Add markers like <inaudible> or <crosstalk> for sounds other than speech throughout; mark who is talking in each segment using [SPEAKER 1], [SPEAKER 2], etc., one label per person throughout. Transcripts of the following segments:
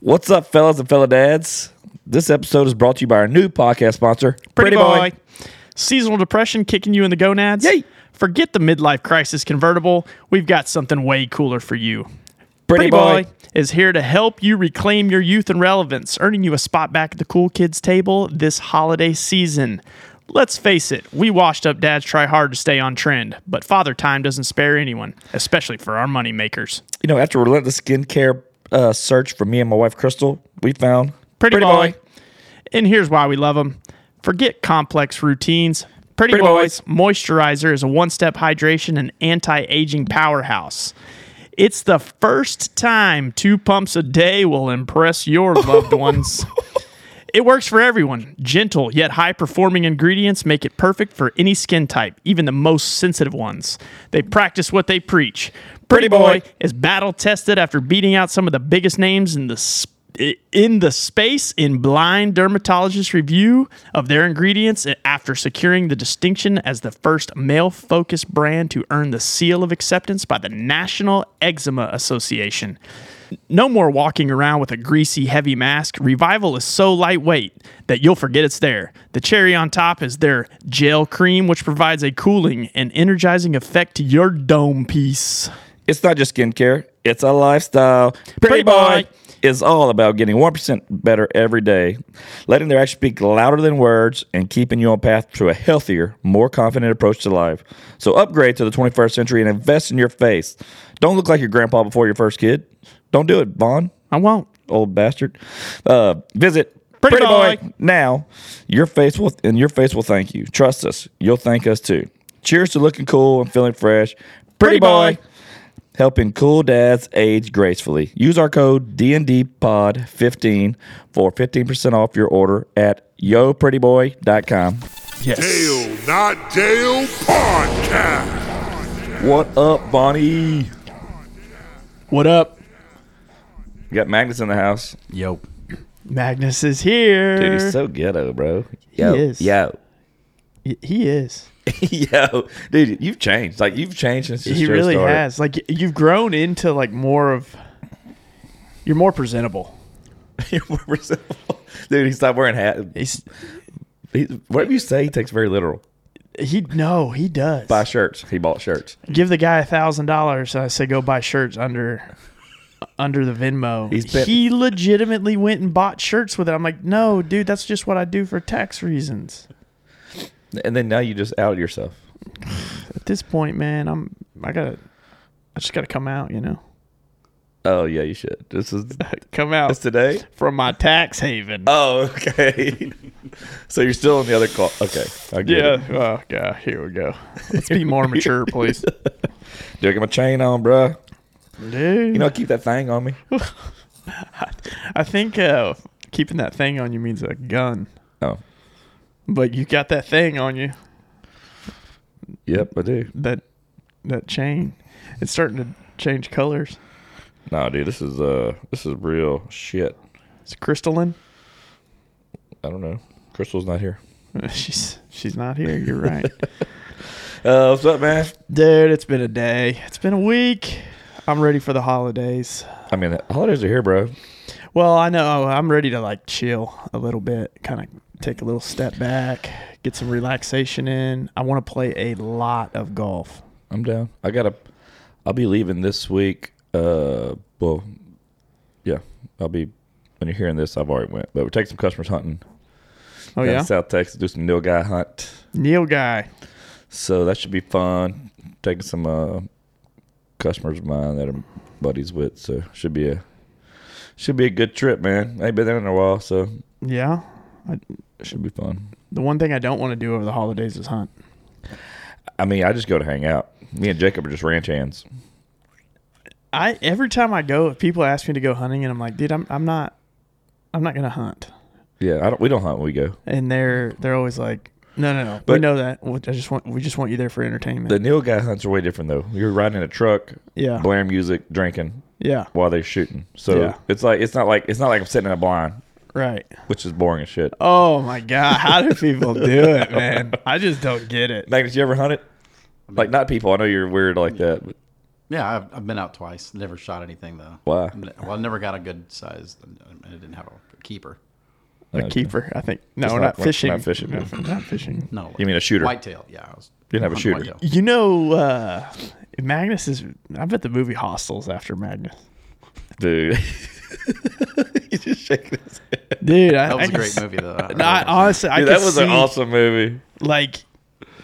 [SPEAKER 1] What's up, fellas and fella dads? This episode is brought to you by our new podcast sponsor,
[SPEAKER 2] Pretty, boy. Seasonal depression kicking you in the gonads?
[SPEAKER 1] Yay.
[SPEAKER 2] Forget the midlife crisis convertible. We've got something way cooler for you.
[SPEAKER 1] Pretty, boy.
[SPEAKER 2] is here to help you reclaim your youth and relevance, earning you a spot back at the cool kids table this holiday season. Let's face it, we washed up dads try hard to stay on trend, but father time doesn't spare anyone, especially for our money makers.
[SPEAKER 1] You know, after a relentless skincare uh, search for me and my wife Crystal, we found
[SPEAKER 2] Pretty, boy. And here's why we love them. Forget complex routines. Pretty,
[SPEAKER 1] Pretty
[SPEAKER 2] Boy's moisturizer is a one step hydration and anti aging powerhouse. It's the first time two pumps a day will impress your loved <laughs> ones. It works for everyone. Gentle yet high performing ingredients make it perfect for any skin type, even the most sensitive ones. They practice what they preach.
[SPEAKER 1] Pretty
[SPEAKER 2] Pretty,
[SPEAKER 1] Boy.
[SPEAKER 2] Boy is battle tested after beating out some of the biggest names in the s- i- in the space in blind dermatologist review of their ingredients and after securing the distinction as the first male focused brand to earn the seal of acceptance by the National Eczema Association. No more walking around with a greasy, heavy mask. Revival is so lightweight that you'll forget it's there. The cherry on top is their gel cream, which provides a cooling and energizing effect to your dome piece.
[SPEAKER 1] It's not just skincare, it's a lifestyle.
[SPEAKER 2] Pretty boy.
[SPEAKER 1] is all about getting 1% better every day, letting their actions speak louder than words, and keeping you on path to a healthier, more confident approach to life. So upgrade to the 21st century and invest in your face. Don't look like your grandpa before your first kid. Don't do it, Vaughn,
[SPEAKER 2] I won't.
[SPEAKER 1] old bastard. Uh, visit
[SPEAKER 2] Pretty
[SPEAKER 1] boy now. Your face will and your face will thank you. Trust us. You'll thank us too. Cheers to looking cool and feeling fresh. Pretty,
[SPEAKER 2] Pretty
[SPEAKER 1] boy.
[SPEAKER 2] boy.
[SPEAKER 1] Helping cool dads age gracefully. Use our code DNDPOD15 for 15% off your order at yoprettyboy.com.
[SPEAKER 2] Yes.
[SPEAKER 3] Dale Not Dale Podcast.
[SPEAKER 1] What up, Bonnie?
[SPEAKER 2] What up?
[SPEAKER 1] We got Magnus in the house.
[SPEAKER 4] Yo.
[SPEAKER 2] Magnus is here.
[SPEAKER 1] Dude, he's so ghetto, bro. Yo,
[SPEAKER 2] is.
[SPEAKER 1] yo. <laughs>
[SPEAKER 2] Y- he is.
[SPEAKER 1] yo. Dude, you've changed. Like you've changed since this
[SPEAKER 2] he
[SPEAKER 1] show
[SPEAKER 2] really
[SPEAKER 1] started.
[SPEAKER 2] has. Like y- you've grown into like more of. You're more presentable.
[SPEAKER 1] <laughs> Dude, he stopped wearing hat.
[SPEAKER 2] He's,
[SPEAKER 1] He, whatever you say, he takes very literal.
[SPEAKER 2] he no, he does.
[SPEAKER 1] Buy shirts. He bought shirts.
[SPEAKER 2] Give the guy a thousand dollars, and I say go buy shirts under, under the Venmo.
[SPEAKER 1] He's been-
[SPEAKER 2] he legitimately went and bought shirts with it. I'm like, no, dude, that's just what I do for tax reasons.
[SPEAKER 1] And then now you just out yourself.
[SPEAKER 2] At this point, man, I'm I gotta, I just gotta come out, you know,
[SPEAKER 1] Oh, yeah, you should. This is
[SPEAKER 2] <laughs> come out
[SPEAKER 1] that's today?
[SPEAKER 2] from my tax haven.
[SPEAKER 1] Oh, okay. <laughs> so you're still on the other call. Okay. I get
[SPEAKER 2] Yeah.
[SPEAKER 1] it.
[SPEAKER 2] Oh god, here we go. Let's be more mature, please.
[SPEAKER 1] Dude, I got my chain on, bruh.
[SPEAKER 2] <laughs> Dude.
[SPEAKER 1] You know, keep that thing on me.
[SPEAKER 2] I think uh, keeping that thing on you means a gun.
[SPEAKER 1] Oh,
[SPEAKER 2] But you got that thing on you.
[SPEAKER 1] yep, I do.
[SPEAKER 2] That that chain. It's starting to change colors.
[SPEAKER 1] No, dude, this is uh, this is real shit.
[SPEAKER 2] It's crystalline. <laughs>
[SPEAKER 1] I don't know. Crystal's not here.
[SPEAKER 2] She's she's not here. You're right.
[SPEAKER 1] Uh, what's up, man?
[SPEAKER 2] Dude, it's been a day. It's been a week. I'm ready for the holidays.
[SPEAKER 1] I mean, the holidays are here, bro.
[SPEAKER 2] Well, I know oh, I'm ready to like chill a little bit, kind of take a little step back, get some relaxation in. I want to play a lot of golf.
[SPEAKER 1] I'm down. I gotta. I'll be leaving this week. Uh, well, yeah, I'll be. When you're hearing this, I've already went, but we're taking some customers hunting.
[SPEAKER 2] Oh
[SPEAKER 1] down in
[SPEAKER 2] yeah,
[SPEAKER 1] South Texas, do some new guy hunt.
[SPEAKER 2] Neil guy.
[SPEAKER 1] So that should be fun. Taking some uh, customers of mine that I'm buddies with. So should be a should be a good trip, man. I ain't been there in a while, so
[SPEAKER 2] Yeah. I,
[SPEAKER 1] it should be fun.
[SPEAKER 2] the one thing I don't want to do over the holidays is hunt.
[SPEAKER 1] I mean, I just go to hang out. Me and Jacob are just ranch hands.
[SPEAKER 2] I every time I go, if people ask me to go hunting, and I'm like, dude, I'm I'm not, I'm not gonna hunt.
[SPEAKER 1] Yeah, I don't. We don't hunt when we go.
[SPEAKER 2] And they're they're always like, no, no, no, we
[SPEAKER 1] But-
[SPEAKER 2] know that. We- I just want we just want you there for entertainment.
[SPEAKER 1] The Neil guy hunts are way different though. You're riding in a truck,
[SPEAKER 2] Yeah.
[SPEAKER 1] blaring music, drinking
[SPEAKER 2] yeah,
[SPEAKER 1] while they're shooting. So
[SPEAKER 2] Yeah.
[SPEAKER 1] it's like it's not like it's not like I'm sitting in a blind,
[SPEAKER 2] right.
[SPEAKER 1] which is boring as shit.
[SPEAKER 2] Oh my god, how do people do it, man? I just don't get it.
[SPEAKER 1] Magnus, you ever hunted? Like not people. I know you're weird like that. But
[SPEAKER 4] Yeah, I've, I've been out twice. Never shot anything though.
[SPEAKER 1] Why?
[SPEAKER 4] Well, I never got a good size. and I didn't have a keeper.
[SPEAKER 2] A
[SPEAKER 1] Okay.
[SPEAKER 2] keeper, I think. No,
[SPEAKER 1] Just
[SPEAKER 2] not,
[SPEAKER 1] not- not
[SPEAKER 2] fishing.
[SPEAKER 1] fishing.
[SPEAKER 2] No, not fishing.
[SPEAKER 4] No.
[SPEAKER 1] You mean a shooter?
[SPEAKER 4] Whitetail. Yeah. I was,
[SPEAKER 1] You didn't have a
[SPEAKER 4] hunting
[SPEAKER 1] shooter.
[SPEAKER 4] whitetail.
[SPEAKER 2] You know, uh, Magnus is. I bet the movie Hostels after Magnus.
[SPEAKER 1] Dude. He's just shaking his head.
[SPEAKER 2] Dude, I,
[SPEAKER 4] That was
[SPEAKER 2] I
[SPEAKER 4] a great
[SPEAKER 2] could-
[SPEAKER 4] movie though. I-
[SPEAKER 2] No, I, honestly,
[SPEAKER 1] <laughs>
[SPEAKER 2] I
[SPEAKER 1] Dude,
[SPEAKER 2] could
[SPEAKER 1] that was
[SPEAKER 2] see,
[SPEAKER 1] an awesome movie. <laughs>
[SPEAKER 2] like,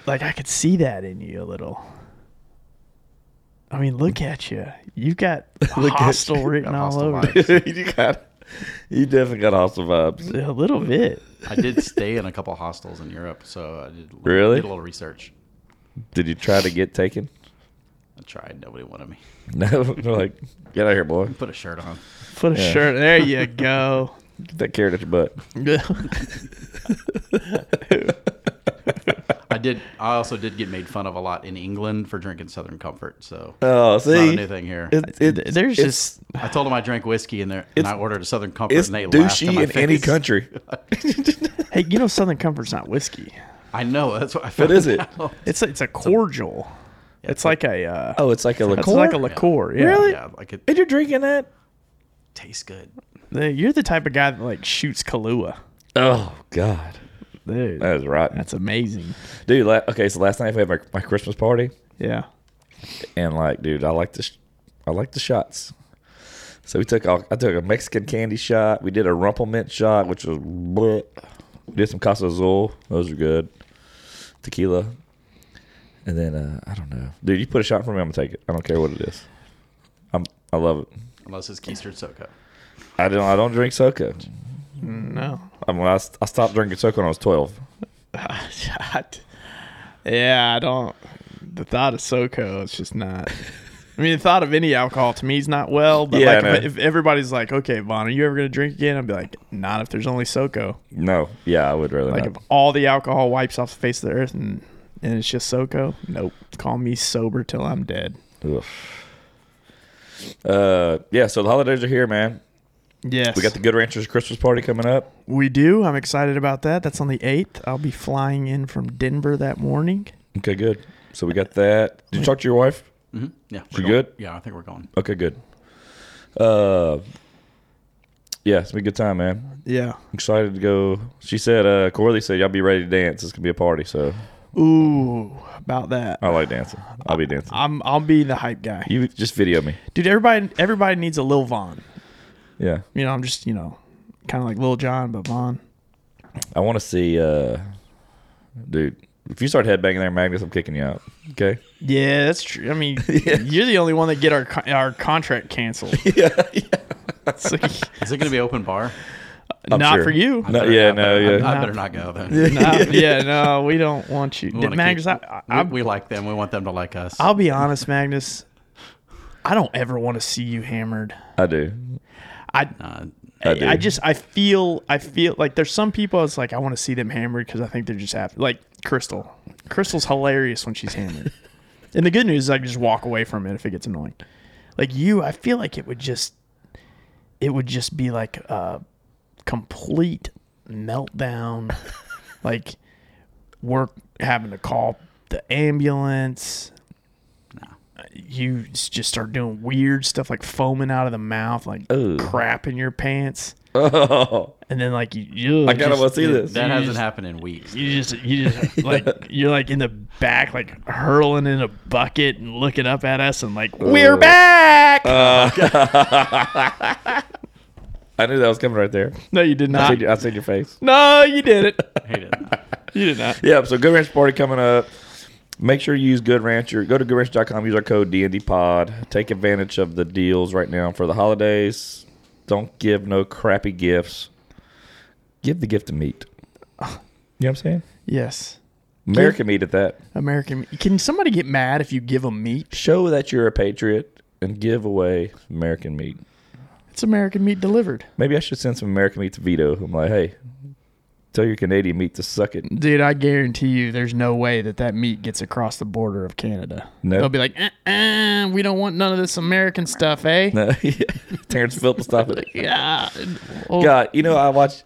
[SPEAKER 2] like I could see that in you a little. I mean, look at you. You've got hostel written
[SPEAKER 4] Got
[SPEAKER 2] all
[SPEAKER 4] hostile
[SPEAKER 2] over
[SPEAKER 4] vibes.
[SPEAKER 1] you got, you definitely got awesome vibes.
[SPEAKER 2] it. <laughs> A little bit.
[SPEAKER 4] I did stay in a couple hostels in Europe, so I did,
[SPEAKER 1] Really?
[SPEAKER 4] did a little research.
[SPEAKER 1] Did you try to get taken? <laughs>
[SPEAKER 4] I tried. Nobody wanted me.
[SPEAKER 1] No, they're like, get out of here, boy.
[SPEAKER 4] Put a shirt on.
[SPEAKER 2] Put a
[SPEAKER 1] Yeah.
[SPEAKER 2] shirt. There you go.
[SPEAKER 1] Get that carrot at your butt.
[SPEAKER 4] I did. I also did get made fun of a lot in England for drinking Southern Comfort. So
[SPEAKER 1] Oh,
[SPEAKER 4] it's not a
[SPEAKER 1] see,
[SPEAKER 4] new thing here.
[SPEAKER 1] It- it-
[SPEAKER 2] There's
[SPEAKER 1] it's-
[SPEAKER 2] just
[SPEAKER 4] I told them I drank whiskey in there, and I ordered a Southern Comfort,
[SPEAKER 1] it's
[SPEAKER 4] and they laughed in
[SPEAKER 1] douchey
[SPEAKER 4] my
[SPEAKER 1] in any
[SPEAKER 4] face.
[SPEAKER 1] country.
[SPEAKER 2] hey, you know, Southern Comfort's not whiskey.
[SPEAKER 4] I know. That's what I
[SPEAKER 1] What
[SPEAKER 4] found
[SPEAKER 1] is it?
[SPEAKER 4] out.
[SPEAKER 2] It's a, it's a cordial. it's like a uh,
[SPEAKER 1] Oh, it's like a liqueur.
[SPEAKER 2] it's like a liqueur. Yeah.
[SPEAKER 1] Really?
[SPEAKER 4] Yeah, like it
[SPEAKER 1] And you're drinking that?
[SPEAKER 4] tastes good.
[SPEAKER 2] The- You're the type of guy that like shoots Kahlua.
[SPEAKER 1] Oh God,
[SPEAKER 2] Dude,
[SPEAKER 1] that is rotten,
[SPEAKER 2] that's amazing.
[SPEAKER 1] dude. La- okay, so last night we had my, my Christmas party,
[SPEAKER 2] Yeah.
[SPEAKER 1] and like, dude, I like the, sh- I like the shots. So we took all, I took a Mexican candy shot. We did a rumplemint shot, which was bleh. we did some Casa Azul. Those are good. Tequila, and then uh, I don't know, dude. You put a shot for me, I'm gonna take it. I don't care what it is. I'm, I love it.
[SPEAKER 4] Unless it's Keister Soko.
[SPEAKER 1] I don't, I don't drink soca.
[SPEAKER 2] No.
[SPEAKER 1] I mean, I, st- I stopped drinking soca when I was 12.
[SPEAKER 2] <laughs> yeah, I don't. The thought of SoCo is just not. I mean, the thought of any alcohol to me is not well. But
[SPEAKER 1] Yeah, I
[SPEAKER 2] like, if,
[SPEAKER 1] know.
[SPEAKER 2] if everybody's like, "Okay, Vaughn, are you ever gonna drink again?" I'd be like, "Not if there's only SoCo."
[SPEAKER 1] No, yeah, I would really
[SPEAKER 2] Like,
[SPEAKER 1] not.
[SPEAKER 2] if all the alcohol wipes off the face of the earth and and it's just SoCo, nope. Call me sober till I'm dead.
[SPEAKER 1] Oof. Uh, yeah. So the holidays are here, man.
[SPEAKER 2] Yes,
[SPEAKER 1] We got the Good Ranchers Christmas party coming up.
[SPEAKER 2] we do. I'm excited about that. That's on the eighth. I'll be flying in from Denver that morning.
[SPEAKER 1] Okay, good. So we got that. Did you talk to your wife?
[SPEAKER 4] Mm-hmm. Yeah,
[SPEAKER 1] You
[SPEAKER 4] we're going-
[SPEAKER 1] good?
[SPEAKER 4] Yeah, I think we're going.
[SPEAKER 1] Okay, good. Uh, yeah, it's gonna be a good time, man.
[SPEAKER 2] Yeah.
[SPEAKER 1] Excited to go. She said, uh, Corley said, y'all be ready to dance. It's gonna be a party. So
[SPEAKER 2] Ooh, about that.
[SPEAKER 1] I like dancing. I'll be dancing.
[SPEAKER 2] I'm I'll be the hype guy.
[SPEAKER 1] You just video me.
[SPEAKER 2] Dude, everybody everybody needs a Lil Vaughn.
[SPEAKER 1] Yeah,
[SPEAKER 2] You know, I'm just, you know, kind of like Lil John, but Vaughn.
[SPEAKER 1] I want to see, uh, dude. If you start headbanging there, Magnus, I'm kicking you out. Okay.
[SPEAKER 2] Yeah, that's true. I <laughs> mean, you're the only one that get our con- our contract <laughs> canceled. It's like,
[SPEAKER 4] Is it going to be open bar?
[SPEAKER 2] not
[SPEAKER 1] sure.
[SPEAKER 2] for you.
[SPEAKER 1] <laughs> No, yeah, <laughs> no,
[SPEAKER 4] I,
[SPEAKER 1] <laughs> yeah.
[SPEAKER 4] I better not go then.
[SPEAKER 2] No, yeah, no, we don't want you.
[SPEAKER 4] We wanna
[SPEAKER 2] Magnus,
[SPEAKER 4] keep-
[SPEAKER 2] I,
[SPEAKER 4] we-
[SPEAKER 2] I,
[SPEAKER 4] we like them. We want them to like us.
[SPEAKER 2] I'll be honest, Magnus. I don't ever want to see you hammered.
[SPEAKER 1] I do.
[SPEAKER 2] I
[SPEAKER 4] Uh,
[SPEAKER 1] I do.
[SPEAKER 2] I, just I feel I feel like there's some people it's like I want to see them hammered because I think they're just happy. Like Crystal, Crystal's hilarious when
[SPEAKER 1] <laughs>
[SPEAKER 2] she's hammered. and the good news is I can just walk away from it if it gets annoying. Like you, I feel like it would just it would just be like a complete
[SPEAKER 1] <laughs>
[SPEAKER 2] meltdown. like we're having to call the ambulance. You s- just start doing weird stuff like foaming out of the mouth, like
[SPEAKER 1] Ugh.
[SPEAKER 2] crap in your pants
[SPEAKER 1] Oh,
[SPEAKER 2] and then like you, you
[SPEAKER 1] I gotta
[SPEAKER 2] just,
[SPEAKER 1] see this.
[SPEAKER 4] that
[SPEAKER 2] you
[SPEAKER 4] hasn't
[SPEAKER 2] just-
[SPEAKER 4] happened in weeks.
[SPEAKER 2] you just you just <laughs> like you're like in the back like hurling in a bucket and looking up at us and like we're back
[SPEAKER 1] <laughs> I knew that was coming right there.
[SPEAKER 2] no you did
[SPEAKER 1] I
[SPEAKER 2] not
[SPEAKER 1] seen, your- I seen your face.
[SPEAKER 2] no you did it
[SPEAKER 4] Hate it.
[SPEAKER 2] you did not
[SPEAKER 1] Yeah, so Good Ranch Party coming up. Make sure you use Good Rancher. Go to goodranch.com, use our code DNDPOD. Take advantage of the deals right now for the holidays. Don't give no crappy gifts. Give the gift of meat. You know what I'm saying?
[SPEAKER 2] <laughs> yes
[SPEAKER 1] American meat at that.
[SPEAKER 2] American can somebody get mad if you give them meat
[SPEAKER 1] Show that you're a patriot and give away American meat.
[SPEAKER 2] it's American meat delivered
[SPEAKER 1] Maybe I should send some American meat to Vito. I'm like, hey, tell your Canadian meat to suck <laughs> it.
[SPEAKER 2] dude I guarantee you there's no way that that meat gets across the border of Canada
[SPEAKER 1] No.
[SPEAKER 2] they'll be like uh-uh, we don't want none of this American stuff eh
[SPEAKER 1] No, yeah. Terrence Phillips, stop it.
[SPEAKER 2] yeah Oh,
[SPEAKER 1] God, you know, I watch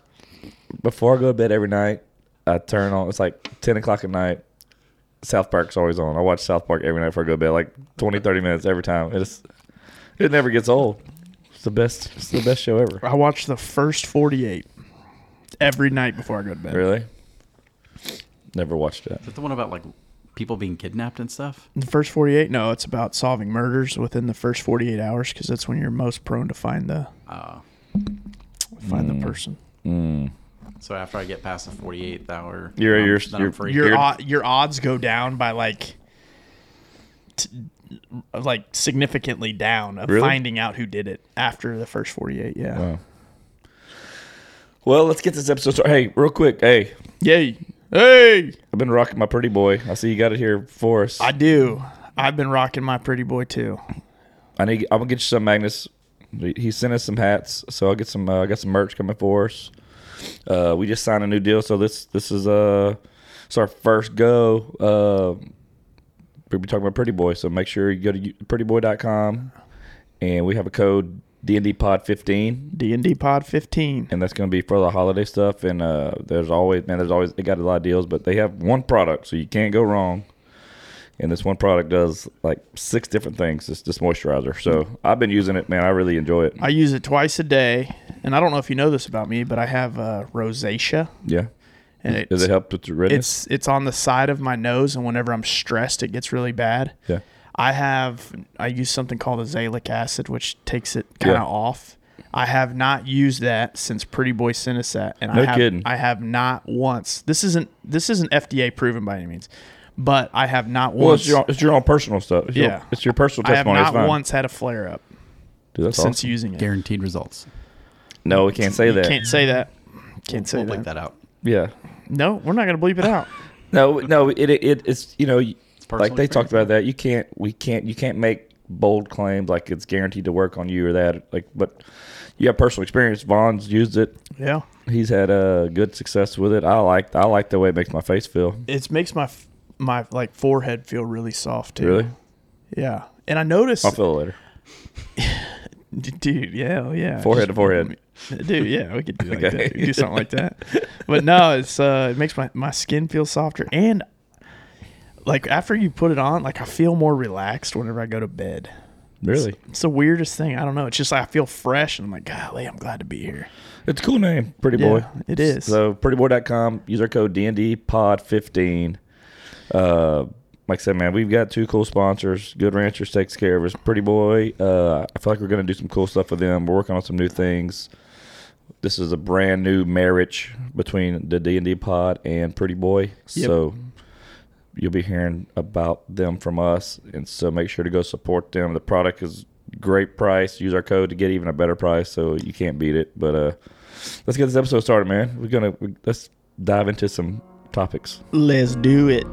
[SPEAKER 1] before I go to bed every night. I turn on. It's like ten o'clock at night. South Park's always on. I watch South Park every night before I go to bed, like 20, 30 minutes every time. It's it never gets old. It's the best. It's the best show ever.
[SPEAKER 2] I watch the first 48 every night before I go to bed.
[SPEAKER 1] Really? Never watched that.
[SPEAKER 4] Is that the one about like people being kidnapped and stuff?
[SPEAKER 2] The first 48? No, it's about solving murders within the first 48 hours because that's when you're most prone to find the
[SPEAKER 4] Uh,
[SPEAKER 2] find
[SPEAKER 1] Hmm.
[SPEAKER 2] the person.
[SPEAKER 4] so after I get past the 48th hour,
[SPEAKER 1] You're-
[SPEAKER 4] um,
[SPEAKER 1] you're-
[SPEAKER 4] then
[SPEAKER 1] you're-
[SPEAKER 4] I'm free.
[SPEAKER 2] Your
[SPEAKER 1] You're-
[SPEAKER 2] od- your odds go down by like t- like significantly down of
[SPEAKER 1] Really?
[SPEAKER 2] finding out who did it after the first 48. Yeah.
[SPEAKER 1] Well, let's get this episode started. Hey, real quick. Hey,
[SPEAKER 2] Yay. Hey.
[SPEAKER 1] I've been rocking my pretty boy. I see you got it here for us.
[SPEAKER 2] I
[SPEAKER 1] I,
[SPEAKER 2] do. I've been rocking my pretty boy too.
[SPEAKER 1] need. I'm gonna get you some Magnus. He- He sent us some hats, so I'll get some. Uh, I got some merch coming for us. Uh, we just signed a new deal, so this this is uh, it's our first go. Uh, we'll be talking about Pretty Boy, so make sure you go to you- prettyboy.com, and we have a code DND Pod 15
[SPEAKER 2] D&D Pod 15.
[SPEAKER 1] and that's going to be for the holiday stuff. And uh, there's always man, there's always they got a lot of deals, but they have one product, so you can't go wrong. And this one product does like six different things. It's this moisturizer. So I've been using it, man. I really enjoy it.
[SPEAKER 2] I use it twice a day, and I don't know if you know this about me, but I have uh, rosacea,
[SPEAKER 1] Yeah.
[SPEAKER 2] and it's,
[SPEAKER 1] Does it help with the redness?
[SPEAKER 2] it's it's on the side of my nose, and whenever I'm stressed, it gets really bad.
[SPEAKER 1] Yeah.
[SPEAKER 2] I have I use something called azelaic acid, which takes it kind of
[SPEAKER 1] Yeah.
[SPEAKER 2] off. I have not used that since Pretty Boy sent us that, and
[SPEAKER 1] No
[SPEAKER 2] I have
[SPEAKER 1] kidding.
[SPEAKER 2] I have not once. This isn't this isn't FDA proven by any means, but I have not
[SPEAKER 1] Well, it's
[SPEAKER 2] once.
[SPEAKER 1] your, it's your own personal stuff. It's
[SPEAKER 2] Yeah.
[SPEAKER 1] Your, it's your personal
[SPEAKER 2] I have
[SPEAKER 1] testimony.
[SPEAKER 2] not
[SPEAKER 1] it's fine.
[SPEAKER 2] once had a flare up
[SPEAKER 1] Dude, that's
[SPEAKER 2] since
[SPEAKER 1] awesome.
[SPEAKER 2] using it.
[SPEAKER 4] guaranteed results.
[SPEAKER 1] No, we can't say that.
[SPEAKER 2] Can't say that. Can't say
[SPEAKER 4] We'll bleep
[SPEAKER 2] that.
[SPEAKER 4] that out.
[SPEAKER 1] Yeah.
[SPEAKER 2] No, we're not gonna bleep it <laughs> out.
[SPEAKER 1] No, no. It, it, it it's you know like
[SPEAKER 4] personal
[SPEAKER 1] they talked
[SPEAKER 4] experience,
[SPEAKER 1] about that. You can't. We can't. You can't make bold claims like it's guaranteed to work on you or that. Like, but you have personal experience. Vaughn's used it.
[SPEAKER 2] yeah.
[SPEAKER 1] He's had uh, good success with it. I like I like the way it makes my face feel.
[SPEAKER 2] it makes my f- my like forehead feel really soft too.
[SPEAKER 1] Really,
[SPEAKER 2] Yeah. And I noticed,
[SPEAKER 1] I'll feel it later.
[SPEAKER 2] D- dude. Yeah, oh, yeah.
[SPEAKER 1] Forehead to forehead.
[SPEAKER 2] Just- <laughs> dude. Yeah, we could do
[SPEAKER 1] <laughs>
[SPEAKER 2] like
[SPEAKER 1] Okay.
[SPEAKER 2] that. Do something like that. But no, it's uh, it makes my my skin feel softer and like after you put it on, like I feel more relaxed whenever I go to bed.
[SPEAKER 1] Really,
[SPEAKER 2] It's the weirdest thing. I don't know. It's just like I feel fresh, and I'm like, golly, I'm glad to be here.
[SPEAKER 1] it's a cool name, Pretty
[SPEAKER 2] Yeah,
[SPEAKER 1] Boy.
[SPEAKER 2] it is.
[SPEAKER 1] So prettyboy.com. Use our code DND Pod fifteen. Uh, like I said, man, we've got two cool sponsors. Good Ranchers takes care of us. Pretty Boy. Uh, I feel like we're gonna do some cool stuff with them. We're working on some new things. This is a brand new marriage between the D and D Pod and Pretty Boy.
[SPEAKER 2] Yep.
[SPEAKER 1] So you'll be hearing about them from us, and so make sure to go support them. The product is great price. Use our code to get even a better price, so you can't beat it. But uh, let's get this episode started, man. We're gonna we, let's dive into some topics.
[SPEAKER 2] Let's do it.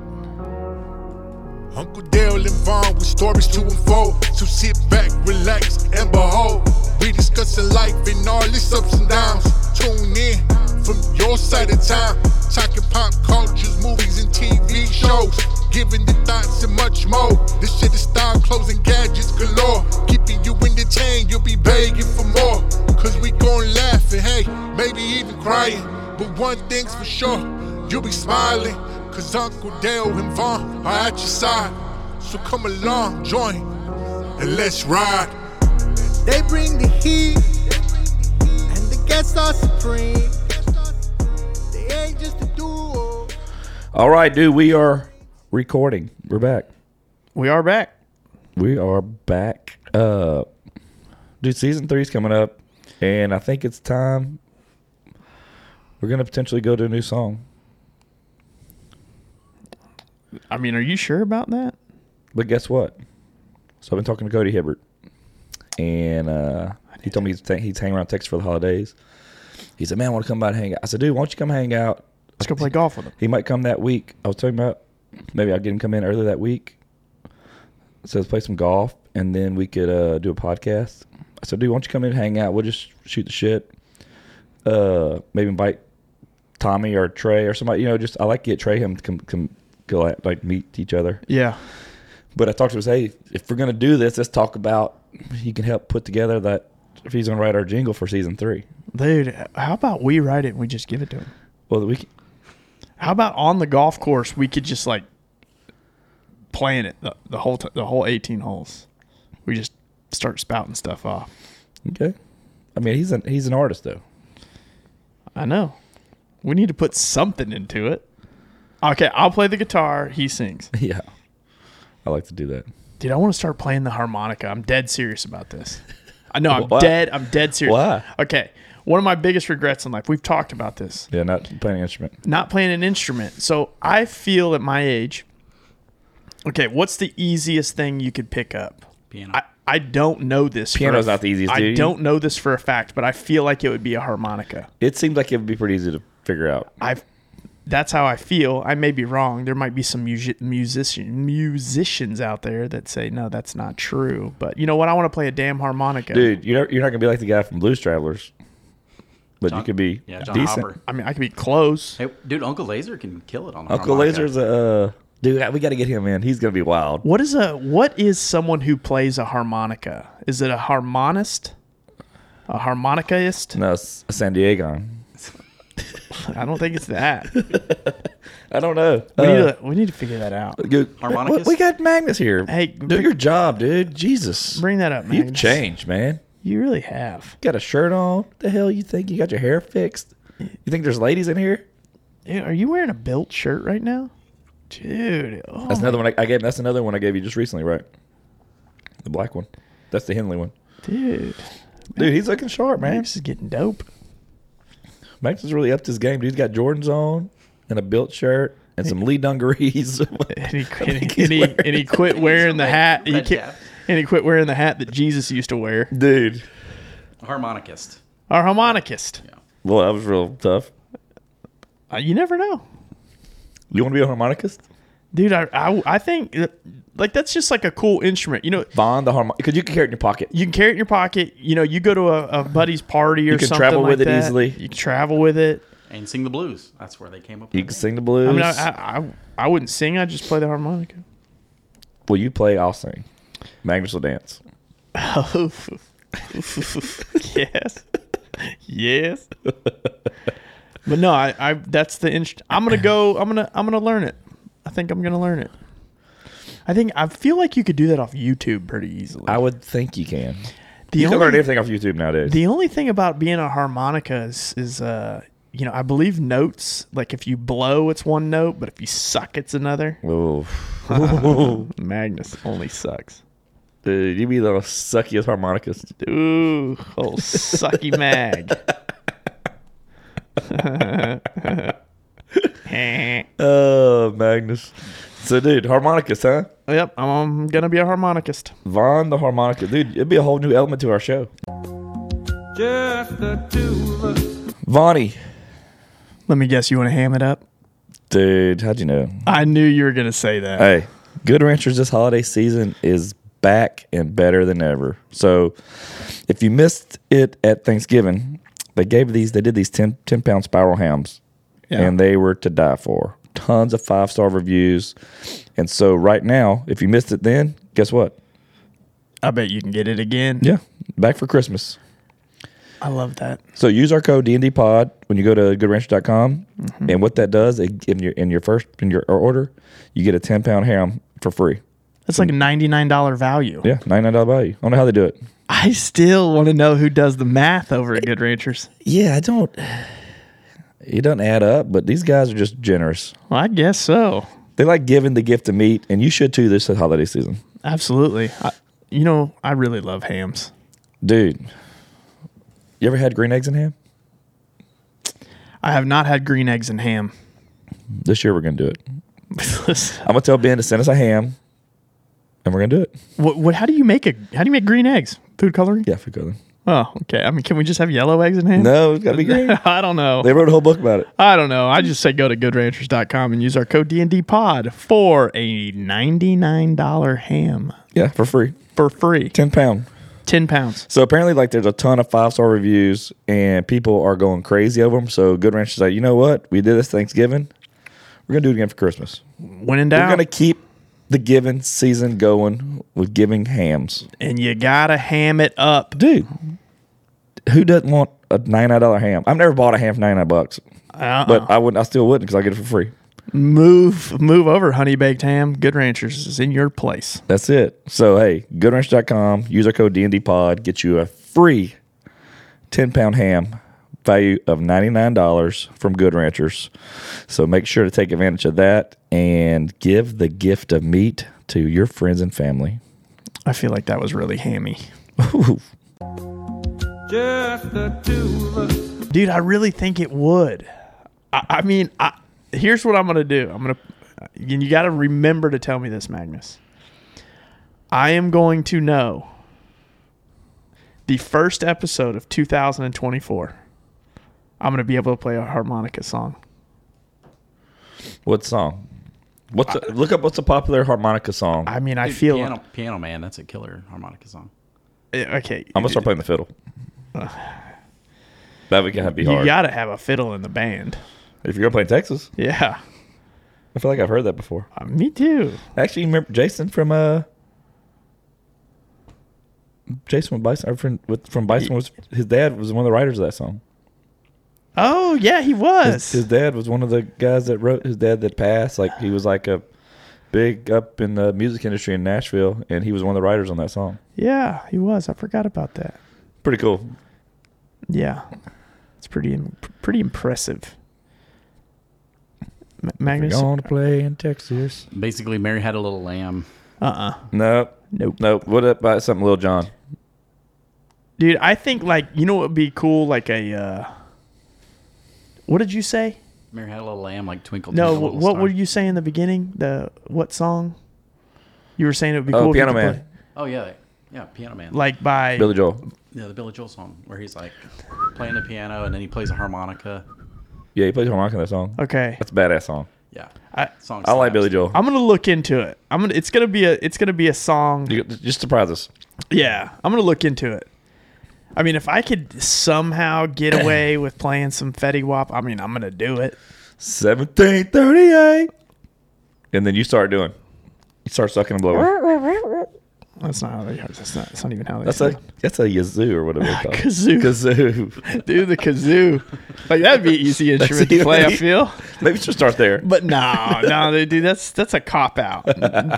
[SPEAKER 3] Uncle Dale and Vaughn with stories to unfold. So sit back, relax, and behold. We discussing life and all its ups and downs. Tune in from your side of town. Talking pop cultures, movies, and TV shows. Giving the thoughts and much more. This shit is style, clothes, and gadgets galore. Keeping you entertained, you'll be begging for more. Cause we gon' laugh and hey, maybe even crying. But one thing's for sure. You'll be smiling, cause Uncle Dale and Vaughn are at your side. So come along, join, and let's ride.
[SPEAKER 5] They bring the heat, and the guests are supreme. They ain't just a duo.
[SPEAKER 1] All right, dude, we are recording. We're back.
[SPEAKER 2] We are back.
[SPEAKER 1] We are back. Uh, dude, season three's coming up, and I think it's time. We're gonna potentially go to a new song.
[SPEAKER 2] I mean, are you sure about that?
[SPEAKER 1] But guess what? So I've been talking to Cody Hibbert, and uh, he told me he's, ta- he's hanging around Texas for the holidays. He said, "Man, I want to come by and hang out." I said, "Dude, why don't you come hang out?"
[SPEAKER 2] Let's go play golf with him.
[SPEAKER 1] He might come that week. I was talking about maybe I'd get him come in early that week. So let's play some golf, and then we could uh, do a podcast. I said, "Dude, why don't you come in and hang out? We'll just shoot the shit. Uh, maybe invite Tommy or Trey or somebody. You know, just I like to get Trey him to come come go out, like meet each other."
[SPEAKER 2] Yeah.
[SPEAKER 1] But I talked to him, hey, if we're gonna do this, let's talk about he can help put together that if he's gonna write our jingle for season three.
[SPEAKER 2] Dude, how about we write it and we just give it to him?
[SPEAKER 1] Well, we can,
[SPEAKER 2] How about on the golf course we could just like playing it the, the whole t- the whole 18 holes. We just start spouting stuff off.
[SPEAKER 1] Okay. I mean, he's an he's an artist though.
[SPEAKER 2] I know. We need to put something into it. Okay, I'll play the guitar. He sings.
[SPEAKER 1] <laughs> Yeah. I like to do that.
[SPEAKER 2] Dude, I want to start playing the harmonica. I'm dead serious about this. I know I'm
[SPEAKER 1] Why?
[SPEAKER 2] dead. I'm dead serious.
[SPEAKER 1] Why?
[SPEAKER 2] Okay. One of my biggest regrets in life. We've talked about this.
[SPEAKER 1] Yeah, not playing an instrument.
[SPEAKER 2] Not playing an instrument. So I feel at my age. Okay, what's the easiest thing you could pick up?
[SPEAKER 4] Piano.
[SPEAKER 2] I, I don't know this. for a
[SPEAKER 1] Piano's
[SPEAKER 2] f-
[SPEAKER 1] not the easiest,
[SPEAKER 2] I
[SPEAKER 1] dude.
[SPEAKER 2] don't know this for a fact, but I feel like it would be a harmonica.
[SPEAKER 1] It seems like it would be pretty easy to figure out.
[SPEAKER 2] I that's how I feel. I may be wrong. There might be some music, musician musicians out there that say no, that's not true. But you know what? I want to play a damn harmonica.
[SPEAKER 1] Dude, you're not, you're not gonna be like the guy from Blues Travelers, but you
[SPEAKER 4] John-
[SPEAKER 1] could be
[SPEAKER 4] yeah, John
[SPEAKER 1] decent.
[SPEAKER 4] Hopper.
[SPEAKER 2] I mean, I could be close.
[SPEAKER 4] Hey, dude, Uncle Laser can kill it on the
[SPEAKER 1] Uncle
[SPEAKER 4] harmonica.
[SPEAKER 1] Laser's a uh, dude. We got to get him in. He's gonna be wild.
[SPEAKER 2] What is a what is someone who plays a harmonica? Is it a harmonist? A harmonicaist?
[SPEAKER 1] No, it's San Diego.
[SPEAKER 2] I don't think it's that.
[SPEAKER 1] I don't know.
[SPEAKER 2] We need
[SPEAKER 1] Uh,
[SPEAKER 2] to we need to figure that out.
[SPEAKER 1] Good.
[SPEAKER 4] Harmonicus?
[SPEAKER 1] We got Magnus here.
[SPEAKER 2] Hey,
[SPEAKER 1] do your job, dude. Jesus,
[SPEAKER 2] Bring that up, man.
[SPEAKER 1] you've changed, man.
[SPEAKER 2] You really have.
[SPEAKER 1] You got a shirt on. The hell you think? You got your hair fixed? You think there's ladies in here?
[SPEAKER 2] Yeah, Eh, Are you wearing a built shirt right now? Dude. oh
[SPEAKER 1] That's another one I, I gave. That's another one I gave you just recently, right? The black one. That's the Henley one.
[SPEAKER 2] dude.
[SPEAKER 1] Dude, he's looking sharp, man.
[SPEAKER 2] Max is getting dope. <laughs>
[SPEAKER 1] Max has really upped his game. Dude's got Jordans on and a built shirt and some Lee dungarees.
[SPEAKER 2] <laughs> and
[SPEAKER 1] <laughs>
[SPEAKER 2] he,
[SPEAKER 1] I
[SPEAKER 2] and
[SPEAKER 1] think
[SPEAKER 2] he,
[SPEAKER 1] he's
[SPEAKER 2] and he,
[SPEAKER 1] wearing-
[SPEAKER 2] and he quit wearing the
[SPEAKER 4] red-
[SPEAKER 2] hat. He
[SPEAKER 4] red
[SPEAKER 2] ki-
[SPEAKER 4] cap.
[SPEAKER 2] and he quit wearing the hat that Jesus used to wear.
[SPEAKER 1] <laughs> Dude,
[SPEAKER 4] Harmonicist.
[SPEAKER 2] Our harmonicist.
[SPEAKER 1] well, that was real tough.
[SPEAKER 2] Uh, you never know,
[SPEAKER 1] You want to be a harmonicist?
[SPEAKER 2] dude. I, I I think uh, like that's just like a cool instrument. You know,
[SPEAKER 1] Bond the harmonica because you can carry it in your pocket.
[SPEAKER 2] you can carry it in your pocket. You know, you go to a, a buddy's party or
[SPEAKER 1] You can
[SPEAKER 2] something
[SPEAKER 1] travel
[SPEAKER 2] like
[SPEAKER 1] with it
[SPEAKER 2] that.
[SPEAKER 1] easily.
[SPEAKER 2] You can travel with it.
[SPEAKER 4] And sing the blues. That's where they came up
[SPEAKER 1] You
[SPEAKER 4] with
[SPEAKER 1] can
[SPEAKER 4] it.
[SPEAKER 1] sing the blues.
[SPEAKER 2] I mean, I, I, I, I wouldn't sing. I just play
[SPEAKER 1] <laughs>
[SPEAKER 2] the harmonica.
[SPEAKER 1] well, you play, I'll sing. Magnus will dance.
[SPEAKER 2] yes, yes. but no, I, I that's the inst- I'm gonna go. I'm gonna I'm gonna learn it. I think I'm gonna learn it. I think I feel like you could do that off YouTube pretty easily.
[SPEAKER 1] I would think you can.
[SPEAKER 2] the
[SPEAKER 1] You can learn
[SPEAKER 2] only
[SPEAKER 1] everything off YouTube nowadays.
[SPEAKER 2] the only thing about being a harmonica is is uh you know I believe notes like if you blow it's one note but if you suck it's another.
[SPEAKER 1] Oh,
[SPEAKER 2] <laughs> Magnus only sucks.
[SPEAKER 1] <laughs> dude, you be the suckiest harmonicist.
[SPEAKER 2] Ooh, old sucky mag. <laughs>
[SPEAKER 1] Oh, Magnus. So, dude, harmonicist, huh?
[SPEAKER 2] Yep, I'm gonna be a harmonicist.
[SPEAKER 1] Vaughn the harmonica. Dude, it'd be a whole new element to our show.
[SPEAKER 6] Just the two of us.
[SPEAKER 1] Vonnie.
[SPEAKER 2] Let me guess, you want to ham it up?
[SPEAKER 1] Dude, how'd you know?
[SPEAKER 2] I knew you were gonna say that.
[SPEAKER 1] Hey, Good Ranchers this holiday season is back and better than ever. So if you missed it at Thanksgiving, they gave these, they did these 10, 10 pound spiral hams
[SPEAKER 2] Yeah.
[SPEAKER 1] and they were to die for. Tons of five star reviews. And so right now, if you missed it then, guess what?
[SPEAKER 2] I bet you can get it again.
[SPEAKER 1] Yeah, back for Christmas.
[SPEAKER 2] I love that.
[SPEAKER 1] So use our code DND Pod when you go to goodranch.com, and what that does it, in your in your first in your order, you get a ten pound ham for free.
[SPEAKER 2] That's like a ninety-nine dollar value.
[SPEAKER 1] Yeah, ninety nine dollar value. I don't know how they do it.
[SPEAKER 2] I still want to know who does the math over at Good Ranchers.
[SPEAKER 1] Yeah, I don't. It doesn't add up, but these guys are just generous.
[SPEAKER 2] Well, I guess so.
[SPEAKER 1] They like giving the gift of meat, and you should too this holiday season,
[SPEAKER 2] Absolutely. I, you know, I really love hams.
[SPEAKER 1] dude. You ever had green eggs and ham?
[SPEAKER 2] I have not had green eggs and ham. <laughs>
[SPEAKER 1] This year we're gonna do it.
[SPEAKER 2] Listen,
[SPEAKER 1] I'm gonna tell Ben to send us a ham, and we're gonna do it.
[SPEAKER 2] what, what? How do you make a? How do you make green eggs? Food coloring?
[SPEAKER 1] Yeah, if we go then.
[SPEAKER 2] Oh, okay. I mean, can we just have yellow eggs in hand?
[SPEAKER 1] No, it's gotta be <laughs> green.
[SPEAKER 2] <laughs> I don't know.
[SPEAKER 1] they wrote a whole book about it.
[SPEAKER 2] I don't know. I just say go to goodranchers.com and use our code DND pod for a $99 ham
[SPEAKER 1] Yeah, for free,
[SPEAKER 2] for free.
[SPEAKER 1] ten pound.
[SPEAKER 2] 10 pounds.
[SPEAKER 1] So apparently, like, there's a ton of five star reviews, and people are going crazy over them. So Good Ranch is like, you know what? We did this Thanksgiving. We're gonna do it again for Christmas.
[SPEAKER 2] When in
[SPEAKER 1] We're
[SPEAKER 2] doubt.
[SPEAKER 1] gonna keep the giving season going with giving hams,
[SPEAKER 2] and you got to ham it up.
[SPEAKER 1] dude. Who doesn't want a ninety nine dollar ham? I've never bought a ham for ninety nine bucks,
[SPEAKER 2] Uh-uh.
[SPEAKER 1] but I would. I still wouldn't because I get it for free.
[SPEAKER 2] Move move over, honey baked ham. Good Ranchers is in your place.
[SPEAKER 1] That's it. So hey, goodranch.com. Use our code DND Pod. Get you a free ten pound ham value of ninety nine dollars from Good Ranchers. So make sure to take advantage of that and give the gift of meat to your friends and family.
[SPEAKER 2] I feel like that was really hammy.
[SPEAKER 6] just the two of us.
[SPEAKER 2] Dude, I really think it would. I, I mean, I, here's what I'm going to do. I'm going to, and you got to remember to tell me this, Magnus. I am going to know the first episode of 2024. I'm going to be able to play a harmonica song.
[SPEAKER 1] What song? What's a, look up? What's a popular harmonica song? I,
[SPEAKER 2] I
[SPEAKER 1] am
[SPEAKER 2] mean, I
[SPEAKER 4] Dude,
[SPEAKER 2] feel
[SPEAKER 4] piano, piano man. That's a killer harmonica song.
[SPEAKER 2] Eh, okay.
[SPEAKER 1] gonna start playing the fiddle. That would gotta be hard.
[SPEAKER 2] You got to have a fiddle in the band.
[SPEAKER 1] if you're gonna play in Texas,
[SPEAKER 2] Yeah.
[SPEAKER 1] I feel like I've heard that before.
[SPEAKER 2] Uh, me too.
[SPEAKER 1] Actually, you remember Jason from uh, Jason with Bison. Our friend with, from Bison was his dad was one of the writers of that song.
[SPEAKER 2] Oh, yeah, he was.
[SPEAKER 1] His dad was one of the guys that wrote. His dad that passed. Like he was like a big up in the music industry in Nashville, and he was one of the writers on that song.
[SPEAKER 2] yeah, he was. I forgot about that.
[SPEAKER 1] Pretty cool.
[SPEAKER 2] Yeah, it's pretty im- pretty impressive. Ma- Magnus, uh,
[SPEAKER 1] Going to play in Texas.
[SPEAKER 4] Basically, Mary had a little lamb.
[SPEAKER 2] uh
[SPEAKER 1] Nope.
[SPEAKER 2] nope,
[SPEAKER 1] Nope. What about something, Lil John?
[SPEAKER 2] dude. I think like you know what would be cool, like a. Uh, what did you say?
[SPEAKER 4] Mary had a little lamb, like twinkle.
[SPEAKER 2] No,
[SPEAKER 4] twinkle,
[SPEAKER 2] wh-
[SPEAKER 4] little
[SPEAKER 2] what
[SPEAKER 4] star.
[SPEAKER 2] were you saying in the beginning? The what song? You were saying it would be
[SPEAKER 1] Oh,
[SPEAKER 2] cool. if you
[SPEAKER 1] Piano
[SPEAKER 2] could
[SPEAKER 1] Man.
[SPEAKER 2] play-
[SPEAKER 4] Oh yeah, yeah, piano man.
[SPEAKER 2] like by
[SPEAKER 1] Billy Joel.
[SPEAKER 4] yeah, the Billy Joel song where he's like playing the piano and then he plays a harmonica.
[SPEAKER 1] Yeah, he plays harmonica in that song.
[SPEAKER 2] okay.
[SPEAKER 1] That's a badass song.
[SPEAKER 4] Yeah,
[SPEAKER 2] I,
[SPEAKER 4] song.
[SPEAKER 1] I like
[SPEAKER 4] slaps.
[SPEAKER 1] Billy Joel.
[SPEAKER 2] I'm gonna look into it. I'm gonna. It's gonna be a. It's gonna be a song.
[SPEAKER 1] You, just surprise us.
[SPEAKER 2] Yeah, I'm gonna look into it. I mean, if I could somehow get <clears throat> away with playing some Fetty Wap, I mean, I'm gonna do it.
[SPEAKER 1] Seventeen thirty-eight, and then you start doing. You start sucking and blowing.
[SPEAKER 2] That's not how they. That's not. That's not even how they.
[SPEAKER 1] That's
[SPEAKER 2] sound.
[SPEAKER 1] a
[SPEAKER 2] <laughs>
[SPEAKER 1] that's a yazoo or whatever. It's called.
[SPEAKER 2] Kazoo.
[SPEAKER 1] Kazoo. <laughs>
[SPEAKER 2] do the kazoo. Like that'd be an <laughs> easy instrument to play. I feel.
[SPEAKER 1] Maybe we should start there.
[SPEAKER 2] But no, no, they- dude, that's that's a cop <laughs> out.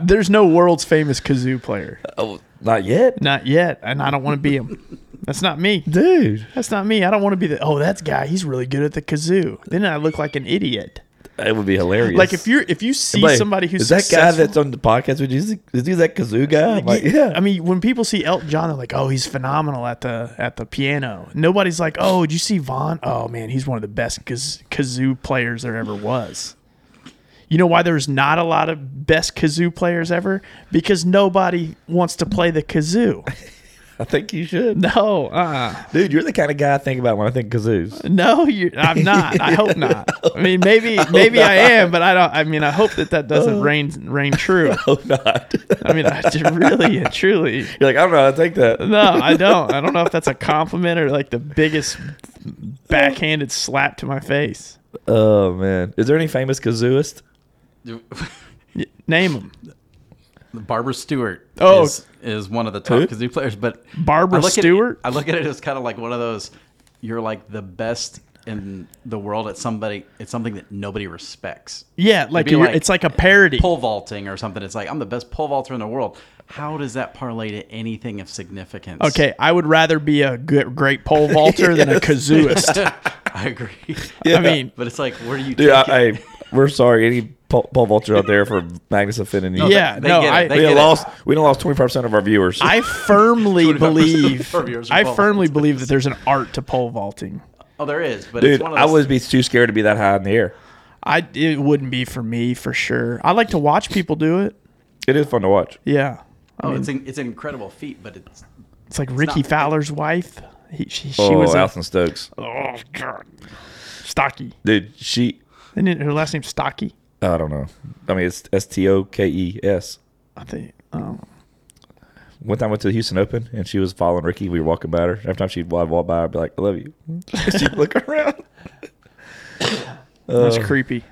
[SPEAKER 2] There's no world's famous kazoo player.
[SPEAKER 1] Oh, not yet,
[SPEAKER 2] Not yet, and I don't want to be him. That's not me.
[SPEAKER 1] dude.
[SPEAKER 2] That's not me. I don't want to be the. Oh, that's guy. He's really good at the kazoo. Then I look like an idiot.
[SPEAKER 1] It would be hilarious.
[SPEAKER 2] Like if you're if you see
[SPEAKER 1] Like,
[SPEAKER 2] somebody who's
[SPEAKER 1] is that guy
[SPEAKER 2] successful-
[SPEAKER 1] that's on the podcast with you. Is he- is he that kazoo guy? I'm like,
[SPEAKER 2] You-
[SPEAKER 1] yeah.
[SPEAKER 2] I mean, when people see Elton John, they're like, "Oh, he's phenomenal at the at the piano." Nobody's like, "Oh, did you see Vaughn? Oh man, he's one of the best kaz- kazoo players there ever was." You know why there's not a lot of best kazoo players ever? Because nobody wants to play
[SPEAKER 1] <laughs>
[SPEAKER 2] the kazoo.
[SPEAKER 1] I think you should,
[SPEAKER 2] No, uh,
[SPEAKER 1] dude. You're the kind of guy I think about when I think kazoos.
[SPEAKER 2] no, you, I'm not. I hope not. I mean, maybe, maybe I am, but I don't. I mean, I hope that that doesn't
[SPEAKER 1] Uh.
[SPEAKER 2] reign reign true.
[SPEAKER 1] <laughs> Oh, not. <laughs>
[SPEAKER 2] I mean, I just really and truly.
[SPEAKER 1] You're like I don't know. I think that.
[SPEAKER 2] No, I don't. I don't know if that's a compliment or like the biggest backhanded slap to my face.
[SPEAKER 1] <laughs> Oh man, is there any famous kazooist?
[SPEAKER 2] Y- Name them.
[SPEAKER 4] <laughs> Barbara Stewart
[SPEAKER 2] Oh.
[SPEAKER 4] is, is one of the top
[SPEAKER 1] Who?
[SPEAKER 4] kazoo players, but
[SPEAKER 2] Barbara
[SPEAKER 4] I look at it-
[SPEAKER 2] Stewart?
[SPEAKER 4] I look at it as kind of like one of those. You're like the best in the world at somebody. It's something that nobody respects.
[SPEAKER 2] Yeah, like,
[SPEAKER 4] be
[SPEAKER 2] you're-
[SPEAKER 4] like-
[SPEAKER 2] it's like a parody.
[SPEAKER 4] Pole vaulting or something. It's like I'm the best pole vaulter in the world. How does that parlay to anything of significance?
[SPEAKER 2] Okay, I would rather be a good, great <laughs> pole vaulter than a kazooist.
[SPEAKER 4] <laughs>
[SPEAKER 2] <laughs>
[SPEAKER 4] I agree.
[SPEAKER 2] I mean,
[SPEAKER 4] but it's like, where do you?
[SPEAKER 1] Dude,
[SPEAKER 4] take
[SPEAKER 1] I,
[SPEAKER 4] it?
[SPEAKER 1] I we're sorry. Any pole, pole vulture out there for Magnus offending you?
[SPEAKER 2] yeah,
[SPEAKER 4] they
[SPEAKER 2] no,
[SPEAKER 4] get it.
[SPEAKER 2] I,
[SPEAKER 4] They
[SPEAKER 1] we
[SPEAKER 4] get
[SPEAKER 1] done
[SPEAKER 4] it.
[SPEAKER 1] lost. We done lost twenty five percent of our viewers.
[SPEAKER 2] I firmly
[SPEAKER 4] 25% of
[SPEAKER 2] believe,
[SPEAKER 4] our viewers are
[SPEAKER 2] I
[SPEAKER 4] pole
[SPEAKER 2] firmly believe that there's an art to pole vaulting.
[SPEAKER 4] Oh, there is, but
[SPEAKER 1] Dude,
[SPEAKER 4] it's one of
[SPEAKER 1] I
[SPEAKER 4] those
[SPEAKER 1] would be too scared to be that high in the air.
[SPEAKER 2] I it wouldn't be for me for sure. I like to watch people do it.
[SPEAKER 1] It is fun to watch.
[SPEAKER 2] Yeah,
[SPEAKER 4] Oh, it's an, it's an incredible feat, but it's
[SPEAKER 2] it's like Ricky
[SPEAKER 4] not-
[SPEAKER 2] Fowler's wife. He, she she
[SPEAKER 1] oh,
[SPEAKER 2] was a,
[SPEAKER 1] Alison Stokes,
[SPEAKER 2] oh, God. stocky.
[SPEAKER 1] dude. She,
[SPEAKER 2] Isn't it her last name Stocky?
[SPEAKER 1] I don't know. I mean, it's S T O K E S.
[SPEAKER 2] I think. Oh,
[SPEAKER 1] One time I went to the Houston Open and she was following Ricky. We were walking by her. Every time she'd walk, walk by, I'd be like, "I love you." <laughs> she'd look
[SPEAKER 2] <laughs>
[SPEAKER 1] around. Uh,
[SPEAKER 2] that's creepy.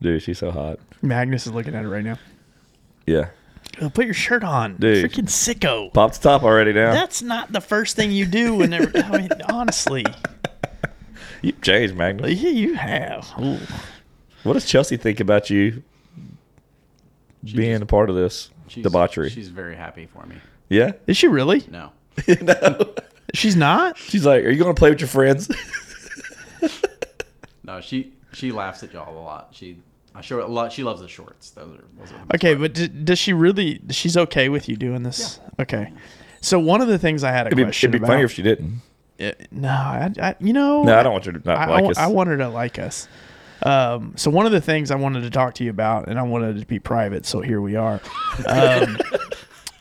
[SPEAKER 1] Dude, she's so hot.
[SPEAKER 2] Magnus is looking at it right now.
[SPEAKER 1] Yeah,
[SPEAKER 2] Oh, put your shirt on,
[SPEAKER 1] Dude.
[SPEAKER 2] freaking sicko.
[SPEAKER 1] popped the top already now.
[SPEAKER 2] That's not the first thing you do when they're. I mean, <laughs> honestly,
[SPEAKER 1] You've changed, Magnus.
[SPEAKER 2] yeah, you have. Ooh.
[SPEAKER 1] What does Chelsea think about you being a part of this
[SPEAKER 4] She's-
[SPEAKER 1] debauchery?
[SPEAKER 4] She's very happy for me.
[SPEAKER 1] yeah,
[SPEAKER 2] Is she really?
[SPEAKER 4] No.
[SPEAKER 2] She's not.
[SPEAKER 1] she's like, "Are you going to play with your friends?" <laughs>
[SPEAKER 4] No, she she laughs at y'all a lot. She I show her a lot. She loves the shorts. Those are those are. the best
[SPEAKER 2] Okay,
[SPEAKER 4] part.
[SPEAKER 2] but d- does she really? She's okay with you doing this? Okay. So one of the things I had a
[SPEAKER 1] it'd be,
[SPEAKER 2] question
[SPEAKER 1] it'd be
[SPEAKER 2] about.
[SPEAKER 1] funnier if she didn't.
[SPEAKER 2] no, Uh, I, I, you know.
[SPEAKER 1] No, I don't want her to not
[SPEAKER 2] I,
[SPEAKER 1] like
[SPEAKER 2] I,
[SPEAKER 1] us.
[SPEAKER 2] I want her to like us. Um, so one of the things I wanted to talk to you about, and I wanted it to be private, so here we are.
[SPEAKER 1] <laughs>
[SPEAKER 2] Um,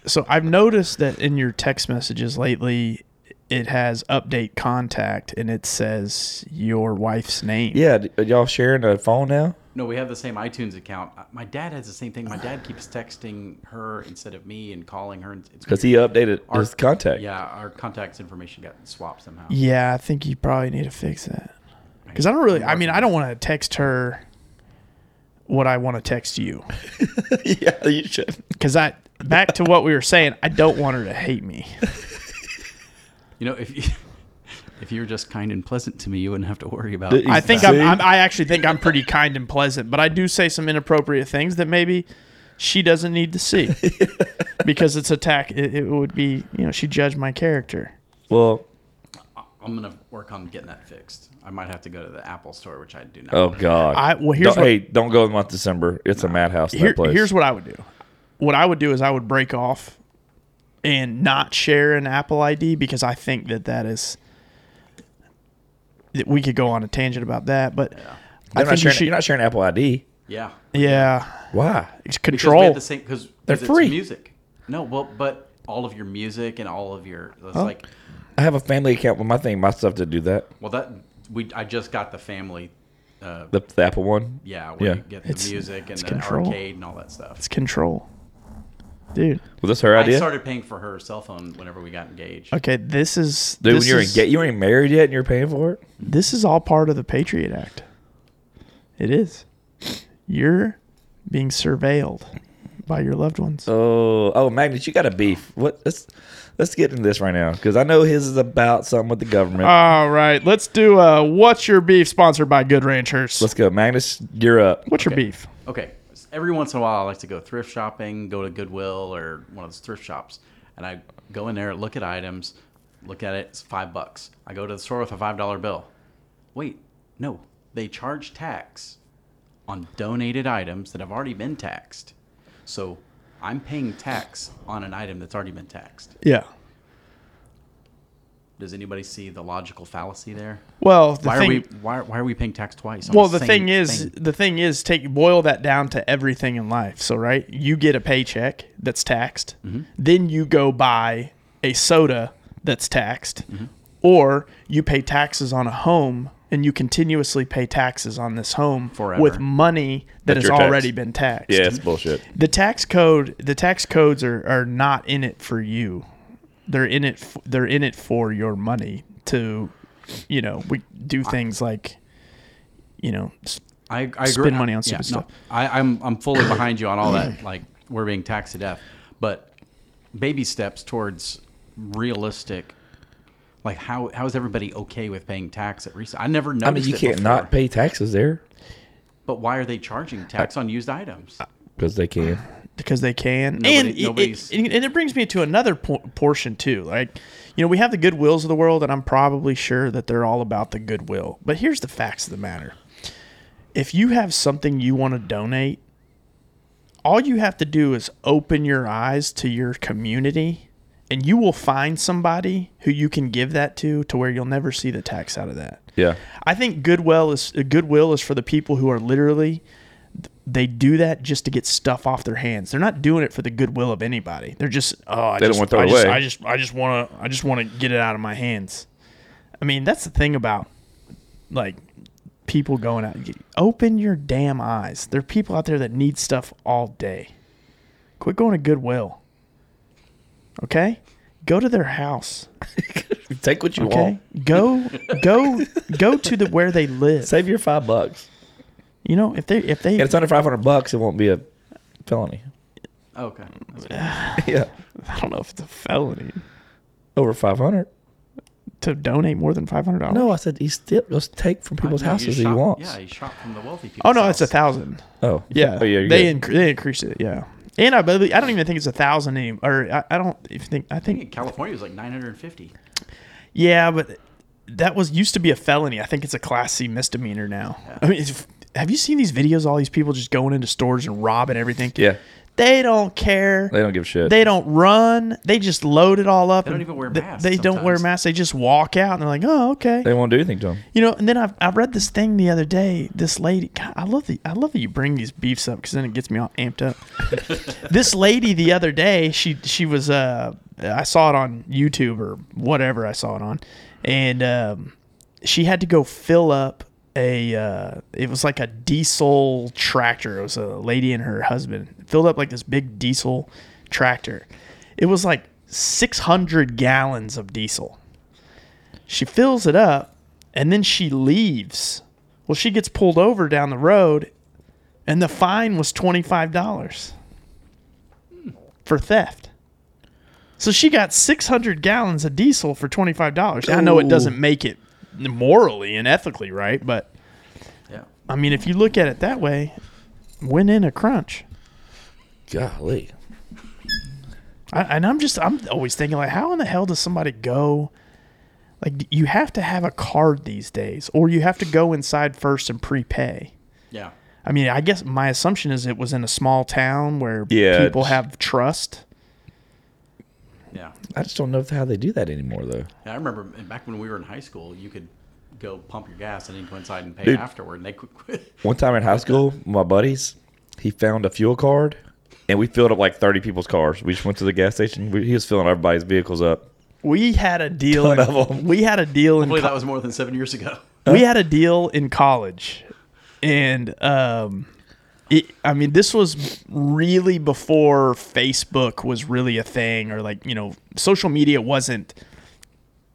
[SPEAKER 2] so I've noticed that in your text messages lately, it has update contact, and it says your wife's name.
[SPEAKER 1] yeah, d- are y'all sharing a phone now?
[SPEAKER 4] no, we have the same iTunes account. Uh, My dad has the same thing. My dad keeps texting her instead of me and calling her. and it's
[SPEAKER 1] Because he
[SPEAKER 4] weird.
[SPEAKER 1] updated
[SPEAKER 4] Our-
[SPEAKER 1] his contact.
[SPEAKER 4] Yeah, our contacts information got swapped somehow.
[SPEAKER 2] Yeah, I think you probably need to fix that. Because I don't really. I mean, I don't want to text her what I want to text you.
[SPEAKER 1] <laughs> yeah, you should.
[SPEAKER 2] Because I back to what we were saying, I don't want her to hate me.
[SPEAKER 4] You know, if you <laughs> if you were just kind and pleasant to me, you wouldn't have to worry about.
[SPEAKER 1] The-
[SPEAKER 2] I think
[SPEAKER 1] See?
[SPEAKER 2] I'm, I'm. I actually think I'm pretty kind and pleasant, but I do say some inappropriate things that maybe she doesn't need to see
[SPEAKER 1] <laughs>
[SPEAKER 2] because it's attack. It, it would be you know she judged my character.
[SPEAKER 1] Well,
[SPEAKER 4] I'm gonna work on getting that fixed. I might have to go to the Apple store, which I do not.
[SPEAKER 1] oh
[SPEAKER 4] want to
[SPEAKER 1] god.
[SPEAKER 2] I- well, here's
[SPEAKER 1] Don't-
[SPEAKER 2] what-
[SPEAKER 1] hey, don't go in the month of December. It's a madhouse.
[SPEAKER 2] Here,
[SPEAKER 1] that place.
[SPEAKER 2] here's what I would do. What I would do is I would break off and not share an Apple ID because I think that that is. that We could go on a tangent about that, but I
[SPEAKER 1] They're not
[SPEAKER 2] think you
[SPEAKER 1] sharing,
[SPEAKER 2] should.
[SPEAKER 1] you're not sharing Apple ID.
[SPEAKER 4] Yeah,
[SPEAKER 2] yeah,
[SPEAKER 1] Why?
[SPEAKER 2] it's
[SPEAKER 4] because we
[SPEAKER 2] control.
[SPEAKER 4] have the same because
[SPEAKER 1] They're
[SPEAKER 4] it's
[SPEAKER 1] free.
[SPEAKER 4] music. No, well, but all of your music and all of your it's like
[SPEAKER 1] I have a family account with my thing, my stuff to do that.
[SPEAKER 4] well that we I just got the family. Uh,
[SPEAKER 1] The, the Apple one.
[SPEAKER 4] yeah, where
[SPEAKER 1] yeah.
[SPEAKER 4] you get
[SPEAKER 2] It's-
[SPEAKER 4] the music and
[SPEAKER 2] it's
[SPEAKER 4] the
[SPEAKER 2] control.
[SPEAKER 4] arcade and all that stuff.
[SPEAKER 2] it's control, dude.
[SPEAKER 1] Was this her
[SPEAKER 4] I
[SPEAKER 1] idea?
[SPEAKER 4] started paying for her cell phone whenever we got engaged.
[SPEAKER 2] Okay, this is
[SPEAKER 1] Dude,
[SPEAKER 2] this
[SPEAKER 1] when you're
[SPEAKER 2] is,
[SPEAKER 1] engaged, you ain't married yet, and you're paying for it.
[SPEAKER 2] this is all part of the Patriot Act. It is. You're being surveilled by your loved ones.
[SPEAKER 1] Oh, oh, Magnus, you got a beef. What? Let's let's get into this right now because I know his is about something with the government.
[SPEAKER 2] All right, let's do uh, what's your beef sponsored by Good Ranchers.
[SPEAKER 1] let's go, Magnus. You're up.
[SPEAKER 2] what's your beef?
[SPEAKER 4] okay every once in a while i like to go thrift shopping go to goodwill or one of those thrift shops and i go in there look at items look at it it's five bucks i go to the store with a five dollar bill wait no they charge tax on donated items that have already been taxed so i'm paying tax on an item that's already been taxed
[SPEAKER 2] Yeah.
[SPEAKER 4] does anybody see the logical fallacy there
[SPEAKER 2] Well, the
[SPEAKER 4] why
[SPEAKER 2] thing,
[SPEAKER 4] are we why, why are we paying tax twice on
[SPEAKER 2] well, the
[SPEAKER 4] same
[SPEAKER 2] thing is,
[SPEAKER 4] thing?
[SPEAKER 2] the thing is, take boil that down to everything in life. So, right, you get a paycheck that's taxed, then you go buy a soda that's taxed, or you pay taxes on a home, and you continuously pay taxes on this home
[SPEAKER 4] Forever.
[SPEAKER 2] with money that, has
[SPEAKER 1] you're taxed.
[SPEAKER 2] already been taxed.
[SPEAKER 1] Yeah, it's bullshit.
[SPEAKER 2] the tax code the tax codes are, are not in it for you they're in it f- they're in it for your money to you know we do things like you know s-
[SPEAKER 4] I, I
[SPEAKER 2] spend
[SPEAKER 4] agree.
[SPEAKER 2] money on
[SPEAKER 4] Yeah,
[SPEAKER 2] stupid stuff.
[SPEAKER 4] I, I'm I'm fully behind you on all that. Like we're being taxed to death, but baby steps towards realistic. Like how how is everybody okay with paying tax at resale? I never noticed.
[SPEAKER 1] I mean, you
[SPEAKER 4] it
[SPEAKER 1] can't
[SPEAKER 4] before.
[SPEAKER 1] not pay taxes there
[SPEAKER 4] But why are they charging tax on used items?
[SPEAKER 1] because they can.
[SPEAKER 2] because they can
[SPEAKER 4] Nobody-
[SPEAKER 2] and, it-
[SPEAKER 4] nobody's-
[SPEAKER 2] it, and it brings me to another po- portion too like you know we have the goodwills of the world and i'm probably sure that they're all about the goodwill but here's the facts of the matter if you have something you want to donate all you have to do is open your eyes to your community and you will find somebody who you can give that to to where you'll never see the tax out of that
[SPEAKER 1] Yeah,
[SPEAKER 2] I think goodwill is goodwill is for the people who are literally they do that just to get stuff off their hands. They're not doing it for the goodwill of anybody. They're just oh, I
[SPEAKER 1] They don't
[SPEAKER 2] just,
[SPEAKER 1] wanna throw
[SPEAKER 2] I
[SPEAKER 1] it
[SPEAKER 2] just,
[SPEAKER 1] away.
[SPEAKER 2] I just I just want to I just want to get it out of my hands. I mean, that's the thing about like people going out. Open your damn eyes. There are people out there that need stuff all day. Quit going to Goodwill. Okay? Go to their house.
[SPEAKER 1] take what you
[SPEAKER 2] Okay?
[SPEAKER 1] want. <laughs>
[SPEAKER 2] Go go go to the where they live.
[SPEAKER 1] Save your five bucks.
[SPEAKER 2] You know, if they if they
[SPEAKER 1] And it's under five hundred bucks. It won't be a felony.
[SPEAKER 4] Oh, Okay, That's good.
[SPEAKER 1] yeah,
[SPEAKER 2] I don't know if it's a felony.
[SPEAKER 1] over five hundred.
[SPEAKER 2] to donate more than five hundred dollars?
[SPEAKER 1] No, I said he still just take from people's
[SPEAKER 4] Uh, No, you
[SPEAKER 1] houses that
[SPEAKER 4] shop-
[SPEAKER 1] he wants.
[SPEAKER 4] Yeah, you shop from the wealthy people.
[SPEAKER 2] Oh no, it's a thousand.
[SPEAKER 1] oh,
[SPEAKER 2] Yeah,
[SPEAKER 1] Oh, yeah. you're
[SPEAKER 2] they
[SPEAKER 1] good.
[SPEAKER 2] incre- they increased it. Yeah, and I believe I don't even think it's a thousand anymore. Or I, I don't even think I think
[SPEAKER 4] California was like 950.
[SPEAKER 2] Yeah, but that was used to be a felony. I think it's a class C misdemeanor now. I mean, if, have you seen these videos? All these people just going into stores and robbing everything.
[SPEAKER 1] Yeah.
[SPEAKER 2] they don't care.
[SPEAKER 1] They don't give a shit.
[SPEAKER 2] They don't run. They just load it all up.
[SPEAKER 4] They don't
[SPEAKER 2] and
[SPEAKER 4] even wear
[SPEAKER 2] th-
[SPEAKER 4] masks
[SPEAKER 2] They don't wear
[SPEAKER 4] sometimes.
[SPEAKER 2] masks. They just walk out and they're like, "Oh, okay."
[SPEAKER 1] They won't do anything to him.
[SPEAKER 2] You know, and then I've, I read this thing the other day. This lady, God, I love the, I love that you bring these beefs up because then it gets me all amped up. this lady the other day, she she was, uh, I saw it on YouTube or whatever I saw it on, and um, she had to go fill up a, uh, it was like a diesel tractor. It was a lady and her husband filled up like this big diesel tractor. It was like 600 gallons of diesel. She fills it up and then she leaves. Well, she gets pulled over down the road and the fine was $25 for theft. So she got 600 gallons of diesel for $25. I know it doesn't make it morally and ethically right, but
[SPEAKER 4] Yeah.
[SPEAKER 2] I mean, if you look at it that way, win in a crunch.
[SPEAKER 1] Golly.
[SPEAKER 2] I, and I'm just I'm always thinking like, how in the hell does somebody go? Like you have to have a card these days, or you have to go inside first and prepay.
[SPEAKER 4] Yeah.
[SPEAKER 2] I mean, I guess my assumption is it was in a small town where
[SPEAKER 1] Yeah,
[SPEAKER 2] people
[SPEAKER 1] it's-
[SPEAKER 2] have trust.
[SPEAKER 4] Yeah.
[SPEAKER 1] I just don't know how they do that anymore, though.
[SPEAKER 4] Yeah, I remember back when we were in high school, you could go pump your gas and then go inside and pay
[SPEAKER 1] Dude.
[SPEAKER 4] afterward. And they could quit.
[SPEAKER 1] One time in high school, my buddies, he found a fuel card, and we filled up like thirty people's cars. We just went to the gas station. We, he was filling everybody's vehicles up.
[SPEAKER 2] We had a deal.
[SPEAKER 1] Ton of 'em.
[SPEAKER 2] In, we had a deal in
[SPEAKER 4] Hopefully,
[SPEAKER 2] co-
[SPEAKER 4] that was more than seven years <laughs> ago.
[SPEAKER 2] we had a deal in college, and um, it, I mean, this was really before Facebook was really a thing, or like you know, social media wasn't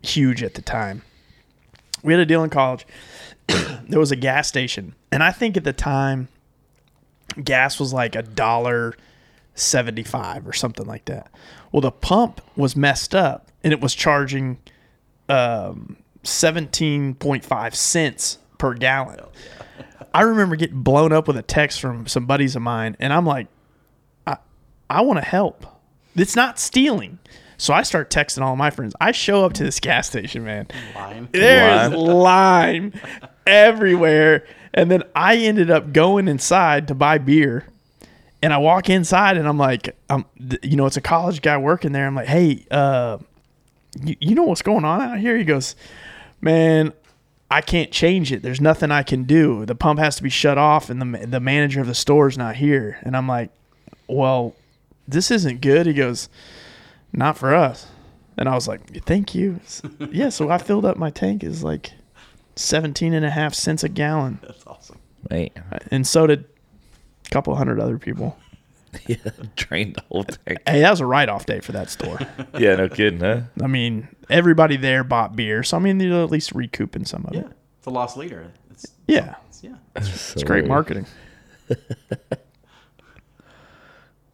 [SPEAKER 2] huge at the time. We had a deal in college. <clears throat> there was a gas station, and I think at the time, gas was like a dollar seventy-five or something like that. Well, the pump was messed up, and it was charging um, 17.5 cents per gallon. I remember getting blown up with a text from some buddies of mine, and I'm like, I, I want to help. It's not stealing. So I start texting all my friends. I show up to this gas station, man.
[SPEAKER 4] Fine.
[SPEAKER 2] There's
[SPEAKER 1] Lime.
[SPEAKER 2] lime everywhere. And then I ended up going inside to buy beer. And I walk inside and I'm like, um, th- you know, it's a college guy working there. I'm like, hey, uh, you, you know what's going on out here? He goes, man, I can't change it. There's nothing I can do. The pump has to be shut off, and the ma- the manager of the store's not here. And I'm like, well, this isn't good. He goes, not for us. And I was like, thank you. S- yeah, so I filled up my tank is like 17 and a half cents a gallon.
[SPEAKER 4] That's awesome.
[SPEAKER 1] <laughs> Man,
[SPEAKER 2] And so did a couple hundred other people.
[SPEAKER 1] yeah, drained the whole tank.
[SPEAKER 2] Hey, that was a write off day for that store.
[SPEAKER 1] Yeah, no kidding, <laughs> huh?
[SPEAKER 2] I mean, everybody there bought beer. So, I mean, they're at least recouping some of
[SPEAKER 4] Yeah.
[SPEAKER 2] it.
[SPEAKER 4] It's a lost leader. It's,
[SPEAKER 2] Yeah.
[SPEAKER 4] it's yeah.
[SPEAKER 2] It's great marketing.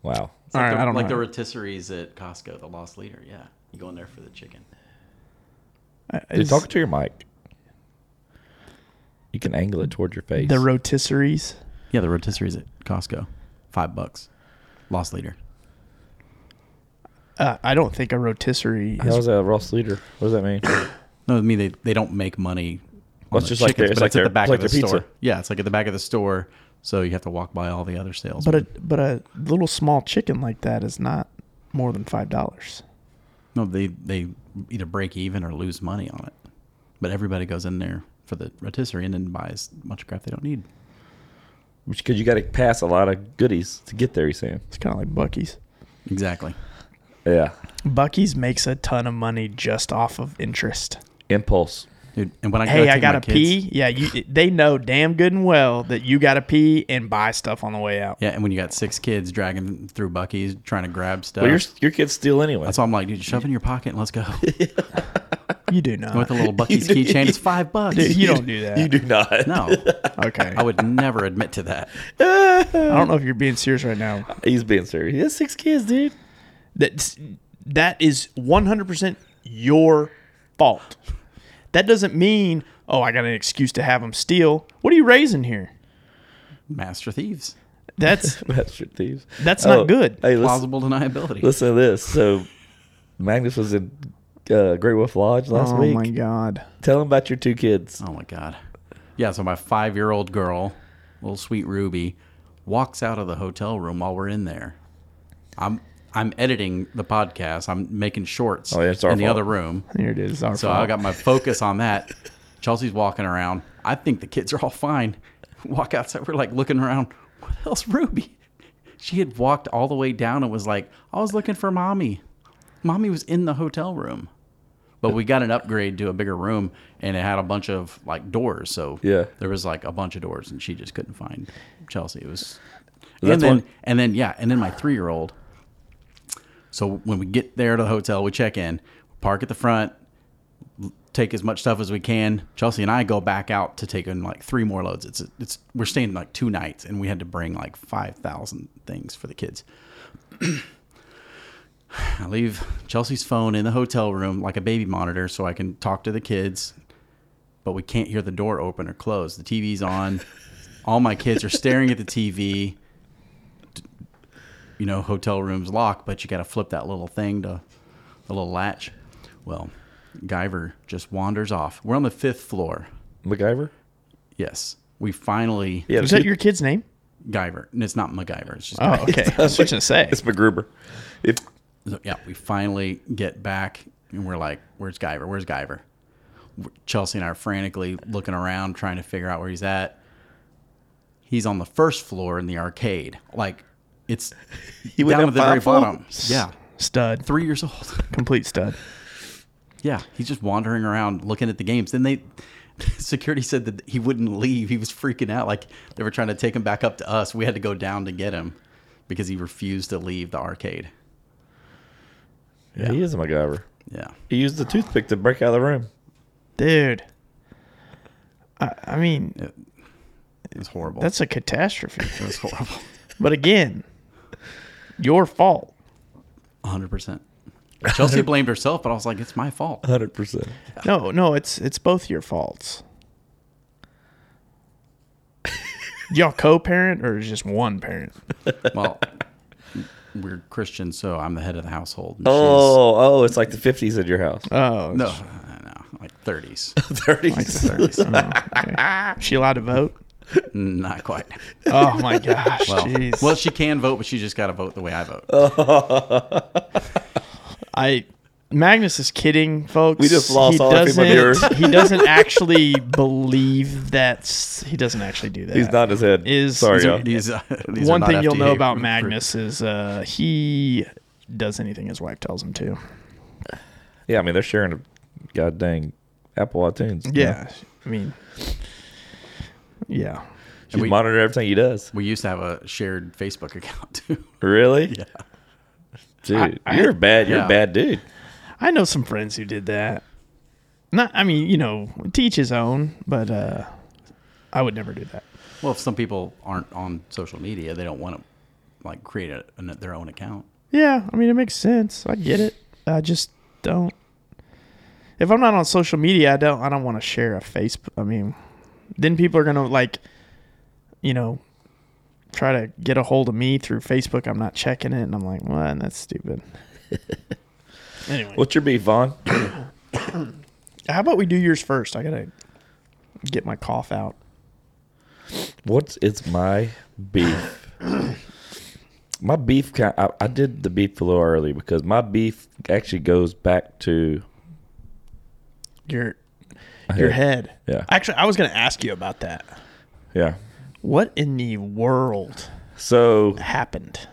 [SPEAKER 1] Wow.
[SPEAKER 2] All right,
[SPEAKER 4] like the,
[SPEAKER 2] I don't
[SPEAKER 4] like
[SPEAKER 2] know.
[SPEAKER 4] the rotisseries at Costco, the lost leader. Yeah. You go in there for the chicken.
[SPEAKER 1] Dude,
[SPEAKER 2] Is
[SPEAKER 1] talk to your mic. You can angle it toward your face.
[SPEAKER 2] the rotisseries.
[SPEAKER 4] Yeah, the rotisseries at Costco. Five bucks. Lost leader.
[SPEAKER 2] Uh, I don't think a rotisserie
[SPEAKER 1] That
[SPEAKER 2] is.
[SPEAKER 1] was a Ross leader. What does that mean? <coughs>
[SPEAKER 4] No, I mean they, they don't make money. on
[SPEAKER 1] it's
[SPEAKER 4] the
[SPEAKER 1] just like their-
[SPEAKER 4] chickens,
[SPEAKER 1] it's
[SPEAKER 4] but
[SPEAKER 1] like their- it's like
[SPEAKER 4] of the
[SPEAKER 1] their pizza.
[SPEAKER 4] store. Yeah, it's like at the back of the store, so you have to walk by all the other sales.
[SPEAKER 2] But a but a little small chicken like that is not more than five dollars.
[SPEAKER 4] no, they they either break even or lose money on it. But everybody goes in there for the rotisserie and then buys a bunch of crap they don't need.
[SPEAKER 1] Because you got to pass a lot of goodies to get there. He's saying.
[SPEAKER 2] It's kind of like Bucky's.
[SPEAKER 4] Exactly.
[SPEAKER 1] Yeah.
[SPEAKER 2] Bucky's makes a ton of money just off of interest.
[SPEAKER 1] Impulse.
[SPEAKER 4] Dude, and when I go
[SPEAKER 2] Hey,
[SPEAKER 4] take
[SPEAKER 2] I
[SPEAKER 4] my
[SPEAKER 2] gotta
[SPEAKER 4] kids-
[SPEAKER 2] pee. Yeah, you. They know damn good and well that you gotta pee and buy stuff on the way out.
[SPEAKER 4] Yeah, and when you got six kids dragging through Bucky's trying to grab stuff.
[SPEAKER 1] Well, your your kids steal anyway.
[SPEAKER 4] that's all I'm like, dude, shove in your pocket and
[SPEAKER 1] <laughs>
[SPEAKER 4] let's go.
[SPEAKER 2] You do not.
[SPEAKER 4] With a little Bucky's keychain, it's five bucks.
[SPEAKER 2] Dude, <laughs> you don't do that.
[SPEAKER 1] You do not. <laughs>
[SPEAKER 4] <laughs> No,
[SPEAKER 2] Okay.
[SPEAKER 4] I would never admit to that.
[SPEAKER 2] I don't know if you're being serious right now.
[SPEAKER 1] He's being serious. He has six kids, dude.
[SPEAKER 2] That's that is 100 percent your fault. That doesn't mean, oh, I got an excuse to have them steal. What are you raising here?
[SPEAKER 4] Master thieves. <laughs>
[SPEAKER 1] <laughs>
[SPEAKER 2] That's
[SPEAKER 1] That's your thieves. Oh,
[SPEAKER 2] That's not good.
[SPEAKER 1] Hey, listen,
[SPEAKER 4] Plausible deniability.
[SPEAKER 1] listen to this. So Magnus was in uh, Great Wolf Lodge last week.
[SPEAKER 2] Oh god.
[SPEAKER 1] Tell him about your two kids.
[SPEAKER 4] Oh my god. Yeah, so my five year old girl, little sweet Ruby, walks out of the hotel room while we're in there. I'm I'm editing the podcast. I'm making shorts
[SPEAKER 1] Oh, yeah, it's our
[SPEAKER 4] in the
[SPEAKER 1] fault.
[SPEAKER 4] other room.
[SPEAKER 2] Here it is. Our
[SPEAKER 4] So
[SPEAKER 2] fault.
[SPEAKER 4] I got my focus on that. Chelsea's walking around. I think the kids are all fine. <laughs> Walk outside. We're like looking around. What else, Ruby? She had walked all the way down and was like, I was looking for mommy. Mommy was in the hotel room. But we got an upgrade to a bigger room and it had a bunch of like doors. So
[SPEAKER 1] Yeah.
[SPEAKER 4] there was like a bunch of doors and she just couldn't find Chelsea. It was
[SPEAKER 1] That's
[SPEAKER 4] and then
[SPEAKER 1] one-
[SPEAKER 4] and then yeah, and then my three year old. So when we get there to the hotel, we check in, park at the front, take as much stuff as we can. Chelsea and I go back out to take in like three more loads. It's it's we're staying like two nights, and we had to bring like five thousand things for the kids. <clears throat> I leave Chelsea's phone in the hotel room like a baby monitor, so I can talk to the kids. But we can't hear the door open or close. The TV's on. All my kids are staring at the TV. You know, hotel room's locked, but you got to flip that little thing to the little latch. Well, Guyver just wanders off. We're on the fifth floor.
[SPEAKER 1] MacGyver?
[SPEAKER 4] Yes. We finally
[SPEAKER 1] Yeah, Ah.
[SPEAKER 2] is that your kid's name?
[SPEAKER 4] Guyver. And it's not MacGyver. It's just
[SPEAKER 2] Oh,
[SPEAKER 4] <laughs>
[SPEAKER 2] okay. I was switching to say.
[SPEAKER 1] <laughs> It's MacGruber. If
[SPEAKER 4] So, yeah, we finally get back and we're like, where's Guyver? Where's Guyver? Chelsea and I are frantically looking around trying to figure out where he's at. He's on the first floor in the arcade. Like, it's
[SPEAKER 1] <laughs> he went
[SPEAKER 4] down
[SPEAKER 1] down
[SPEAKER 4] at the very
[SPEAKER 1] five foot,
[SPEAKER 4] bottom. Yeah.
[SPEAKER 2] Stud.
[SPEAKER 4] Three years old. <laughs>
[SPEAKER 2] Complete stud.
[SPEAKER 4] Yeah, he's just wandering around looking at the games. Then they <laughs> security said that he wouldn't leave. He was freaking out. Like they were trying to take him back up to us. We had to go down to get him because he refused to leave the arcade.
[SPEAKER 1] He is a MacGyver.
[SPEAKER 4] Yeah.
[SPEAKER 1] He used the toothpick to break out of the room.
[SPEAKER 2] Dude. I, I mean,
[SPEAKER 4] It was horrible.
[SPEAKER 2] that's
[SPEAKER 1] <laughs>
[SPEAKER 2] a catastrophe.
[SPEAKER 4] it was horrible.
[SPEAKER 2] But again, your fault.
[SPEAKER 4] 100%.
[SPEAKER 2] <laughs>
[SPEAKER 4] Chelsea blamed herself, but I was like, it's my fault.
[SPEAKER 1] 100%.
[SPEAKER 2] No, no, it's it's both your faults. Y'all co-parent or just one parent?
[SPEAKER 4] Well, <laughs> we're Christian, so I'm the head of the household. and
[SPEAKER 1] Oh, oh, it's like the 50s at your house. <laughs>
[SPEAKER 2] Oh, <laughs>
[SPEAKER 4] she's- No, I know, like 30s.
[SPEAKER 1] 30s.
[SPEAKER 4] 30s.
[SPEAKER 2] Oh, okay. she allowed to vote?
[SPEAKER 4] Not quite.
[SPEAKER 2] Oh
[SPEAKER 1] <laughs>
[SPEAKER 2] my gosh,
[SPEAKER 4] Well,
[SPEAKER 2] jeez.
[SPEAKER 4] well, she can vote, but she just got to vote the way I vote.
[SPEAKER 2] Oh. I Magnus is kidding, folks.
[SPEAKER 1] We just lost
[SPEAKER 2] he
[SPEAKER 1] all our people
[SPEAKER 2] doesn't-
[SPEAKER 1] viewers.
[SPEAKER 2] He doesn't actually <laughs> believe that. He doesn't actually do
[SPEAKER 1] <laughs>
[SPEAKER 2] that.
[SPEAKER 1] He's not his head.
[SPEAKER 2] Is-
[SPEAKER 1] Sorry,
[SPEAKER 2] is
[SPEAKER 1] y'all.
[SPEAKER 4] These, uh, these are
[SPEAKER 2] One
[SPEAKER 4] not
[SPEAKER 2] thing you'll
[SPEAKER 4] FDA
[SPEAKER 2] know
[SPEAKER 4] <laughs>
[SPEAKER 2] about
[SPEAKER 4] approved.
[SPEAKER 2] Magnus is uh, he does anything his wife tells him to.
[SPEAKER 1] Yeah, I mean, they're sharing a god dang Apple iTunes. you know?
[SPEAKER 2] Yeah, I mean, yeah.
[SPEAKER 1] She's
[SPEAKER 4] we-
[SPEAKER 1] monitoring everything he does.
[SPEAKER 4] We used to have a shared Facebook <laughs> account too.
[SPEAKER 1] Really? Yeah. Dude, you're a bad. You're
[SPEAKER 4] Yeah.
[SPEAKER 1] a bad dude.
[SPEAKER 2] I know some friends who did that. Not, I mean, you know, teach his own, but uh, I would never do that.
[SPEAKER 4] Well, if some people aren't on social media, they don't want to like create a, an, their own account.
[SPEAKER 2] Yeah, I mean, it makes sense. I get it. I just don't. If I'm not on social media, I don't. I don't want to share a Facebook. I mean, then people are gonna like, you know, try to get a hold of me through Facebook. I'm not checking it, and I'm like, what? That's stupid. <laughs> anyway,
[SPEAKER 1] What's your beef, Vaughn?
[SPEAKER 2] how about we do yours first? I gotta get my cough out.
[SPEAKER 1] What is my beef? <clears throat> my beef. ki- I, I did the beef a little early because my beef actually goes back to
[SPEAKER 2] Your your head.
[SPEAKER 1] Yeah.
[SPEAKER 2] Actually, I was gonna ask you about that.
[SPEAKER 1] Yeah.
[SPEAKER 2] What in the world
[SPEAKER 1] So
[SPEAKER 2] happened?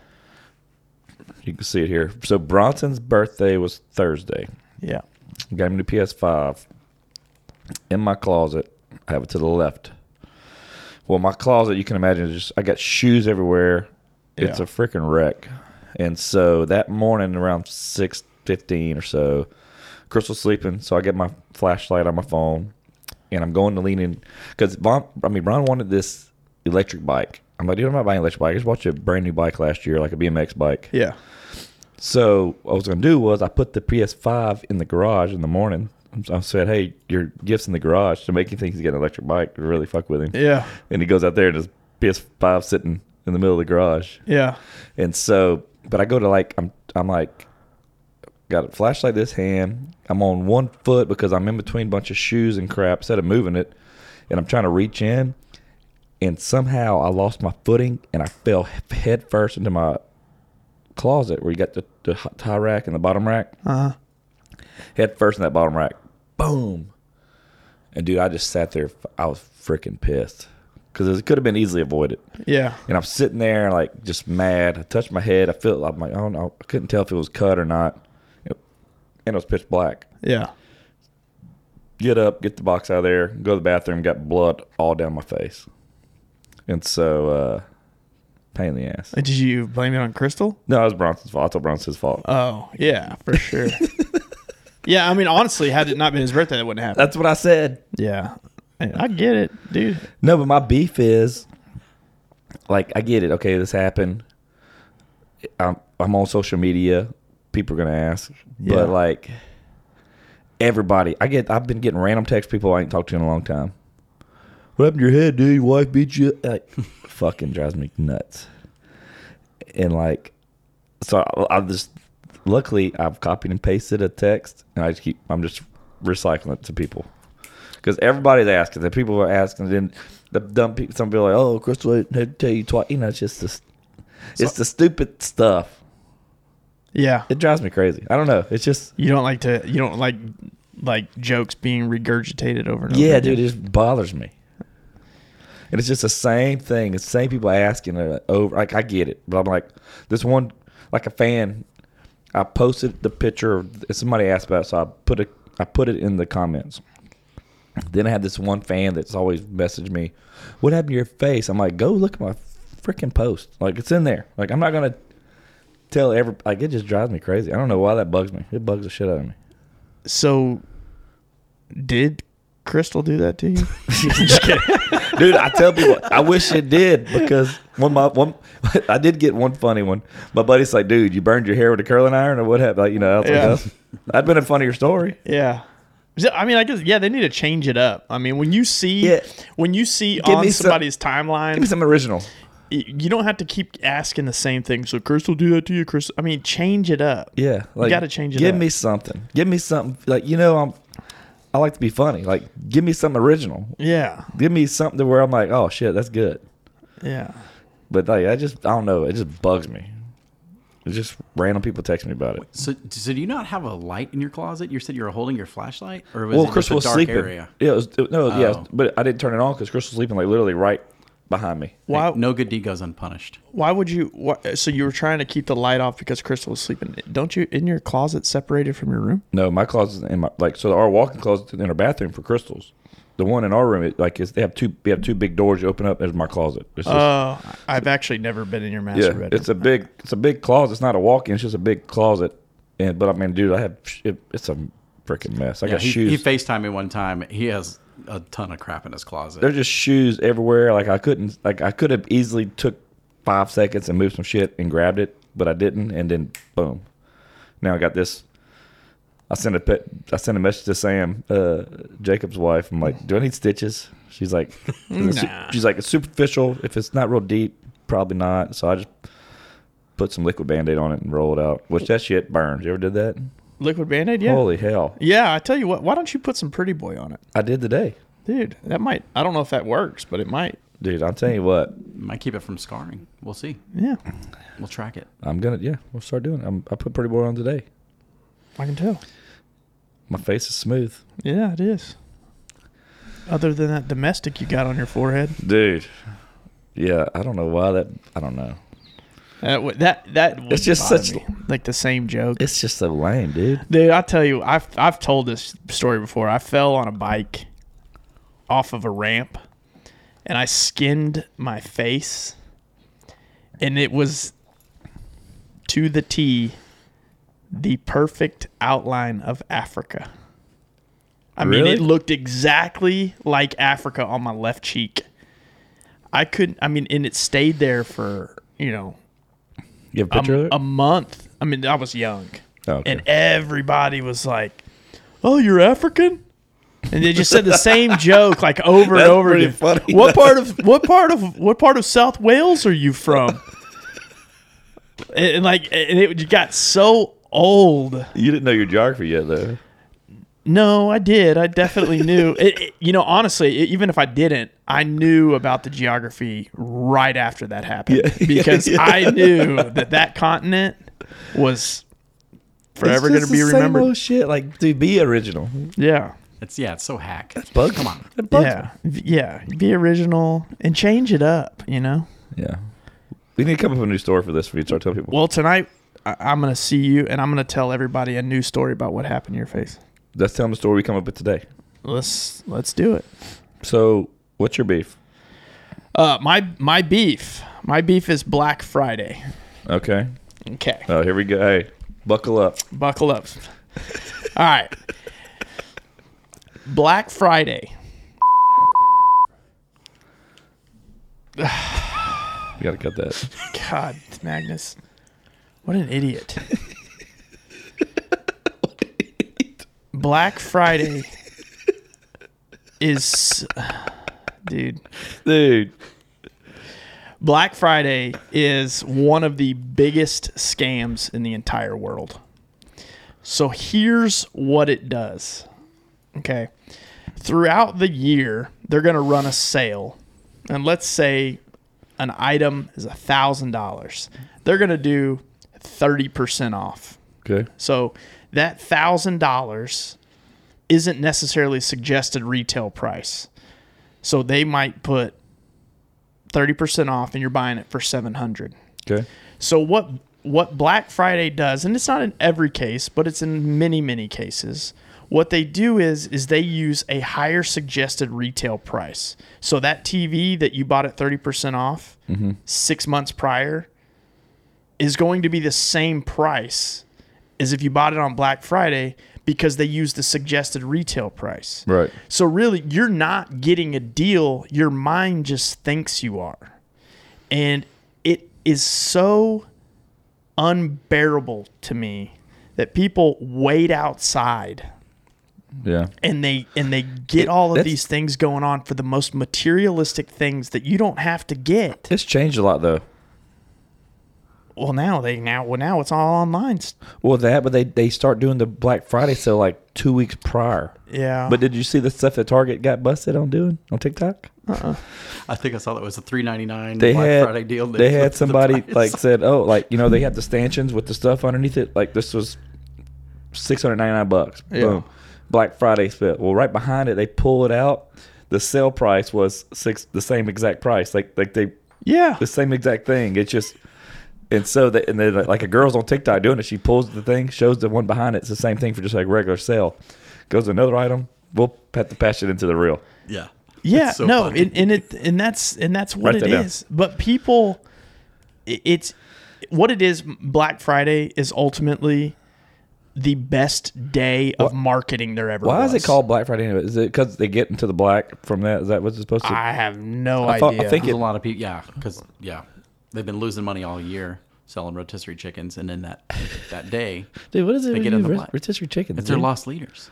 [SPEAKER 1] you can see it here. So Bronson's birthday was Thursday.
[SPEAKER 2] Yeah.
[SPEAKER 1] Got him the PS5. In my closet, I have it to the left. Well, my closet, you can imagine, is just I got shoes everywhere. It's
[SPEAKER 2] Yeah.
[SPEAKER 1] a freaking wreck. And so that morning, around six fifteen or so, Crystal's sleeping. So I get my flashlight on my phone, and I'm going to lean in because I mean, Ron wanted this electric bike. I'm like, dude, I'm not buying an electric bike. I just bought you a brand new bike last year, like a BMX bike.
[SPEAKER 2] Yeah.
[SPEAKER 1] So what I was gonna do was I put the PS5 in the garage in the morning I said, "Hey, your gift's in the garage to make you think he's got an electric bike to really fuck with him."
[SPEAKER 2] Yeah.
[SPEAKER 1] And he goes out there and his PS5 sitting in the middle of the garage.
[SPEAKER 2] Yeah.
[SPEAKER 1] And so, but I go to like I'm I'm like got a flashlight in this hand. I'm on one foot because I'm in between a bunch of shoes and crap. Instead of moving it, and I'm trying to reach in, and somehow I lost my footing and I fell he- head first into my closet where you got the, the hot tie rack and the bottom rack. Uh-huh. Head first in that bottom rack. Boom. And dude, I just sat there. I was freaking pissed because it could have been easily avoided.
[SPEAKER 2] Yeah.
[SPEAKER 1] And I'm sitting there like just mad. I touched my head. I felt I'm like I don't know. I couldn't tell if it was cut or not. And it was pitch black.
[SPEAKER 2] Yeah.
[SPEAKER 1] Get up, get the box out of there, go to the bathroom. Got blood all down my face. And so, uh, pain in the ass.
[SPEAKER 2] Did you blame it on Crystal?
[SPEAKER 1] No, it was Bronson's fault. I told Bronson's fault.
[SPEAKER 2] Oh, yeah, for
[SPEAKER 1] <laughs>
[SPEAKER 2] sure. yeah, I mean, honestly, had it not been his birthday, that wouldn't happen.
[SPEAKER 1] That's what I said.
[SPEAKER 2] Yeah. Man, I get it, dude.
[SPEAKER 1] No, but my beef is like I get it. Okay, this happened. I'm I'm on social media. People are gonna ask,
[SPEAKER 2] Yeah.
[SPEAKER 1] but like everybody, I get I've been getting random text people I ain't talked to in a long time. What happened to your head, dude? Your wife beat you? Like, <laughs> fucking drives me nuts. And like, so I, I just luckily I've copied and pasted a text, and I just keep I'm just recycling it to people because everybody's asking. The people are asking. Then the dumb people, some people are like, "Oh, Crystal I had to tell you twice." You know, it's just this. It's the stupid stuff.
[SPEAKER 2] Yeah.
[SPEAKER 1] It drives me crazy. I don't know. It's just
[SPEAKER 2] You don't like to, you don't like like jokes being regurgitated over and over.
[SPEAKER 1] yeah,
[SPEAKER 2] again.
[SPEAKER 1] dude. It just bothers me. And it's just the same thing. It's the same people asking it over. Like I get it, but I'm like this one, like a fan. I posted the picture. Of, somebody asked about, it, so I put a I put it in the comments. Then I had this one fan that's always messaged me, "What happened to your face?" I'm like, "Go look at my freaking post. Like it's in there. Like I'm not gonna tell every. Like it just drives me crazy. I don't know why that bugs me. It bugs the shit out of me.
[SPEAKER 2] So, did Crystal do
[SPEAKER 1] <laughs>
[SPEAKER 2] that to you? <laughs>
[SPEAKER 1] dude. I tell people, I wish it did because one my one, I did get one funny one. My buddy's like, dude, you burned your hair with a curling iron or what happened? Like, you know, I was
[SPEAKER 2] Yeah.
[SPEAKER 1] like, oh, that'd been a funnier story.
[SPEAKER 2] yeah. I mean, I guess yeah. They need to change it up. I mean, when you see
[SPEAKER 1] Yeah.
[SPEAKER 2] when you see
[SPEAKER 1] Give
[SPEAKER 2] on
[SPEAKER 1] me some-
[SPEAKER 2] somebody's
[SPEAKER 1] Give me
[SPEAKER 2] timeline,
[SPEAKER 1] some original.
[SPEAKER 2] y- you don't have to keep asking the same thing. So Crystal do that to you, Crystal. I mean, change it up.
[SPEAKER 1] Yeah, like
[SPEAKER 2] gotta change it
[SPEAKER 1] Give
[SPEAKER 2] up.
[SPEAKER 1] me something. Give me something. Like you know, I'm. I like to be funny. Like, give me something original.
[SPEAKER 2] Yeah.
[SPEAKER 1] Give me something to where I'm like, oh shit, that's good.
[SPEAKER 2] Yeah.
[SPEAKER 1] But like, I just, I don't know. It just bugs me. It's just random people text me about it.
[SPEAKER 4] So, so do you not have a light in your closet? You said you were holding your flashlight, or was
[SPEAKER 1] Well,
[SPEAKER 4] it
[SPEAKER 1] Chris
[SPEAKER 4] just a
[SPEAKER 1] was
[SPEAKER 4] dark
[SPEAKER 1] sleeping.
[SPEAKER 4] area?
[SPEAKER 1] Yeah, it was, it- no, yeah,
[SPEAKER 4] Oh.
[SPEAKER 1] but I didn't turn it on because Chris was sleeping like literally right behind me.
[SPEAKER 4] Hey,
[SPEAKER 2] Why?
[SPEAKER 4] no good deed goes unpunished.
[SPEAKER 2] Why would you? Why, so you were trying to keep the light off because Crystal was sleeping. Don't you in your closet separated from your room?
[SPEAKER 1] No, my closet in my like so our walk-in closet in our bathroom for crystals. The one in our room, it, like, is they have two. We have two big doors. You open up, there's my closet. It's just,
[SPEAKER 2] Oh, I've actually never been in your master
[SPEAKER 1] Uh, yeah,
[SPEAKER 2] bedroom.
[SPEAKER 1] it's a big, it's a big closet. It's not a walk-in. It's just a big closet. And but I mean, dude, I have it, it's a freaking mess. I
[SPEAKER 4] Yeah,
[SPEAKER 1] got
[SPEAKER 4] he,
[SPEAKER 1] shoes.
[SPEAKER 4] he FaceTimed me one time. He has a ton of crap in his closet.
[SPEAKER 1] there's just shoes everywhere. Like I couldn't, like I could have easily took five seconds and moved some shit and grabbed it, but I didn't. And then boom, now I got this. I sent a pet, I sent a message to Sam, uh, Jacob's wife. I'm like, do I need stitches? She's
[SPEAKER 2] <laughs>
[SPEAKER 1] like, "Is it su-
[SPEAKER 2] Nah.
[SPEAKER 1] she's like, it's superficial. If it's not real deep, probably not. So I just put some liquid band aid on it and roll it out, which that shit burns. You ever did that?
[SPEAKER 2] liquid band-aid. Yeah.
[SPEAKER 1] Holy hell.
[SPEAKER 2] Yeah, I tell you what. Why don't you put some pretty boy on it,
[SPEAKER 1] I did today.
[SPEAKER 2] dude? That might. I don't know if that works, but it might.
[SPEAKER 1] Dude, I'll tell you what,
[SPEAKER 4] Might keep it from scarring. We'll see.
[SPEAKER 2] Yeah,
[SPEAKER 4] We'll track it.
[SPEAKER 1] I'm gonna, yeah, we'll start doing it. I'm, I put Pretty Boy on today.
[SPEAKER 2] I can tell.
[SPEAKER 1] My face is smooth.
[SPEAKER 2] Yeah, it is. Other than that domestic you got on your forehead,
[SPEAKER 1] Dude. Yeah, I don't know why that I don't know.
[SPEAKER 2] that Uh, w- that that would
[SPEAKER 1] It's just
[SPEAKER 2] bother
[SPEAKER 1] such-
[SPEAKER 2] me. like the same joke.
[SPEAKER 1] It's just so lame, dude.
[SPEAKER 2] Dude, I tell you, I've I've told this story before. I fell on a bike off of a ramp, and I skinned my face, and it was to the T the perfect outline of Africa. I mean,
[SPEAKER 1] Really?
[SPEAKER 2] it looked exactly like Africa on my left cheek. I couldn't. I mean, and it stayed there for you know
[SPEAKER 1] You
[SPEAKER 2] Um,
[SPEAKER 1] have a picture
[SPEAKER 2] a,
[SPEAKER 1] of it?
[SPEAKER 2] a month. I mean, I was young,
[SPEAKER 1] Oh, okay.
[SPEAKER 2] and everybody was like, "Oh, you're African," and they just said the
[SPEAKER 1] <laughs>
[SPEAKER 2] same joke like over
[SPEAKER 1] That's
[SPEAKER 2] and over
[SPEAKER 1] pretty
[SPEAKER 2] again.
[SPEAKER 1] funny.
[SPEAKER 2] What part of what part of what part of South Wales are you
[SPEAKER 1] <laughs>
[SPEAKER 2] from? and, and like, and it got so old.
[SPEAKER 1] You didn't know your geography yet, though.
[SPEAKER 2] No, I did. I definitely knew. It, it- you know, honestly, it, even if I didn't, I knew about the geography right after that happened because I knew that that continent was forever going to be remembered.
[SPEAKER 1] shit. Like, dude, be original.
[SPEAKER 2] yeah.
[SPEAKER 4] It's yeah, it's so hack.
[SPEAKER 1] Bugs.
[SPEAKER 4] Come on.
[SPEAKER 2] Yeah. V- Yeah. Be original and change it up, you know?
[SPEAKER 1] Yeah. We need to come up with a new story for this for you to start telling people.
[SPEAKER 2] Well, tonight I- I'm going to see you and I'm going to tell everybody a new story about what happened to your face.
[SPEAKER 1] Let's tell them the story we come up with today.
[SPEAKER 2] Let's let's do it.
[SPEAKER 1] So, what's your beef?
[SPEAKER 2] Uh, my my beef, my beef is Black Friday.
[SPEAKER 1] Okay.
[SPEAKER 2] Okay.
[SPEAKER 1] Oh, here we go. Hey, buckle up.
[SPEAKER 2] Buckle up. All right. Black Friday.
[SPEAKER 1] You got to cut that.
[SPEAKER 2] God, Magnus. What an idiot. Black Friday is. Dude.
[SPEAKER 1] <laughs> Dude.
[SPEAKER 2] Black Friday is one of the biggest scams in the entire world. So here's what it does. Okay. Throughout the year, they're going to run a sale. And let's say an item is $1,000. They're going to do 30% off.
[SPEAKER 1] Okay.
[SPEAKER 2] So that thousand dollars isn't necessarily suggested retail price. So they might put thirty percent off, and you're buying it for seven hundred.
[SPEAKER 1] Okay.
[SPEAKER 2] So what what Black Friday does, and it's not in every case, but it's in many many cases. What they do is is they use a higher suggested retail price. So that TV that you bought at thirty percent off six months prior is going to be the same price as if you bought it on Black Friday because they use the suggested retail price.
[SPEAKER 1] Right.
[SPEAKER 2] So really, you're not getting a deal. Your mind just thinks you are. And it is so unbearable to me that people wait outside
[SPEAKER 1] Yeah.
[SPEAKER 2] and they and they get all of
[SPEAKER 1] that's-
[SPEAKER 2] these things going on for the most materialistic things that you don't have to get.
[SPEAKER 1] It's changed a lot, though.
[SPEAKER 2] Well, now they now well now it's all online.
[SPEAKER 1] Well, that, but they, they start doing the Black Friday sale like two weeks prior.
[SPEAKER 2] Yeah.
[SPEAKER 4] Uh-huh.
[SPEAKER 1] But did you see the stuff that Target got busted on doing on TikTok?
[SPEAKER 4] I think I saw that was a three ninety nine
[SPEAKER 1] They
[SPEAKER 4] Black
[SPEAKER 1] had
[SPEAKER 4] Friday deal. that
[SPEAKER 1] they had
[SPEAKER 4] flipped the
[SPEAKER 1] somebody
[SPEAKER 4] price.
[SPEAKER 1] like said, oh, like you know they had the stanchions with the stuff underneath it. Like this was six hundred ninety nine bucks. Boom, Black Friday spit. Well, right behind it, they pull it out. The sale price was six, the same exact price. Like like they
[SPEAKER 2] yeah.
[SPEAKER 1] the same exact thing. It's just and so that and then like a girl's on TikTok doing it. She pulls the thing, shows the one behind it. It's the same thing for just like regular sale. Goes to another item. We'll have to pass it into the reel.
[SPEAKER 4] <laughs> Yeah.
[SPEAKER 2] Yeah,
[SPEAKER 4] It's so
[SPEAKER 2] no,
[SPEAKER 4] funny.
[SPEAKER 2] and, and it and that's and that's what
[SPEAKER 1] Write that
[SPEAKER 2] it
[SPEAKER 1] down.
[SPEAKER 2] is. But people, i- it's what it is. Black Friday is ultimately the best day of marketing there ever.
[SPEAKER 1] Why is it
[SPEAKER 2] was.
[SPEAKER 1] called Black Friday anyway? Is it because they get into the black from that? Is that what's it's supposed
[SPEAKER 4] Ah.
[SPEAKER 1] to?
[SPEAKER 2] I have no
[SPEAKER 1] I
[SPEAKER 2] idea.
[SPEAKER 1] thought- I think it-
[SPEAKER 4] There's a lot of people. Yeah, because yeah, they've been losing money all year selling rotisserie chickens, and then that
[SPEAKER 1] <laughs>
[SPEAKER 4] that day
[SPEAKER 1] dude, what is it?
[SPEAKER 4] They
[SPEAKER 1] when
[SPEAKER 4] get
[SPEAKER 1] you
[SPEAKER 4] in the
[SPEAKER 1] ro-
[SPEAKER 4] black.
[SPEAKER 1] rotisserie chicken.
[SPEAKER 4] it's their lost leaders.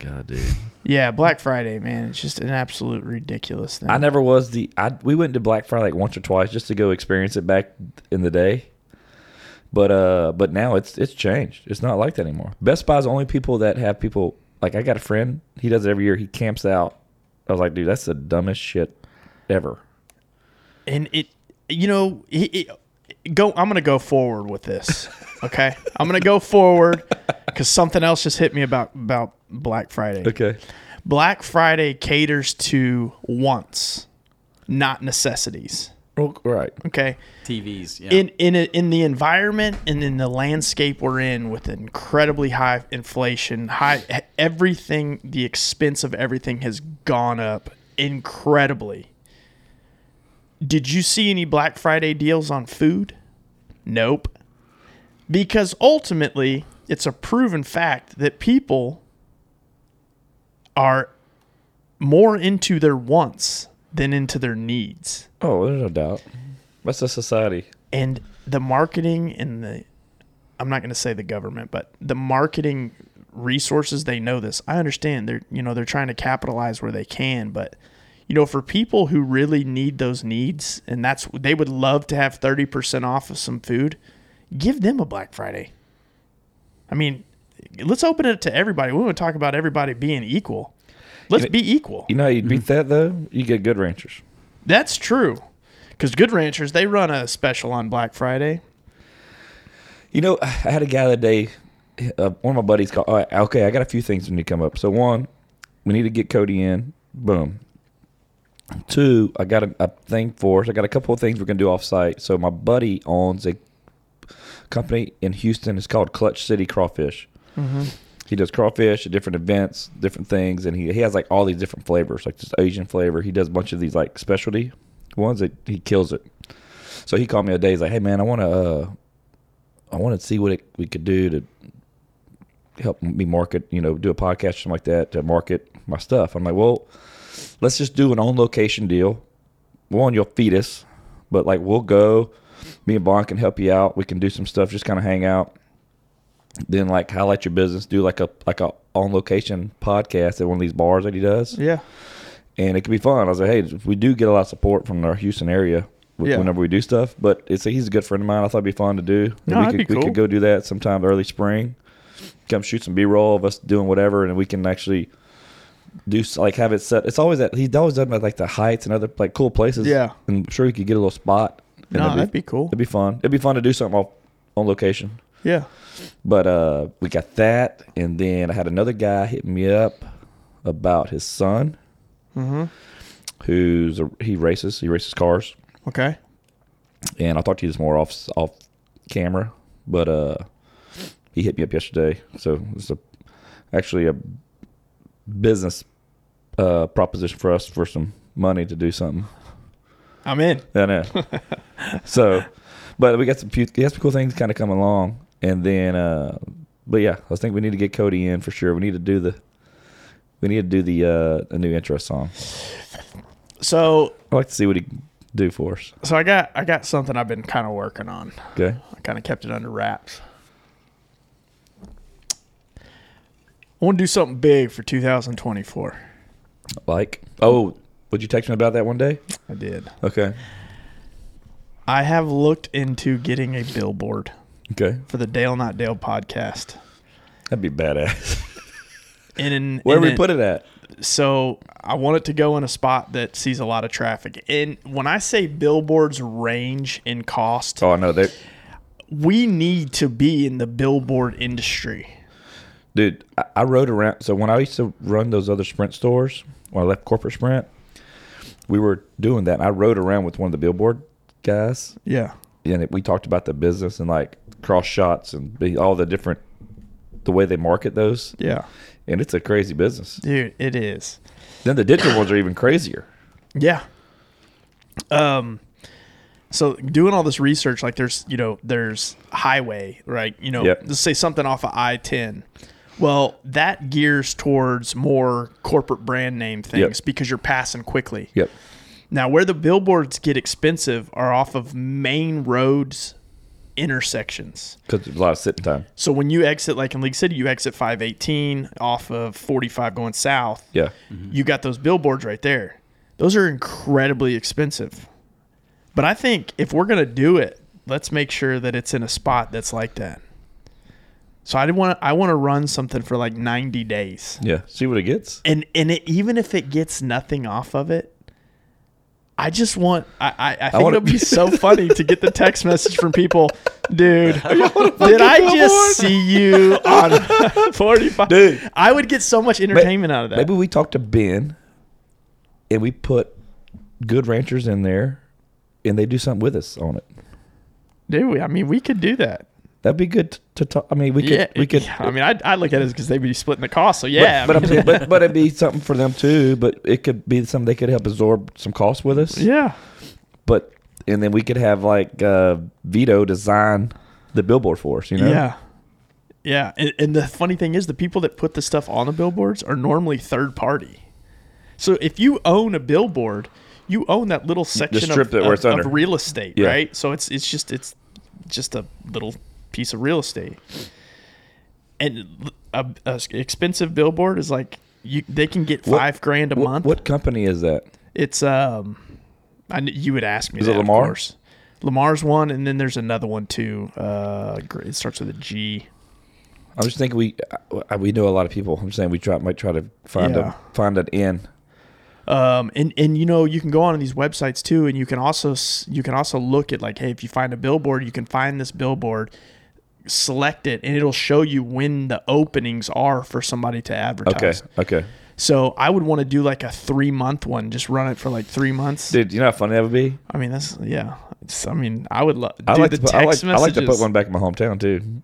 [SPEAKER 1] God, dude.
[SPEAKER 2] yeah, Black Friday, man, it's just an absolute ridiculous thing.
[SPEAKER 1] I never was the. I we went to Black Friday like once or twice just to go experience it back in the day. But uh, but now it's it's changed. It's not like that anymore. Best Buy's the only people that have people like I got a friend. He does it every year. He camps out. I was like, dude, that's the dumbest shit ever.
[SPEAKER 2] and it you know it, it- go i'm gonna go forward with this
[SPEAKER 1] <laughs>
[SPEAKER 2] okay i'm gonna go forward because something else just hit me about about black friday
[SPEAKER 1] Okay.
[SPEAKER 2] black friday caters to wants not necessities
[SPEAKER 1] Well, right.
[SPEAKER 2] okay
[SPEAKER 4] TVs. Yeah.
[SPEAKER 2] in in a, in the environment and in the landscape we're in with incredibly high inflation high e, everything the expense of everything has gone up incredibly did you see any black friday deals on food nope because ultimately it's a proven fact that people are more into their wants than into their needs
[SPEAKER 1] Oh, there's no doubt. That's the society.
[SPEAKER 2] and the marketing and the I'm not going to say the government, but the marketing resources. They know this. I understand they're you know they're trying to capitalize where they can, but you know for people who really need those needs and that's they would love to have thirty percent off of some food. Give them a Black Friday. I mean, let's open it to everybody. We want to talk about everybody being equal. Let's be equal.
[SPEAKER 1] You know, how you'd beat that though. You get good ranchers.
[SPEAKER 2] That's true. Because Good Ranchers, they run a special on Black Friday.
[SPEAKER 1] You know, I had a guy the other day. Uh, one of my buddies called. All right, okay, I got a few things we need to come up. So one, we need to get Cody in. Boom. Two, I got a, a thing for us. I got a couple of things we're gonna do off site. So my buddy owns a company in Houston. It's called Clutch City Crawfish. He does crawfish at different events, different things, and he, he has like all these different flavors, like this Asian flavor. He does a bunch of these like specialty ones that he kills it. So he called me a day. He's like, "Hey man, I want to, uh, I want to see what it, we could do to help me market. You know, do a podcast or something like that to market my stuff." I'm like, "Well, let's just do an on location deal. One, you'll feed us, but like we'll go. Me and Vaughn can help you out. We can do some stuff. Just kind of hang out." then like highlight your business, do like a like a on location podcast at one of these bars that he does,
[SPEAKER 2] Yeah.
[SPEAKER 1] and it could be fun. I was like, hey, we do get a lot of support from our Houston area w-
[SPEAKER 2] Yeah.
[SPEAKER 1] whenever we do stuff, but it's a, he's a good friend of mine. I thought it'd be fun to do. And
[SPEAKER 2] No,
[SPEAKER 1] we
[SPEAKER 2] that'd
[SPEAKER 1] could
[SPEAKER 2] be
[SPEAKER 1] we
[SPEAKER 2] cool.
[SPEAKER 1] could go do that sometime early spring. Come shoot some B roll of us doing whatever, and we can actually do s- like have it set. It's always at he's always done at like the heights and other like cool places.
[SPEAKER 2] Yeah.
[SPEAKER 1] and I'm sure we could get a little spot. and
[SPEAKER 2] No, that'd be cool.
[SPEAKER 1] It'd be fun. It'd be fun to do something off, on location.
[SPEAKER 2] Yeah.
[SPEAKER 1] But uh, we got that, and then I had another guy hit me up about his son, who's a, he races, he races cars,
[SPEAKER 2] Okay.
[SPEAKER 1] and I'll talk to you this more off off camera. But uh, he hit me up yesterday, so it's a actually a business uh, proposition for us for some money to do something.
[SPEAKER 2] I'm in.
[SPEAKER 1] I know. so, but we got some few, got some cool things kind of coming along, and then, uh, but yeah, I think we need to get Cody in for sure. We need to do the, we need to do the uh, a new intro song.
[SPEAKER 2] So
[SPEAKER 1] I'd like to see what he can do for us.
[SPEAKER 2] so I got I got something I've been kind of working on.
[SPEAKER 1] Okay,
[SPEAKER 2] I kind of kept it under wraps. I want to do something big for 2024.
[SPEAKER 1] like oh, would you text me about that one day?
[SPEAKER 2] I did.
[SPEAKER 1] Okay,
[SPEAKER 2] I have looked into getting a billboard
[SPEAKER 1] okay,
[SPEAKER 2] for the Dale Not Dale podcast.
[SPEAKER 1] that'd be badass.
[SPEAKER 2] And in,
[SPEAKER 1] Where
[SPEAKER 2] and
[SPEAKER 1] we
[SPEAKER 2] in-
[SPEAKER 1] put it at?
[SPEAKER 2] so I want it to go in a spot that sees a lot of traffic. And when I say billboards range in cost,
[SPEAKER 1] Oh, I know they,
[SPEAKER 2] we need to be in the billboard industry.
[SPEAKER 1] dude. I, I rode around. So when I used to run those other Sprint stores, when I left corporate Sprint, we were doing that. And I rode around with one of the billboard guys.
[SPEAKER 2] Yeah.
[SPEAKER 1] and it, we talked about the business and like cross shots and be- all the different the way they market those
[SPEAKER 2] Yeah.
[SPEAKER 1] and it's a crazy business
[SPEAKER 2] Dude, it is.
[SPEAKER 1] then the digital ones are even crazier
[SPEAKER 2] Yeah. Um so doing all this research like there's, you know, there's highway, right? You know,
[SPEAKER 1] Yep.
[SPEAKER 2] let's say something off of I-10. Well, that gears towards more corporate brand name things because you're passing quickly.
[SPEAKER 1] yep
[SPEAKER 2] Now, where the billboards get expensive are off of main roads intersections.
[SPEAKER 1] because there's a lot of sitting time
[SPEAKER 2] So when you exit, like in League City, you exit 518 off of 45 going south.
[SPEAKER 1] yeah
[SPEAKER 2] Mm-hmm. You got those billboards right there. Those are incredibly expensive. But I think if we're going to do it, let's make sure that it's in a spot that's like that. So I want I want to run something for like 90 days
[SPEAKER 1] yeah see what it gets
[SPEAKER 2] and and it, even if it gets nothing off of it i just want i i, I think
[SPEAKER 1] wanna-
[SPEAKER 2] it'll be <laughs> so funny to get the text message from people dude did <laughs> i just see you <laughs> on 45
[SPEAKER 1] Dude.
[SPEAKER 2] i would get so much entertainment out of that
[SPEAKER 1] maybe we talked to ben and we put good ranchers in there and they do something with us on it
[SPEAKER 2] dude we- i mean we could do that
[SPEAKER 1] that'd be good t- to talk i mean we could
[SPEAKER 2] yeah
[SPEAKER 1] we could
[SPEAKER 2] yeah, i mean i'd, I'd look at it because they'd be splitting the cost so yeah
[SPEAKER 1] but,
[SPEAKER 2] I
[SPEAKER 1] I'm
[SPEAKER 2] mean, <laughs>
[SPEAKER 1] saying, but but it'd be something for them too. But it could be something they could help absorb some costs with us.
[SPEAKER 2] yeah
[SPEAKER 1] but and then we could have like uh Vito design the billboard for us, you know?
[SPEAKER 2] yeah yeah and, and the funny thing is the people that put the stuff on the billboards are normally third party so if you own a billboard you own that little section
[SPEAKER 1] strip
[SPEAKER 2] of,
[SPEAKER 1] that where
[SPEAKER 2] of-
[SPEAKER 1] it's under.
[SPEAKER 2] of real estate
[SPEAKER 1] Yeah.
[SPEAKER 2] right so it's it's just it's just a little piece of real estate and a, a expensive billboard is like you, they can get
[SPEAKER 1] What-
[SPEAKER 2] five grand a
[SPEAKER 1] what,
[SPEAKER 2] month.
[SPEAKER 1] What company is that?
[SPEAKER 2] It's um, I kn- you would ask me.
[SPEAKER 1] Is it
[SPEAKER 2] that, of
[SPEAKER 1] Lamar?
[SPEAKER 2] course. Lamar's one, and then there's another one too. Uh, gr- it starts with a G.
[SPEAKER 1] I'm just thinking we I, we know a lot of people. I'm saying we try might try to find
[SPEAKER 2] Yeah.
[SPEAKER 1] a find an in.
[SPEAKER 2] Um, and and you know you can go on these websites too, and you can also s- you can also look at like, hey, if you find a billboard, you can find this billboard, select it, and it'll show you when the openings are for somebody to
[SPEAKER 1] Okay,
[SPEAKER 2] advertise.
[SPEAKER 1] okay,
[SPEAKER 2] So I would want to do like a three month one, just run it for like three months.
[SPEAKER 1] dude. You know how funny that would be.
[SPEAKER 2] I mean, that's yeah. It's, I mean, I would love.
[SPEAKER 1] I
[SPEAKER 2] dude,
[SPEAKER 1] like
[SPEAKER 2] the
[SPEAKER 1] to put, I like
[SPEAKER 2] text
[SPEAKER 1] I like to put
[SPEAKER 2] messages-
[SPEAKER 1] one back in my hometown too.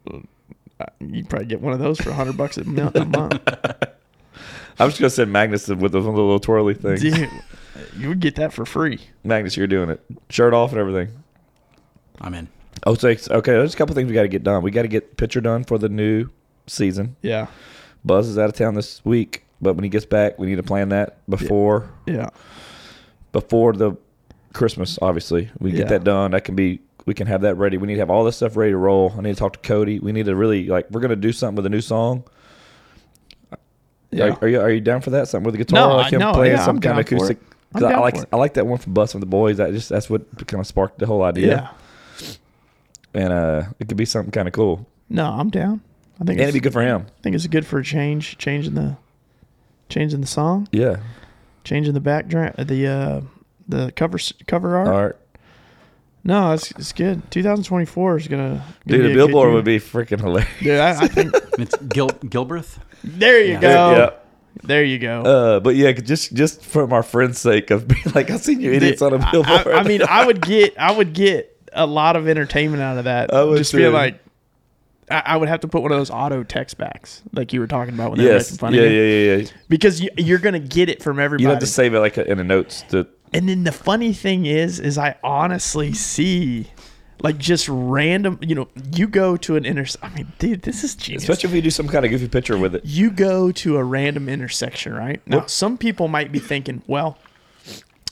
[SPEAKER 2] You Uh, probably get one of those for hundred bucks
[SPEAKER 1] <laughs>
[SPEAKER 2] a month. A month.
[SPEAKER 1] I'm just gonna send Magnus with the little, little twirly
[SPEAKER 2] <laughs>
[SPEAKER 1] thing.
[SPEAKER 2] Dude, you would get that for free.
[SPEAKER 1] Magnus, you're doing it. Shirt off and everything.
[SPEAKER 4] I'm in.
[SPEAKER 1] Oh, so it's- okay. There's a couple things we got to get done. We got to get picture done for the new season.
[SPEAKER 2] Yeah,
[SPEAKER 1] Buzz is out of town this week, but when he gets back, we need to plan that before
[SPEAKER 2] yeah.
[SPEAKER 1] before the Christmas. Obviously, we
[SPEAKER 2] Yeah.
[SPEAKER 1] get that done. That can be. We can have that ready. We need to have all this stuff ready to roll. I need to talk to Cody. We need to really like. We're gonna do something with a new song.
[SPEAKER 2] Yeah.
[SPEAKER 1] Are, are you are you down for that? Something with a guitar?
[SPEAKER 2] No,
[SPEAKER 1] like
[SPEAKER 2] I-
[SPEAKER 1] him
[SPEAKER 2] no,
[SPEAKER 1] playing
[SPEAKER 2] yeah,
[SPEAKER 1] some
[SPEAKER 2] I'm
[SPEAKER 1] kind
[SPEAKER 2] down
[SPEAKER 1] of
[SPEAKER 2] for it.
[SPEAKER 1] acoustic. 'cause
[SPEAKER 2] I'm
[SPEAKER 1] I
[SPEAKER 2] down
[SPEAKER 1] like
[SPEAKER 2] for it.
[SPEAKER 1] I like that one from Bus from the Boys. That just that's what kind of sparked the whole idea.
[SPEAKER 2] yeah.
[SPEAKER 1] And uh, it could be something kind of cool.
[SPEAKER 2] No, I'm down. I think
[SPEAKER 1] And it'd
[SPEAKER 2] it's,
[SPEAKER 1] be good for him.
[SPEAKER 2] I think it's good for a change, changing the, changing the song,
[SPEAKER 1] Yeah.
[SPEAKER 2] changing the background, the uh, the cover s- cover art.
[SPEAKER 1] All right.
[SPEAKER 2] No, it's, it's good. 2024 is gonna, gonna
[SPEAKER 1] Dude,
[SPEAKER 2] a
[SPEAKER 1] a
[SPEAKER 2] good
[SPEAKER 1] billboard
[SPEAKER 2] year.
[SPEAKER 1] would be freaking
[SPEAKER 2] <laughs>
[SPEAKER 1] hilarious.
[SPEAKER 2] Dude, I, I think
[SPEAKER 4] It's Gil- Gilbreth.
[SPEAKER 2] there you go.
[SPEAKER 1] Yeah.
[SPEAKER 2] There you go.
[SPEAKER 1] Uh, but yeah, just just from our friends' sake of being <laughs> like, I've seen you idiots on a
[SPEAKER 2] I-
[SPEAKER 1] billboard.
[SPEAKER 2] I, I mean,
[SPEAKER 1] <laughs>
[SPEAKER 2] I would get I would get a lot of entertainment out of that.
[SPEAKER 1] I would
[SPEAKER 2] just feel
[SPEAKER 1] too.
[SPEAKER 2] like I, I would have to put one of those auto text backs like you were talking about when they were making
[SPEAKER 1] yes, yeah,
[SPEAKER 2] fun
[SPEAKER 1] yeah,
[SPEAKER 2] of you.
[SPEAKER 1] yeah, yeah.
[SPEAKER 2] Because you, you're gonna get it from everybody.
[SPEAKER 1] You have to save it like in a notes to.
[SPEAKER 2] and then the funny thing is, is I honestly see. Like just random, you know, you go to an inter. I mean, dude, this is genius.
[SPEAKER 1] Especially if you do some kind of goofy picture with it.
[SPEAKER 2] you go to a random intersection, right? Now, some people might be thinking, well,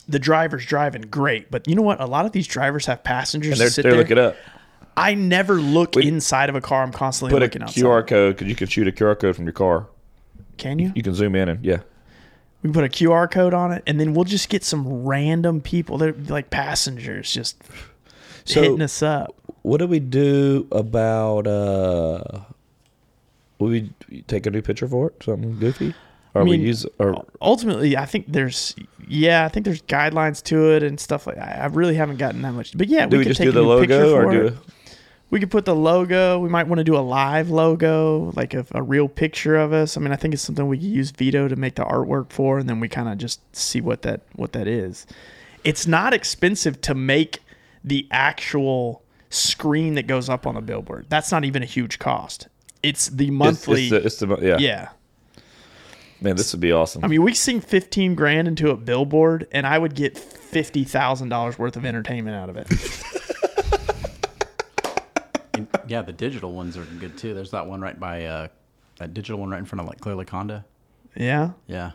[SPEAKER 2] the driver's driving great, but you know what? A lot of these drivers have passengers.
[SPEAKER 1] They're,
[SPEAKER 2] that sit
[SPEAKER 1] they're
[SPEAKER 2] there.
[SPEAKER 1] looking up.
[SPEAKER 2] I never look
[SPEAKER 1] We-
[SPEAKER 2] inside of a car. I'm constantly
[SPEAKER 1] Put a
[SPEAKER 2] looking outside.
[SPEAKER 1] QR code because you can shoot a QR code from your car.
[SPEAKER 2] Can you?
[SPEAKER 1] You can zoom in and yeah.
[SPEAKER 2] We put a QR code on it, and then we'll just get some random people. They're like passengers, just
[SPEAKER 1] So-
[SPEAKER 2] hitting us up.
[SPEAKER 1] What do we do about uh? Will we take a new picture for it? Something goofy? Or
[SPEAKER 2] mean,
[SPEAKER 1] we use or
[SPEAKER 2] Ultimately, I think there's, yeah, I think there's guidelines to it and stuff like. I, I really haven't gotten that much, but yeah,
[SPEAKER 1] do we
[SPEAKER 2] could
[SPEAKER 1] just
[SPEAKER 2] take
[SPEAKER 1] do
[SPEAKER 2] a
[SPEAKER 1] the
[SPEAKER 2] new picture
[SPEAKER 1] logo or
[SPEAKER 2] for
[SPEAKER 1] do
[SPEAKER 2] it. We could put the logo. We might want to do a live logo, like a, a real picture of us. I mean, I think it's something we could use Vito to make the artwork for, and then we kind of just see what that what that is. It's not expensive to make the actual screen that goes up on the billboard. That's not even a huge cost. It's the
[SPEAKER 1] It's-
[SPEAKER 2] monthly.
[SPEAKER 1] It's, the, it's the mo- yeah.
[SPEAKER 2] yeah,
[SPEAKER 1] Man, this would be awesome.
[SPEAKER 2] I mean, we sink fifteen grand into a billboard, and I would get fifty thousand dollars worth of entertainment out of it. <laughs>
[SPEAKER 4] And, yeah, the digital ones are good too. There's that one right by uh, that digital one right in front of like Clear Laconda.
[SPEAKER 2] yeah,
[SPEAKER 4] Yeah,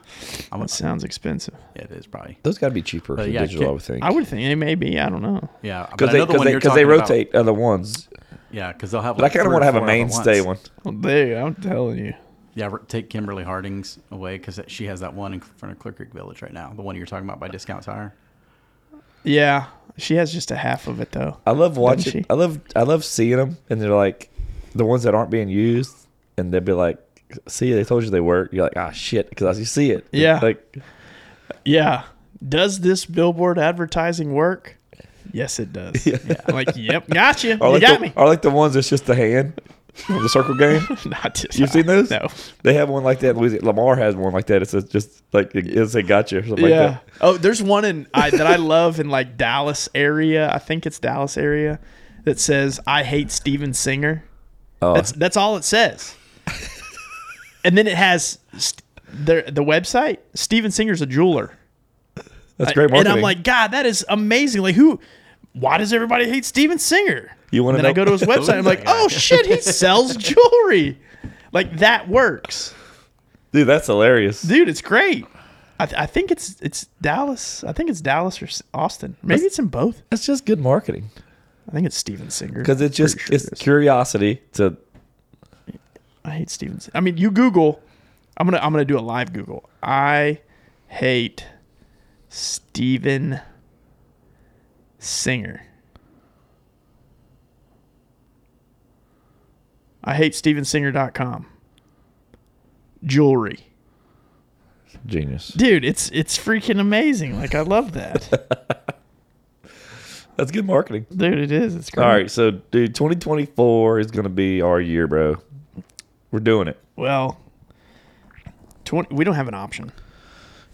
[SPEAKER 4] I want.
[SPEAKER 2] sounds expensive.
[SPEAKER 4] Yeah, it is probably.
[SPEAKER 1] Those got to be cheaper for
[SPEAKER 4] yeah,
[SPEAKER 1] digital,
[SPEAKER 4] kid-
[SPEAKER 1] I would think.
[SPEAKER 2] I would think it may be. I don't know.
[SPEAKER 4] Yeah, but
[SPEAKER 1] Because
[SPEAKER 4] I
[SPEAKER 1] they,
[SPEAKER 4] know the
[SPEAKER 1] cause
[SPEAKER 4] one
[SPEAKER 1] they,
[SPEAKER 4] you're
[SPEAKER 1] 'cause they
[SPEAKER 4] talking about.
[SPEAKER 1] rotate other ones.
[SPEAKER 4] Yeah, because they'll have.
[SPEAKER 1] But I kind of want to have a mainstay one.
[SPEAKER 2] Well, dude, I'm telling you.
[SPEAKER 4] Yeah, r- take Kimberly Harding's away because she has that one in front of Clear Creek Village right now. The one you're talking about by Discount Tire.
[SPEAKER 2] Yeah, she has just a half of it though.
[SPEAKER 1] I love watching.
[SPEAKER 2] she?
[SPEAKER 1] I love I love seeing them, and they're like the ones that aren't being used, and they'll be like, "See, they told you they work." You're like, "Ah, shit," because you see it.
[SPEAKER 2] Yeah.
[SPEAKER 1] Like
[SPEAKER 2] Yeah. Does this billboard advertising work? Yes,
[SPEAKER 1] <laughs>
[SPEAKER 2] it does. Yeah. Like, yep, gotcha.
[SPEAKER 1] Or
[SPEAKER 2] you
[SPEAKER 1] like,
[SPEAKER 2] got
[SPEAKER 1] the, <laughs>
[SPEAKER 2] me.
[SPEAKER 1] or like the ones that's just the hand, from the circle
[SPEAKER 2] <laughs>
[SPEAKER 1] game.
[SPEAKER 2] Not just,
[SPEAKER 1] You've seen those?
[SPEAKER 2] No.
[SPEAKER 1] They have one like that. in Louisiana. Lamar has one like that. It's a- just like it- it's a gotcha or something
[SPEAKER 2] yeah.
[SPEAKER 1] like that.
[SPEAKER 2] Oh, there's one in I, that I love in like Dallas area. I think it's Dallas area that says "I hate Steven Singer."
[SPEAKER 1] Oh,
[SPEAKER 2] That's that's all it says. and then it has st- their the website. Steven Singer's a jeweler.
[SPEAKER 1] that's great marketing.
[SPEAKER 2] And I'm like, God, that is amazing. Like, who? Why does everybody hate Steven Singer?
[SPEAKER 1] You wanna
[SPEAKER 2] And then I
[SPEAKER 1] know-
[SPEAKER 2] go to his website. I'm like,
[SPEAKER 1] <laughs>
[SPEAKER 2] oh shit, he sells jewelry. Like that works,
[SPEAKER 1] dude, that's hilarious.
[SPEAKER 2] dude. It's great. I, th- I think it's it's Dallas. I think it's Dallas or S- Austin. Maybe it's in both.
[SPEAKER 1] That's just good marketing
[SPEAKER 2] I think it's Steven Singer
[SPEAKER 1] because it's just
[SPEAKER 2] Pretty sure
[SPEAKER 1] it's
[SPEAKER 2] it is.
[SPEAKER 1] curiosity to
[SPEAKER 2] I hate Stevens. I mean, you Google. I'm gonna I'm gonna do a live Google. I hate Steven Singer. I hate stevensinger.com. Jewelry.
[SPEAKER 1] Genius.
[SPEAKER 2] Dude, it's it's freaking amazing. Like I love that.
[SPEAKER 1] That's good marketing.
[SPEAKER 2] Dude, it is. It's great.
[SPEAKER 1] All right, so dude, 2024 is gonna be our year, bro. We're doing it.
[SPEAKER 2] Well, 20, we don't have an option.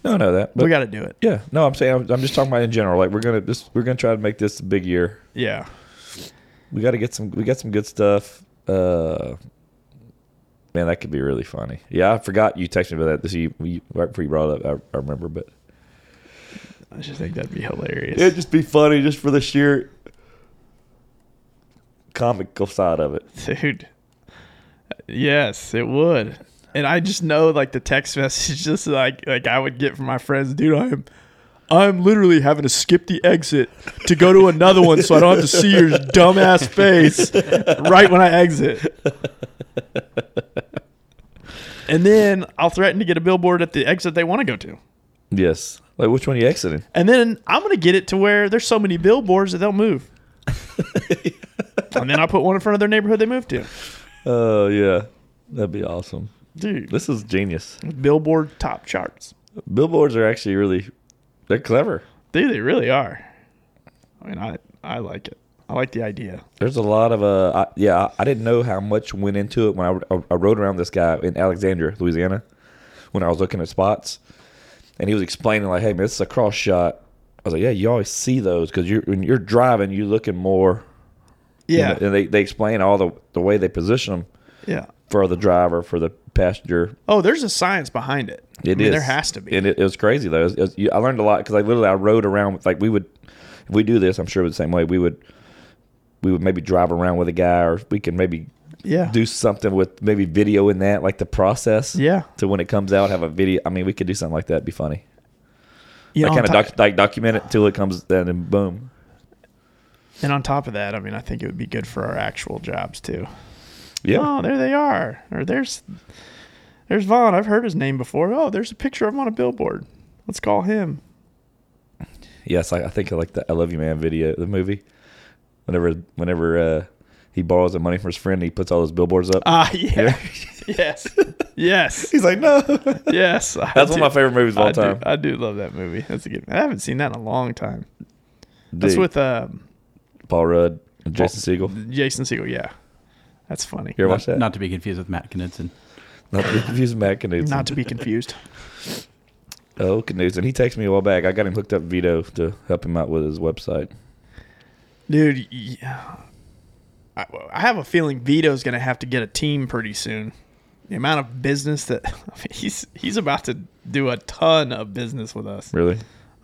[SPEAKER 1] No, I know that. But
[SPEAKER 2] we got to do it.
[SPEAKER 1] yeah, no, I'm saying I'm, I'm just talking about in general. Like we're gonna just we're gonna try to make this a big year.
[SPEAKER 2] Yeah.
[SPEAKER 1] We got to get some. We got some good stuff. Uh, man, that could be really funny. Yeah, I forgot you texted me about that. This you, you right before you brought it up. I, I remember, but
[SPEAKER 2] I just think that'd be hilarious.
[SPEAKER 1] it'd just be funny just for the sheer comical side of it.
[SPEAKER 2] Dude. Yes, it would. And I just know like the text <laughs> message just like like I would get from my friends, dude, I'm I'm literally having to skip the exit to go to another one so I don't have to see your dumbass face right when I exit. And then I'll threaten to get a billboard at the exit they want to go to.
[SPEAKER 1] Yes. Like which one are you exiting?
[SPEAKER 2] And then I'm gonna get it to where there's so many billboards that they'll move. and then I'll put one in front of their neighborhood they move to.
[SPEAKER 1] Oh yeah, that'd be awesome.
[SPEAKER 2] Dude.
[SPEAKER 1] This is genius.
[SPEAKER 2] Billboard top charts.
[SPEAKER 1] Billboards are actually really they're clever.
[SPEAKER 2] Dude, they really are. I mean, I I like it. I like the idea.
[SPEAKER 1] There's a lot of uh, I, yeah. I, I didn't know how much went into it when I, I rode around this guy in Alexandria, Louisiana, when I was looking at spots, and he was explaining like, "Hey, man, this is a cross shot." I was like, "Yeah, you always see those because you're when you're driving, you're looking more." you
[SPEAKER 2] Yeah,
[SPEAKER 1] know," and they, they explain all the the way they position them
[SPEAKER 2] yeah.
[SPEAKER 1] for the driver, for the passenger.
[SPEAKER 2] Oh, there's a science behind it.
[SPEAKER 1] It
[SPEAKER 2] I mean,
[SPEAKER 1] is.
[SPEAKER 2] There has to be.
[SPEAKER 1] And it, it was crazy though. It was- it was- you- I learned a lot because I literally I rode around with like we would if we do this, I'm sure it was the same way. We would we would maybe drive around with a guy, or we can maybe
[SPEAKER 2] yeah.
[SPEAKER 1] do something with maybe video in that, like the process.
[SPEAKER 2] Yeah.
[SPEAKER 1] To when it comes out, have a video. I mean, we could do something like that. It'd be funny.
[SPEAKER 2] You
[SPEAKER 1] Like
[SPEAKER 2] know,
[SPEAKER 1] kind
[SPEAKER 2] on
[SPEAKER 1] of
[SPEAKER 2] top,
[SPEAKER 1] doc, like document it until it comes, and then boom.
[SPEAKER 2] and on top of that, I mean, I think it would be good for our actual jobs too.
[SPEAKER 1] Yeah.
[SPEAKER 2] Oh, there they are. Or there's there's Vaughn. I've heard his name before. Oh, there's a picture of him on a billboard. Let's call him.
[SPEAKER 1] Yes, I, I think I like the "I Love You Man" video, the movie. Whenever, whenever uh, he borrows the money from his friend, he puts all those billboards up.
[SPEAKER 2] Ah, <laughs> yeah. yes. Yes.
[SPEAKER 1] He's like, no.
[SPEAKER 2] Yes.
[SPEAKER 1] That's one of my favorite movies of all
[SPEAKER 2] I do-
[SPEAKER 1] time.
[SPEAKER 2] I do love that movie. That's a good. I haven't seen that in a long time. That's
[SPEAKER 1] Dude,
[SPEAKER 2] with um,
[SPEAKER 1] Paul Rudd and Jason Segel.
[SPEAKER 2] Jason Segel, yeah. That's funny.
[SPEAKER 1] You ever
[SPEAKER 4] Not,
[SPEAKER 1] watch that?
[SPEAKER 4] not to be confused with Matt Knudsen.
[SPEAKER 1] Not to be confused with Matt Knudsen.
[SPEAKER 2] Not to be confused.
[SPEAKER 1] Oh, Knudsen. He texted me a while back. I got him hooked up with Vito to help him out with his website.
[SPEAKER 2] Dude, yeah. I, I have a feeling Vito's going to have to get a team pretty soon. The amount of business that <laughs> I mean, he's he's about to do a ton of business with us.
[SPEAKER 1] Really?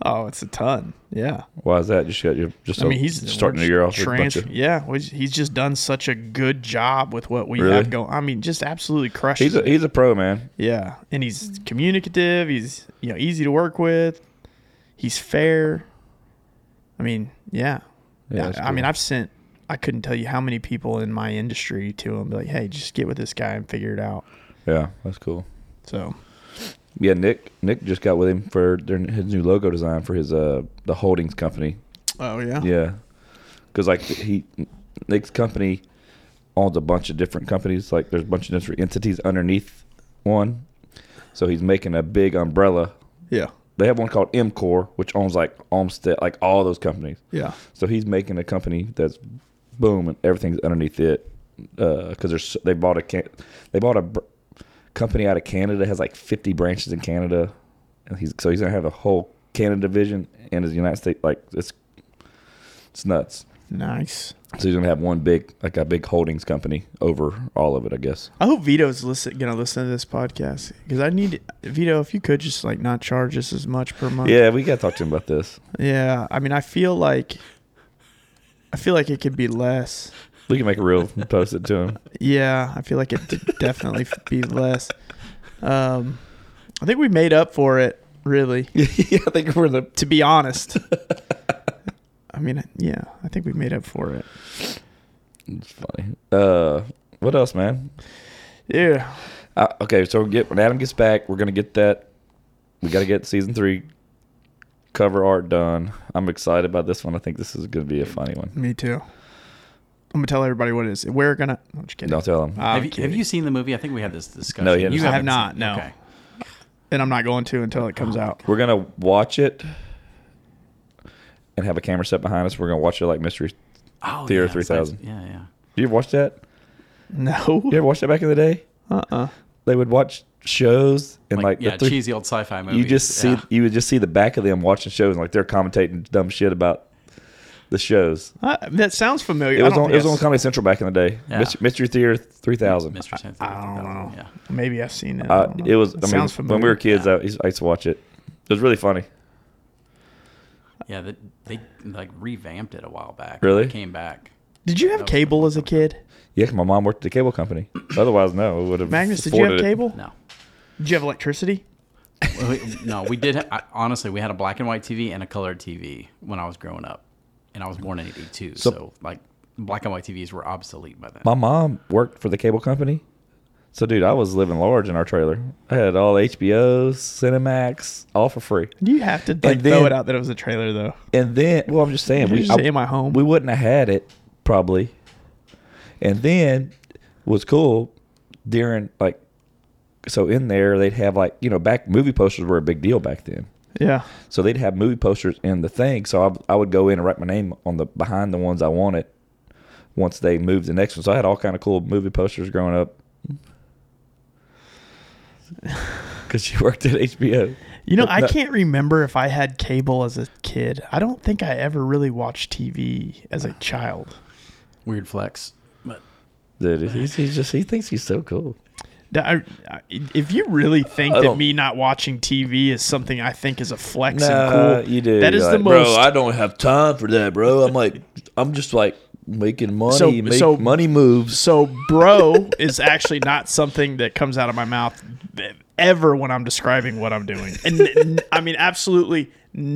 [SPEAKER 2] Oh, it's a ton. Yeah.
[SPEAKER 1] Why is that? Just got your just
[SPEAKER 2] I mean, he's
[SPEAKER 1] starting
[SPEAKER 2] we're
[SPEAKER 1] the year off with a bunch
[SPEAKER 2] Trans-
[SPEAKER 1] of,
[SPEAKER 2] yeah, we- he's just done such a good job with what we
[SPEAKER 1] Really?
[SPEAKER 2] have going. I mean, just absolutely crushes.
[SPEAKER 1] He's a,
[SPEAKER 2] it.
[SPEAKER 1] he's a pro man.
[SPEAKER 2] Yeah, and he's communicative. He's you know easy to work with. He's fair. I mean, yeah.
[SPEAKER 1] Yeah,
[SPEAKER 2] I-
[SPEAKER 1] that's
[SPEAKER 2] I,
[SPEAKER 1] cool.
[SPEAKER 2] mean, I've sent. I couldn't tell you how many people in my industry to him be like, "Hey, just get with this guy and figure it out."
[SPEAKER 1] Yeah, that's cool.
[SPEAKER 2] So
[SPEAKER 1] Yeah, Nick Nick just got with him for their, his new logo design for his uh the holdings company.
[SPEAKER 2] Oh yeah.
[SPEAKER 1] Yeah, because like he Nick's company owns a bunch of different companies. Like there's a bunch of different entities underneath one. So he's making a big umbrella.
[SPEAKER 2] Yeah.
[SPEAKER 1] They have one called MCore, which owns like Olmsted, like all those companies.
[SPEAKER 2] Yeah.
[SPEAKER 1] So he's making a company that's boom, and everything's underneath it because there's they bought a can, they bought a br- company out of Canada has like 50 branches in Canada, and he's so he's gonna have a whole Canada division and his United States like it's it's nuts.
[SPEAKER 2] Nice.
[SPEAKER 1] So he's gonna have one big like a big holdings company over all of it, I guess.
[SPEAKER 2] I hope Vito's listen gonna listen to this podcast because I need Vito. If you could just like not charge us as much per month.
[SPEAKER 1] Yeah, we gotta talk to him about this.
[SPEAKER 2] Yeah. I mean, I feel like. I feel like it could be less.
[SPEAKER 1] We can make a
[SPEAKER 2] <laughs>
[SPEAKER 1] reel and post it to him.
[SPEAKER 2] Yeah, I feel like it would definitely be less. Um, I think we made up for it, really.
[SPEAKER 1] <laughs> yeah, I think we're the
[SPEAKER 2] To be honest, I mean, yeah, I think we made up for it.
[SPEAKER 1] it's funny. Uh, what else, man?
[SPEAKER 2] Dude.
[SPEAKER 1] Uh, okay, so we get when Adam gets back, we're gonna get that. We got to get season three cover art done. I'm excited about this one. I think this is gonna be a funny one.
[SPEAKER 2] Me too. I'm gonna tell everybody what it is. We're gonna. I'm just kidding.
[SPEAKER 1] Don't tell him.
[SPEAKER 2] I'm
[SPEAKER 4] have, you, have you seen the movie? I think we had this discussion.
[SPEAKER 1] No, he hasn't
[SPEAKER 4] you
[SPEAKER 1] seen
[SPEAKER 2] I have
[SPEAKER 4] haven't
[SPEAKER 2] not.
[SPEAKER 4] seen it.
[SPEAKER 2] No,
[SPEAKER 4] Okay.
[SPEAKER 2] and I'm not going to until it
[SPEAKER 1] Oh,
[SPEAKER 2] comes out.
[SPEAKER 1] We're gonna watch it and have a camera set behind us. We're gonna watch it like mystery.
[SPEAKER 4] Oh,
[SPEAKER 1] Theater
[SPEAKER 4] yeah, it's
[SPEAKER 1] 3000.
[SPEAKER 4] like- yeah, yeah.
[SPEAKER 1] You ever watch that?
[SPEAKER 2] No.
[SPEAKER 1] You ever watch that back in the day?
[SPEAKER 2] Uh. uh
[SPEAKER 1] They would watch shows and like, the
[SPEAKER 4] yeah,
[SPEAKER 1] three-
[SPEAKER 4] cheesy old sci-fi movies.
[SPEAKER 1] You just see
[SPEAKER 4] Yeah.
[SPEAKER 1] you would just see the back of them watching shows and like they're commentating dumb shit about the shows.
[SPEAKER 2] Uh, that sounds familiar.
[SPEAKER 1] It
[SPEAKER 2] I
[SPEAKER 1] was
[SPEAKER 2] don't
[SPEAKER 1] on it
[SPEAKER 2] think
[SPEAKER 1] was on
[SPEAKER 2] I've
[SPEAKER 1] Comedy Central back in the day.
[SPEAKER 4] Yeah.
[SPEAKER 1] Mystery, Mystery Theater three thousand.
[SPEAKER 4] Mr. Science
[SPEAKER 2] I don't
[SPEAKER 4] Theater.
[SPEAKER 2] know.
[SPEAKER 4] Yeah.
[SPEAKER 2] Maybe I've seen it. I
[SPEAKER 1] Uh,
[SPEAKER 2] don't know.
[SPEAKER 1] it was.
[SPEAKER 2] It
[SPEAKER 1] I mean,
[SPEAKER 2] Oh, sounds
[SPEAKER 1] when we were
[SPEAKER 2] familiar.
[SPEAKER 1] kids, I, used- I used to watch it. It was really funny.
[SPEAKER 4] Yeah, they, they like revamped it a while back.
[SPEAKER 1] Really?
[SPEAKER 4] It came back.
[SPEAKER 2] Did you have cable as a kid?
[SPEAKER 1] Yeah, 'cause my mom worked at the cable company. <clears throat> Otherwise, no, it would have.
[SPEAKER 2] Magnus, did you have cable?
[SPEAKER 4] No.
[SPEAKER 2] Did you have electricity?
[SPEAKER 4] Well, we- no, we did. I, honestly, we had a black and white TV and a colored TV when I was growing up, and I was born in '82, so, like black and white TVs were obsolete by then.
[SPEAKER 1] My mom worked for the cable company, so dude, I was living large in our trailer. I had all HBOs, Cinemax, all for free.
[SPEAKER 2] You have to like,
[SPEAKER 1] then-
[SPEAKER 2] throw it out that it was a trailer though.
[SPEAKER 1] And then, well, I'm just saying,
[SPEAKER 2] Did
[SPEAKER 1] we
[SPEAKER 2] you
[SPEAKER 1] I-
[SPEAKER 2] say in my home?
[SPEAKER 1] we wouldn't have had it probably. And then was cool during like, so in there they'd have like you know back movie posters were a big deal back then.
[SPEAKER 2] Yeah.
[SPEAKER 1] So they'd have movie posters in the thing. So I, I would go in and write my name on the behind the ones I wanted. Once they moved the next one, so I had all kind of cool movie posters growing <laughs> up. Because she worked at HBO.
[SPEAKER 2] You know,
[SPEAKER 1] But
[SPEAKER 2] I
[SPEAKER 1] no-
[SPEAKER 2] can't remember if I had cable as a kid. I don't think I ever really watched TV as a child.
[SPEAKER 4] Weird flex, but
[SPEAKER 1] Dude, he's, he's just he thinks he's so cool.
[SPEAKER 2] That I, I, if you really think
[SPEAKER 1] I
[SPEAKER 2] that
[SPEAKER 1] don't-
[SPEAKER 2] me not watching TV is something I think is a flex
[SPEAKER 1] Nah,
[SPEAKER 2] and cool,
[SPEAKER 1] you do.
[SPEAKER 2] That is
[SPEAKER 1] You're
[SPEAKER 2] the
[SPEAKER 1] like,
[SPEAKER 2] most.
[SPEAKER 1] Bro, I don't have time for that, bro. I'm like, I'm just like making money,
[SPEAKER 2] So-
[SPEAKER 1] make
[SPEAKER 2] so-
[SPEAKER 1] money moves.
[SPEAKER 2] so, bro is actually not something that comes out of my mouth ever when I'm describing what I'm doing, and n- I mean, absolutely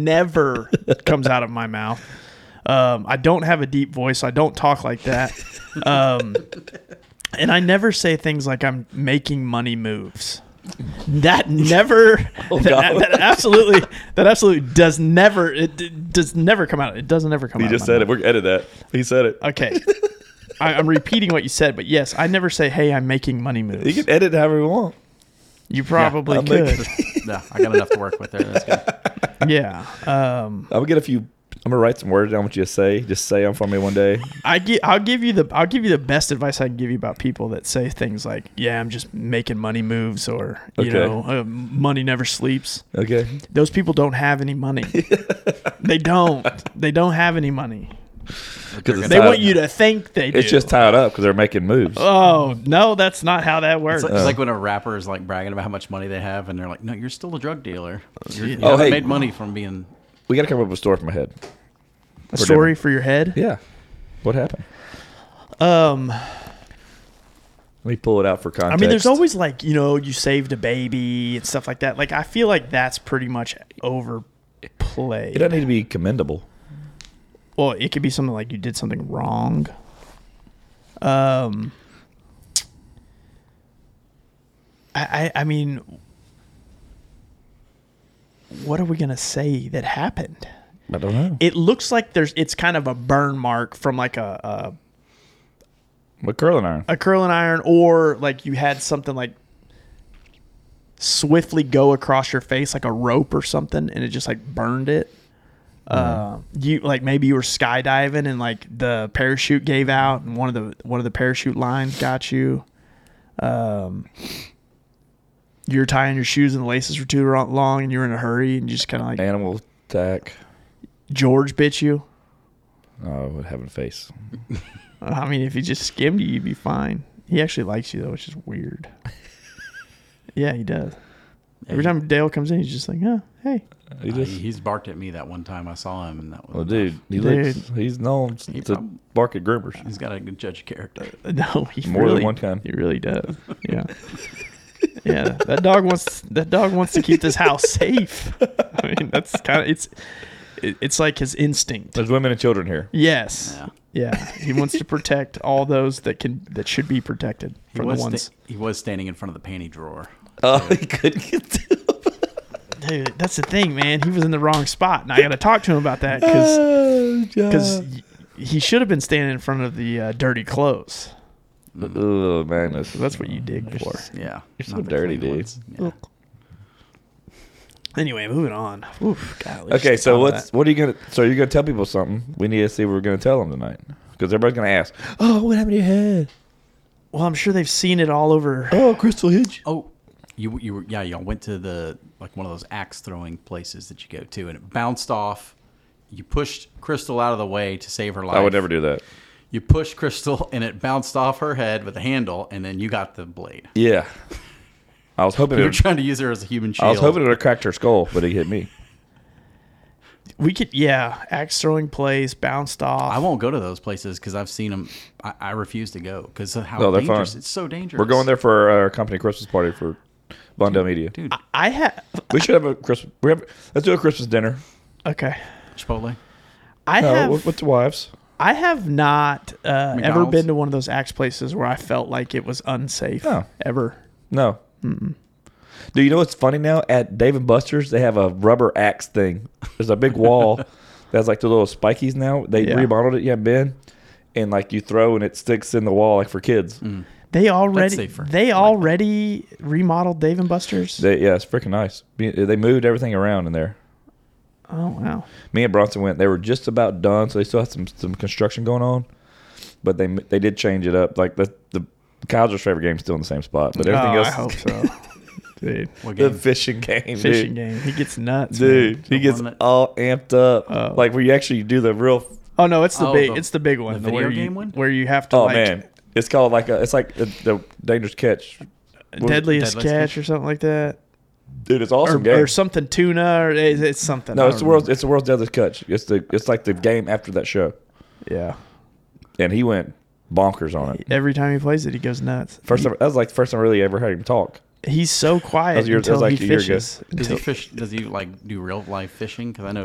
[SPEAKER 2] never comes out of my mouth. Um, I don't have a deep voice. I don't talk like that. Um, and I never say things like I'm making money moves. That never,
[SPEAKER 1] Oh,
[SPEAKER 2] that,
[SPEAKER 1] God.
[SPEAKER 2] that absolutely, that absolutely does never, it d- does never come out. It doesn't ever come out.
[SPEAKER 1] He
[SPEAKER 2] of
[SPEAKER 1] just
[SPEAKER 2] my
[SPEAKER 1] said
[SPEAKER 2] mouth.
[SPEAKER 1] it. We're edit that. He said it.
[SPEAKER 2] Okay. I, I'm repeating what you said, but yes, I never say, "Hey, I'm making money moves."
[SPEAKER 1] You can edit however you want. <laughs>
[SPEAKER 2] You probably
[SPEAKER 1] I'm
[SPEAKER 2] could.
[SPEAKER 1] making-
[SPEAKER 4] no, I got enough to work with there. That's
[SPEAKER 1] <laughs>
[SPEAKER 4] good.
[SPEAKER 2] yeah. Um,
[SPEAKER 1] I'm gonna get a few. I'm gonna write some words down. What you say? Just say them for me one day.
[SPEAKER 2] I gi- I'll give you the I'll give you the best advice I can give you about people that say things like, "Yeah, I'm just making money moves," or you
[SPEAKER 1] Okay.
[SPEAKER 2] know, uh, "Money never sleeps."
[SPEAKER 1] Okay.
[SPEAKER 2] Those people don't have
[SPEAKER 1] <laughs>
[SPEAKER 2] any money. they don't. They don't have any money.
[SPEAKER 1] Because
[SPEAKER 2] They want you to think they do.
[SPEAKER 1] It's just tied up because they're making moves.
[SPEAKER 2] Oh no, that's not how that works.
[SPEAKER 4] It's
[SPEAKER 1] uh,
[SPEAKER 4] like, it's like when a rapper is like bragging about how much money they have, and they're like, "No, you're still a drug dealer. You're, you
[SPEAKER 1] Oh,
[SPEAKER 4] haven't
[SPEAKER 1] hey.
[SPEAKER 4] made money from being."
[SPEAKER 1] We gotta come up with a story from my head.
[SPEAKER 2] a story for your head.
[SPEAKER 1] Yeah. What happened?
[SPEAKER 2] Um.
[SPEAKER 1] Let me pull it out for
[SPEAKER 2] I
[SPEAKER 1] context.
[SPEAKER 2] mean, there's always like you know you saved a baby and stuff like that. Like I feel like that's pretty much
[SPEAKER 1] It
[SPEAKER 2] overplayed.
[SPEAKER 1] doesn't need to be commendable.
[SPEAKER 2] Well, it could be something like you did something wrong. Um, I I, I mean, what are we gonna say that happened?
[SPEAKER 1] I don't know.
[SPEAKER 2] It looks like there's it's kind of a burn mark from like a, a
[SPEAKER 1] But curling iron.
[SPEAKER 2] a curling iron or like you had something like swiftly go across your face like a rope or something and it just like burned it uh, you like maybe you were skydiving and like the parachute gave out and one of the one of the parachute lines got you um you were tying your shoes and the laces were too ro- long and you were in a hurry and you just kind of like
[SPEAKER 1] Animal attack.
[SPEAKER 2] george bit you
[SPEAKER 1] Oh, what happened? Face.
[SPEAKER 2] I mean, if he just skimmed you, you'd be fine. He actually likes you though, which is
[SPEAKER 4] <laughs>
[SPEAKER 2] weird. yeah, he does. Every time Dale comes in, he's just like, "Oh, hey, <laughs>
[SPEAKER 1] He
[SPEAKER 4] Uh,
[SPEAKER 1] just.
[SPEAKER 4] he- he's barked at me that one time I saw him, and that was
[SPEAKER 1] well,
[SPEAKER 4] enough.
[SPEAKER 1] Oh, dude, he
[SPEAKER 2] Dude.
[SPEAKER 1] looks. He's known to
[SPEAKER 4] prob-
[SPEAKER 1] bark at groomers.
[SPEAKER 4] He's got a good judge of character.
[SPEAKER 2] no, he
[SPEAKER 1] More than
[SPEAKER 2] really-
[SPEAKER 1] one time.
[SPEAKER 2] He really
[SPEAKER 4] <laughs>
[SPEAKER 2] does. Yeah, yeah. That dog wants. That dog wants to keep this house safe. I mean, that's kind of it's. It, it's like his instinct.
[SPEAKER 1] There's women and children here.
[SPEAKER 2] Yes.
[SPEAKER 4] Yeah.
[SPEAKER 2] Yeah, he wants to protect all those that can that should be protected
[SPEAKER 4] He
[SPEAKER 2] from the
[SPEAKER 4] was,
[SPEAKER 2] ones.
[SPEAKER 4] sta- he was standing in front of the panty drawer.
[SPEAKER 1] <laughs> Oh, he couldn't <laughs> get to
[SPEAKER 2] Dude, that's the thing, man. He was in the wrong spot, and I got to talk to him about that
[SPEAKER 4] <laughs>
[SPEAKER 2] because because he should have been standing in front of the uh, dirty clothes.
[SPEAKER 1] Oh, madness.
[SPEAKER 2] That's what you dig for.
[SPEAKER 4] Yeah.
[SPEAKER 1] You're so
[SPEAKER 4] not the
[SPEAKER 1] dirty,
[SPEAKER 4] clean
[SPEAKER 1] dude.
[SPEAKER 4] ones. Mm, Yeah.
[SPEAKER 2] Anyway, moving on. Oof, golly,
[SPEAKER 1] Okay,
[SPEAKER 2] just
[SPEAKER 1] so
[SPEAKER 2] thought of
[SPEAKER 1] what's
[SPEAKER 2] that.
[SPEAKER 1] what are you gonna? So you're gonna tell people something? We need to see what we're gonna tell them tonight because everybody's gonna ask. Oh, what happened to your head?
[SPEAKER 2] Well, I'm sure they've seen it all over.
[SPEAKER 1] Oh, Crystal Hitch.
[SPEAKER 4] Oh, you you were yeah y'all went to the like one of those axe throwing places that you go to, and it bounced off. You pushed Crystal out of the way to save her life.
[SPEAKER 1] I would never do that.
[SPEAKER 4] You pushed Crystal, and it bounced off her head with the handle, and then you got the blade.
[SPEAKER 1] Yeah, I was hoping.
[SPEAKER 4] You were
[SPEAKER 1] It,
[SPEAKER 4] trying to use her as a human shield.
[SPEAKER 1] I was hoping it would have cracked her skull, but it hit me.
[SPEAKER 2] We could, yeah, axe throwing plays bounced off.
[SPEAKER 4] I won't go to those places because I've seen them. I, I refuse to go because how
[SPEAKER 1] No, they're
[SPEAKER 4] dangerous!
[SPEAKER 1] fun.
[SPEAKER 4] It's so dangerous.
[SPEAKER 1] We're going there for our company Christmas party for Bondo Media.
[SPEAKER 4] dude.
[SPEAKER 2] I have
[SPEAKER 1] We should have a Christmas. We have, let's do a Christmas dinner.
[SPEAKER 2] okay.
[SPEAKER 4] Chipotle.
[SPEAKER 2] I
[SPEAKER 1] No,
[SPEAKER 2] have
[SPEAKER 1] with, with the wives.
[SPEAKER 2] I have not uh, ever
[SPEAKER 4] McDonald's?
[SPEAKER 2] been to one of those axe places where I felt like it was unsafe.
[SPEAKER 1] Oh.
[SPEAKER 2] Ever.
[SPEAKER 1] No. Do you know what's funny now? At Dave and Buster's, they have a rubber axe thing. There's a big
[SPEAKER 2] <laughs>
[SPEAKER 1] wall that's like the little spikies now. They
[SPEAKER 2] Yeah.
[SPEAKER 1] remodeled it, yeah, Ben. And like you throw and it sticks in the wall like for kids.
[SPEAKER 2] Mm. They already
[SPEAKER 4] safer.
[SPEAKER 2] they already remodeled Dave and Buster's.
[SPEAKER 1] They, yeah, it's freaking nice. Be- They moved everything around in there.
[SPEAKER 2] oh wow.
[SPEAKER 1] Me and Bronson went. They were just about done, so they still had some some construction going on. But they they did change it up. Like the the Kyle's favorite game's still in the same spot, but everything
[SPEAKER 2] Oh,
[SPEAKER 1] else <laughs>
[SPEAKER 2] I hope so. Dude.
[SPEAKER 4] What
[SPEAKER 1] the
[SPEAKER 4] game?
[SPEAKER 1] fishing game, dude.
[SPEAKER 2] Fishing game. He gets nuts. man.
[SPEAKER 1] Dude, he
[SPEAKER 4] The
[SPEAKER 1] gets
[SPEAKER 4] one that-
[SPEAKER 1] all amped up. Like where you actually do the real
[SPEAKER 2] Oh no, it's the
[SPEAKER 4] Oh,
[SPEAKER 2] big
[SPEAKER 4] the-
[SPEAKER 2] it's the big one.
[SPEAKER 4] the
[SPEAKER 2] the where
[SPEAKER 4] video
[SPEAKER 2] you-
[SPEAKER 4] game one?
[SPEAKER 2] Where you have to
[SPEAKER 1] Oh
[SPEAKER 2] like
[SPEAKER 1] man, it's called like a. It's like the, the dangerous catch,
[SPEAKER 2] deadliest
[SPEAKER 4] Deadliest
[SPEAKER 2] catch or something like that.
[SPEAKER 1] dude. It's awesome
[SPEAKER 2] Or,
[SPEAKER 1] game.
[SPEAKER 2] or something tuna or it's, it's something. I
[SPEAKER 1] no, it's
[SPEAKER 2] don't
[SPEAKER 1] the world's. It's the world's deadliest catch. It's the. It's like the game after that show,
[SPEAKER 2] remember.
[SPEAKER 1] and he went bonkers on it.
[SPEAKER 2] Yeah. Every time he plays it, he goes nuts.
[SPEAKER 1] First, time, that was like the first time I really ever heard him talk.
[SPEAKER 2] He's so
[SPEAKER 1] That
[SPEAKER 2] quiet
[SPEAKER 1] was years- that
[SPEAKER 2] until
[SPEAKER 1] was like
[SPEAKER 2] he
[SPEAKER 1] a year ago.
[SPEAKER 2] fishes.
[SPEAKER 4] Does
[SPEAKER 2] Until,
[SPEAKER 4] he fish? Does he like do real life fishing? Because I know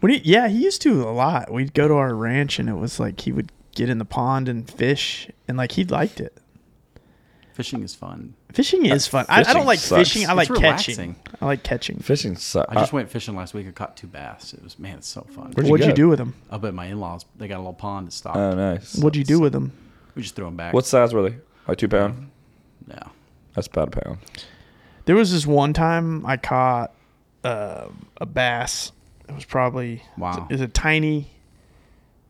[SPEAKER 2] When he, yeah, he used to a lot. We'd go to our ranch, and it was like he would get in the pond and fish, and like he liked it.
[SPEAKER 4] fishing is fun.
[SPEAKER 2] Fishing is fun. I,
[SPEAKER 1] Uh,
[SPEAKER 2] I
[SPEAKER 1] fishing
[SPEAKER 2] don't like
[SPEAKER 1] sucks.
[SPEAKER 2] fishing. I like
[SPEAKER 4] It's
[SPEAKER 2] catching.
[SPEAKER 4] relaxing.
[SPEAKER 2] I like catching.
[SPEAKER 1] Fishing sucks.
[SPEAKER 4] I just went fishing last week. I caught two bass. It was man, it's so fun.
[SPEAKER 1] Uh, Where'd you
[SPEAKER 2] What'd you
[SPEAKER 1] go?
[SPEAKER 2] do with them?
[SPEAKER 4] Up at my in-laws, they got a little pond to stop.
[SPEAKER 1] oh, nice.
[SPEAKER 2] What'd you do with them?
[SPEAKER 4] We just threw them back.
[SPEAKER 1] What size were they? Like two
[SPEAKER 2] Mm-hmm.
[SPEAKER 1] pound.
[SPEAKER 4] no?
[SPEAKER 1] That's about a pound.
[SPEAKER 2] There was this one time I caught uh, a bass. It was probably
[SPEAKER 4] Wow.
[SPEAKER 2] It was a tiny.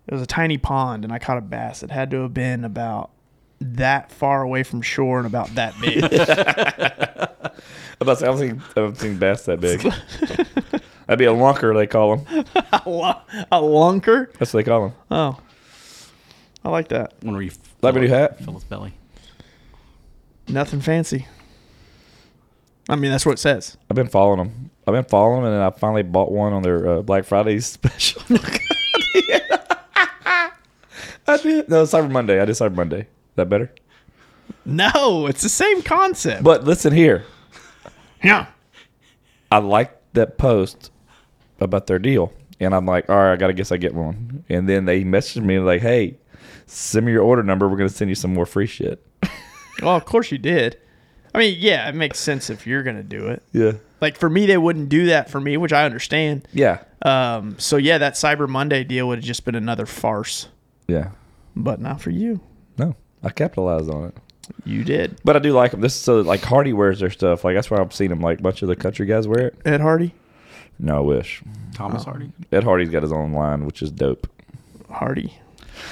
[SPEAKER 2] It was a tiny pond, and I caught a bass. It had to have been about that far away from shore and about that big. <laughs>
[SPEAKER 1] I was about to say, I don't think I've seen bass that
[SPEAKER 2] <laughs>
[SPEAKER 1] big. That'd be a lunker. They call them.
[SPEAKER 2] a, lu- a lunker.
[SPEAKER 1] That's what they call them.
[SPEAKER 2] Oh, I like that.
[SPEAKER 4] One where you f-
[SPEAKER 1] Like my new hat.
[SPEAKER 4] Fill his belly.
[SPEAKER 2] Nothing fancy. I mean, that's what it says.
[SPEAKER 1] I've been following them. I've been following them, and then I finally bought one on their uh, Black Friday <laughs> special. I did. No, Cyber Monday. I did Cyber Monday. Is that better?
[SPEAKER 2] No, it's the same concept.
[SPEAKER 1] But listen here.
[SPEAKER 2] yeah.
[SPEAKER 1] I liked that post about their deal, and I'm like, all right, I gotta guess I get one. And then they messaged me like, hey, send me your order number. We're gonna send you some more free shit.
[SPEAKER 2] Well, of course you did. I mean, yeah, it makes sense if you're gonna do it.
[SPEAKER 1] Yeah.
[SPEAKER 2] Like for me, they wouldn't do that for me, which I understand.
[SPEAKER 1] Yeah.
[SPEAKER 2] Um, so yeah, that Cyber Monday deal would have just been another farce,
[SPEAKER 1] yeah.
[SPEAKER 2] but not for you.
[SPEAKER 1] No, I capitalized on it.
[SPEAKER 2] You did
[SPEAKER 1] But I do like them. This is so like Hardy wears their stuff. Like that's why I've seen them. Like a bunch of the country guys wear it.
[SPEAKER 2] Ed Hardy.
[SPEAKER 1] No, I wish. Oh.
[SPEAKER 4] Thomas Hardy.
[SPEAKER 1] Ed Hardy's got his own line, which is dope.
[SPEAKER 2] Hardy.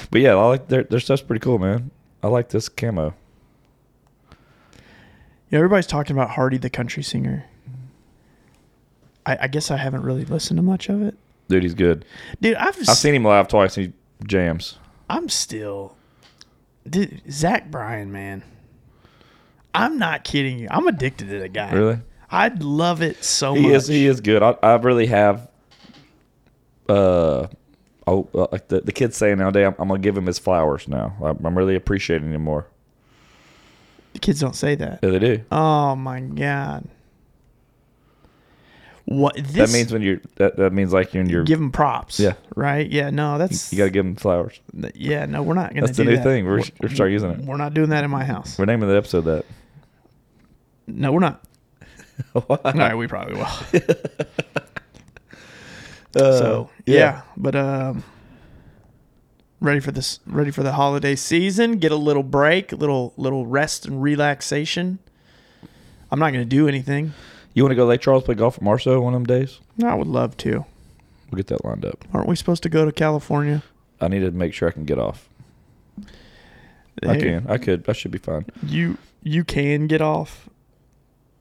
[SPEAKER 1] But yeah, I like their their stuff's pretty cool, man. I like this camo.
[SPEAKER 2] You know, everybody's talking about Hardy, the country singer. I, I guess I haven't really listened to much of it,
[SPEAKER 1] Dude, he's good.
[SPEAKER 2] dude. I've
[SPEAKER 1] I've seen him live twice. and He jams.
[SPEAKER 2] I'm still, dude, Zach Bryan, man. I'm not kidding you. I'm addicted to that guy.
[SPEAKER 1] Really?
[SPEAKER 2] I love it so
[SPEAKER 1] He
[SPEAKER 2] much.
[SPEAKER 1] is he is good. I, I really have. Uh, oh, uh, like the the kids saying nowadays, I'm, I'm gonna give him his flowers now. I'm, I'm really appreciating him more.
[SPEAKER 2] Kids don't say that.
[SPEAKER 1] Yeah, they do.
[SPEAKER 2] Oh my god. What this
[SPEAKER 1] That means when you're that, that means like when you're
[SPEAKER 2] give them props.
[SPEAKER 1] Yeah.
[SPEAKER 2] Right. Yeah. No. That's
[SPEAKER 1] you got to give them flowers.
[SPEAKER 2] yeah. No, we're not gonna.
[SPEAKER 1] That's
[SPEAKER 2] do
[SPEAKER 1] the new
[SPEAKER 2] that.
[SPEAKER 1] thing. We're, we're start using it.
[SPEAKER 2] We're not doing that in my house.
[SPEAKER 1] We're naming the episode that.
[SPEAKER 2] No,
[SPEAKER 1] <laughs>
[SPEAKER 2] we're not. All right, we probably will. so Uh, yeah. but um, ready for this? Ready for the holiday season? Get a little break, a little little rest and relaxation. I'm not going to do anything.
[SPEAKER 1] You want to go Lake Charles play golf at Marceau one of them days?
[SPEAKER 2] I would love to.
[SPEAKER 1] We'll get that lined up.
[SPEAKER 2] Aren't we supposed to go to California?
[SPEAKER 1] I need to make sure I can get off. I
[SPEAKER 2] Hey,
[SPEAKER 1] can. I could. I should be fine.
[SPEAKER 2] You you can get off,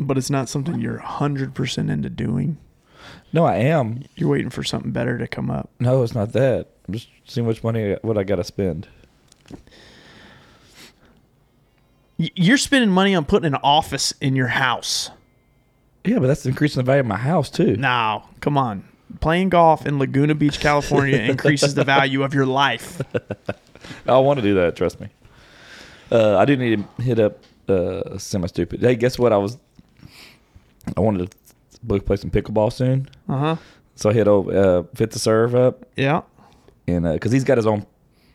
[SPEAKER 2] but it's not something you're 100% into doing.
[SPEAKER 1] No, I am.
[SPEAKER 2] You're waiting for something better to come up.
[SPEAKER 1] No, it's not that. I'm just seeing which money I- what I got to spend.
[SPEAKER 2] Y- You're spending money on putting an office in your house.
[SPEAKER 1] Yeah, but that's increasing the value of my house too.
[SPEAKER 2] No, come on. Playing golf in Laguna Beach, <laughs> California increases the value of your life.
[SPEAKER 1] I want to do that. Trust me. Uh, I do need to hit up uh, semi stupid. Hey, guess what? I was. I wanted to book play some pickleball soon,
[SPEAKER 2] Uh huh.
[SPEAKER 1] so I hit over uh, fit the serve up,
[SPEAKER 2] Yeah.
[SPEAKER 1] and because he's got his own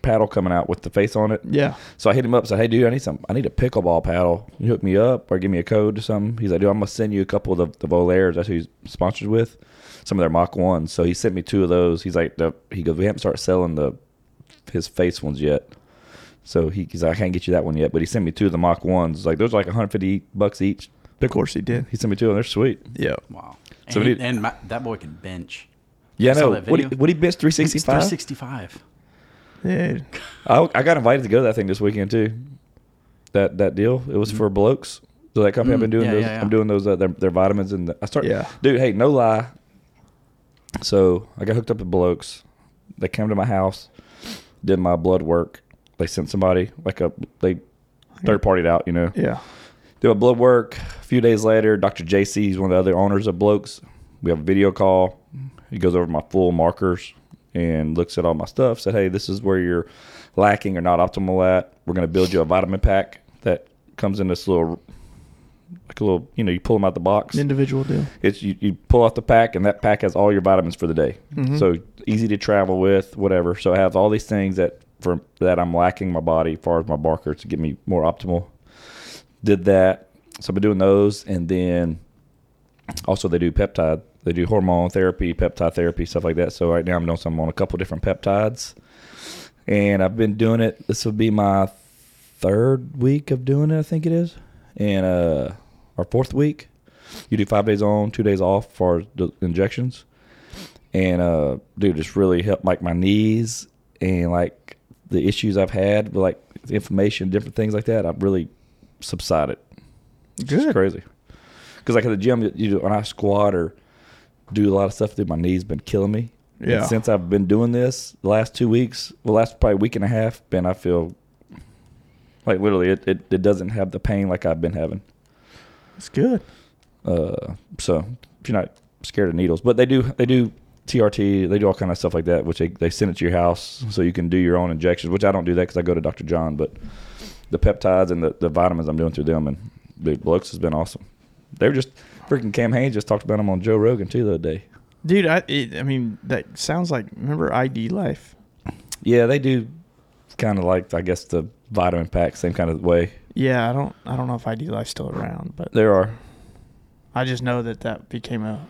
[SPEAKER 1] paddle coming out with the face on it.
[SPEAKER 2] Yeah.
[SPEAKER 1] So I hit him up. Said, "Hey, dude, I need some. I need a pickleball paddle. You hook me up or give me a code or something." He's like, "Dude, I'm gonna send you a couple of the, the Volairs. That's who he's sponsored with. Some of their Mach ones. So he sent me two of those. He's like, the, he goes, we haven't started selling the his face ones yet. So he, he's like, I can't get you that one yet, but he sent me two of the Mach ones. Like those are like 150 bucks each.
[SPEAKER 2] Of course he did.
[SPEAKER 1] He sent me two, and they're sweet.
[SPEAKER 2] Yeah.
[SPEAKER 4] Wow.
[SPEAKER 1] So
[SPEAKER 4] and
[SPEAKER 1] we need-
[SPEAKER 4] and my, that boy can bench.
[SPEAKER 1] Yeah, I
[SPEAKER 4] saw
[SPEAKER 1] know.
[SPEAKER 4] that
[SPEAKER 1] What he,
[SPEAKER 4] video.
[SPEAKER 1] what he bench
[SPEAKER 4] He's
[SPEAKER 1] 365?
[SPEAKER 4] 365.
[SPEAKER 2] Dude.
[SPEAKER 1] I, I got invited to go to that thing this weekend too. That that deal it was for blokes. So that company I've been doing
[SPEAKER 4] Mm-hmm. Mm. yeah,
[SPEAKER 1] those.
[SPEAKER 4] yeah, yeah.
[SPEAKER 1] I'm doing those uh, their, their vitamins and the, I start.
[SPEAKER 2] Yeah.
[SPEAKER 1] dude. Hey, no lie. So I got hooked up with blokes. They came to my house, did my blood work. They sent somebody like a they third partied out. You know,
[SPEAKER 2] Yeah.
[SPEAKER 1] did my blood work. A few days later, Dr. JC, he's one of the other owners of Blokes. We have a video call. He goes over my full markers and looks at all my stuff. Said, "Hey, this is where you're lacking or not optimal at. We're going to build you a vitamin pack that comes in this little, like a little, you know, you pull them out the box.
[SPEAKER 2] Individual deal.
[SPEAKER 1] It's you, you pull out the pack, and that pack has all your vitamins for the day. So easy to travel with, whatever. So I have all these things that for that I'm lacking my body as far as my marker to get me more optimal. Did that. So I've been doing those, and then also they do peptide. They do hormone therapy, peptide therapy, stuff like that. So right now I'm doing some on a couple different peptides, and I've been doing it. This will be my third week of doing it, I think it is, and uh, our fourth week you do five days on, two days off for the injections. And uh, dude, it's really helped like my knees and like the issues I've had, with, like inflammation, different things like that. I've really subsided. It's just
[SPEAKER 2] Good.
[SPEAKER 1] crazy. Because like at the gym, you- you when I squat or do a lot of stuff, dude, my knees been killing me. And
[SPEAKER 2] Yeah.
[SPEAKER 1] since I've been doing this, the last two weeks, well, last probably week and a half, Ben, I feel like literally it, it, it doesn't have the pain like I've been having.
[SPEAKER 2] It's good.
[SPEAKER 1] Uh, so if you're not scared of needles, but they do they do TRT, they do all kind of stuff like that, which they, they send it to your house so you can do your own injections. Which I don't do that because I go to Dr. John, but the peptides and the, the vitamins I'm doing through them and the blokes has been awesome. They were just freaking Cam Haynes just talked about them on Joe Rogan too the other day.
[SPEAKER 2] Dude, I it, I mean that sounds like remember ID Life.
[SPEAKER 1] Yeah, they do kind of like I guess the vitamin pack same kind of way.
[SPEAKER 2] Yeah, I don't I don't know if ID Life's still around, but
[SPEAKER 1] There are
[SPEAKER 2] I just know that that became a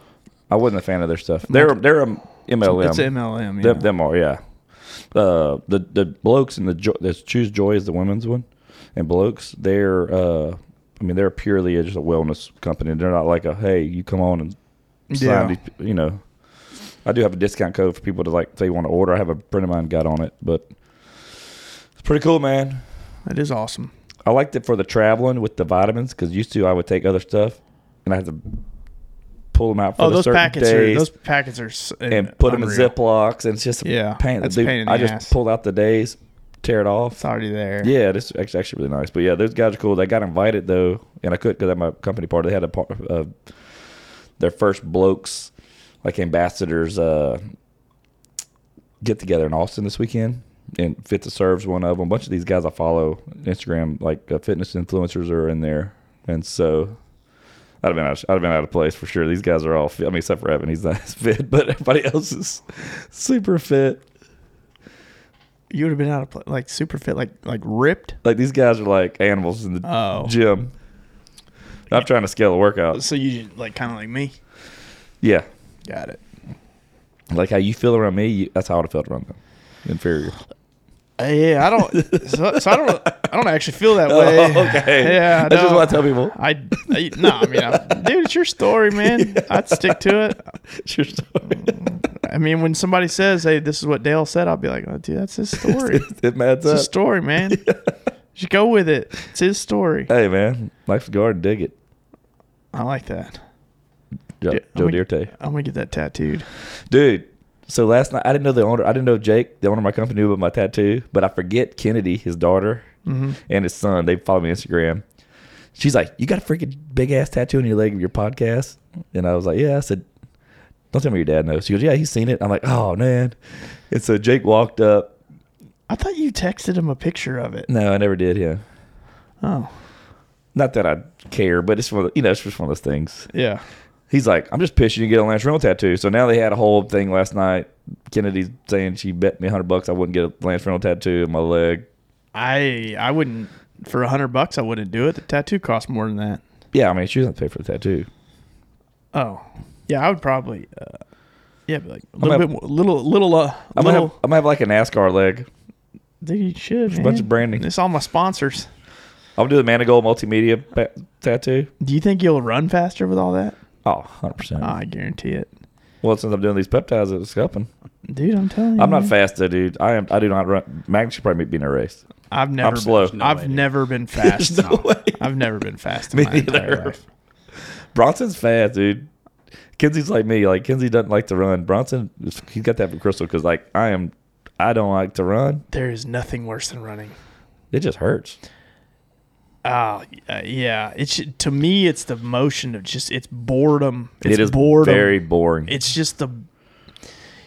[SPEAKER 1] I wasn't a fan of their stuff. They're they're um, MLM.
[SPEAKER 2] it's a MLM. Yeah.
[SPEAKER 1] Them, them are, yeah. Uh, the the blokes and the jo- the choose joy is the women's one, and blokes they're uh, I mean they're purely just a wellness company. They're not like a hey you come on and sign
[SPEAKER 2] Yeah.
[SPEAKER 1] these, p-" you know. I do have a discount code for people to like if they want to order. I have a friend of mine got on it, but it's pretty cool, man.
[SPEAKER 2] That is awesome.
[SPEAKER 1] I liked it for the traveling with the vitamins because used to I would take other stuff and I had to pull them out for
[SPEAKER 2] oh,
[SPEAKER 1] the
[SPEAKER 2] those
[SPEAKER 1] certain
[SPEAKER 2] packets
[SPEAKER 1] days
[SPEAKER 2] are those packets are s- uh,
[SPEAKER 1] and put them in
[SPEAKER 2] unreal.
[SPEAKER 1] Ziplocs, and it's just a
[SPEAKER 2] Yeah,
[SPEAKER 1] pain.
[SPEAKER 2] that's a
[SPEAKER 1] Dude,
[SPEAKER 2] pain in
[SPEAKER 1] I
[SPEAKER 2] the
[SPEAKER 1] just
[SPEAKER 2] ass.
[SPEAKER 1] pulled out the days, tear it off.
[SPEAKER 2] It's already there.
[SPEAKER 1] Yeah, this is actually really nice. But yeah, those guys are cool. They got invited though, and I couldn't because at my company party they had a par- uh, their first blokes like ambassadors uh, get together in Austin this weekend. And Fit to Serve's one of them. A bunch of these guys I follow on Instagram, like uh, fitness influencers, are in there, and so I'd have been out. Of, I'd have been out of place for sure. These guys are all. Fit. I mean, except for Evan, he's not <laughs> as fit, but everybody else is <laughs> super fit.
[SPEAKER 2] You would have been out of pla like super fit, like like ripped.
[SPEAKER 1] Like these guys are like animals in the
[SPEAKER 2] Oh.
[SPEAKER 1] gym. I'm trying to scale a workout.
[SPEAKER 2] So you just, like kind of like me.
[SPEAKER 1] Yeah,
[SPEAKER 2] Got it.
[SPEAKER 1] like how you feel around me, you, that's how I would have felt around them. Inferior.
[SPEAKER 2] Uh, yeah,
[SPEAKER 1] <laughs>
[SPEAKER 2] I don't. So, so I don't. I don't actually feel that way.
[SPEAKER 1] Oh, okay.
[SPEAKER 2] Yeah, I
[SPEAKER 1] that's just
[SPEAKER 2] don't.
[SPEAKER 1] what I tell people.
[SPEAKER 2] I, I no, I
[SPEAKER 1] <laughs>
[SPEAKER 2] mean, I, dude, it's your story, man. I'd stick to it.
[SPEAKER 1] Sure.
[SPEAKER 2] I mean, when somebody says, "Hey, this is what Dale said," I'll be like, oh, "Dude, that's his
[SPEAKER 1] <laughs>
[SPEAKER 2] story.
[SPEAKER 1] it,
[SPEAKER 2] it's
[SPEAKER 1] it adds up.
[SPEAKER 2] his
[SPEAKER 1] <laughs>
[SPEAKER 2] story, man. Just go with it. It's his story."
[SPEAKER 1] Hey man, life's a garden. Dig it,
[SPEAKER 2] I like that.
[SPEAKER 1] jo-
[SPEAKER 2] Yeah,
[SPEAKER 1] Joe
[SPEAKER 2] I'm gonna-
[SPEAKER 1] Dirte.
[SPEAKER 2] I'm gonna get that tattooed.
[SPEAKER 1] dude. So last night I didn't know the owner. I didn't know Jake, the owner of my company, knew about my tattoo. But I forget Kennedy, his daughter,
[SPEAKER 2] Mm-hmm.
[SPEAKER 1] and his son. They follow me on Instagram. She's like, "You got a freaking big ass tattoo on your leg of your podcast," and I was like, "Yeah." I said, "Don't tell me your dad knows." She goes, "Yeah, he's seen it." I'm like, "Oh man!" And so Jake walked up.
[SPEAKER 2] I thought you texted him a picture of it.
[SPEAKER 1] No, I never did. Yeah,
[SPEAKER 2] Oh,
[SPEAKER 1] not that I care, but it's one. Of the, you know, it's just one of those things.
[SPEAKER 2] yeah.
[SPEAKER 1] He's like, I'm just pissed you didn't get a Lance Reynolds tattoo. So now they had a whole thing last night. Kennedy's saying she bet me 100 bucks I wouldn't get a Lance Reynolds tattoo on my leg.
[SPEAKER 2] I I wouldn't for a hundred bucks. I wouldn't do it. The tattoo costs more than that.
[SPEAKER 1] Yeah, I mean, she doesn't pay for the tattoo.
[SPEAKER 2] Oh, yeah. I would probably. Uh, yeah, but like a
[SPEAKER 1] gonna-
[SPEAKER 2] little bit more, little little uh,
[SPEAKER 1] I'm gonna
[SPEAKER 2] little.
[SPEAKER 1] have, I'm gonna have like a NASCAR leg.
[SPEAKER 2] dude, you should.
[SPEAKER 1] a bunch
[SPEAKER 2] man.
[SPEAKER 1] of branding.
[SPEAKER 2] It's all my sponsors.
[SPEAKER 1] I'll do the Manigold multimedia pa- tattoo.
[SPEAKER 2] Do you think you'll run faster with all that?
[SPEAKER 1] Oh, 100%.
[SPEAKER 2] Oh, I guarantee it,
[SPEAKER 1] well, since I'm doing these peptides, it's helping.
[SPEAKER 2] dude. I'm telling you,
[SPEAKER 1] I'm not
[SPEAKER 2] man.
[SPEAKER 1] fast though, dude. I am. I do not run. Magnus should probably beat me in a race.
[SPEAKER 2] I've never. been-
[SPEAKER 1] slow.
[SPEAKER 4] No
[SPEAKER 2] I've
[SPEAKER 4] way, dude.
[SPEAKER 1] <laughs>
[SPEAKER 2] never been fast.
[SPEAKER 1] No way.
[SPEAKER 2] I've never been fast. In
[SPEAKER 1] Me
[SPEAKER 2] my entire
[SPEAKER 1] neither.
[SPEAKER 2] life.
[SPEAKER 1] Bronson's fast, dude. Kenzie's like me. Like Kenzie doesn't like to run. Bronson, he's got that from Crystal because like I am. I don't like to run.
[SPEAKER 2] There is nothing worse than running.
[SPEAKER 1] It just hurts.
[SPEAKER 2] Oh uh, yeah, it's to me it's the motion of just it's boredom. It's
[SPEAKER 1] it is
[SPEAKER 2] boredom.
[SPEAKER 1] very boring.
[SPEAKER 2] it's just the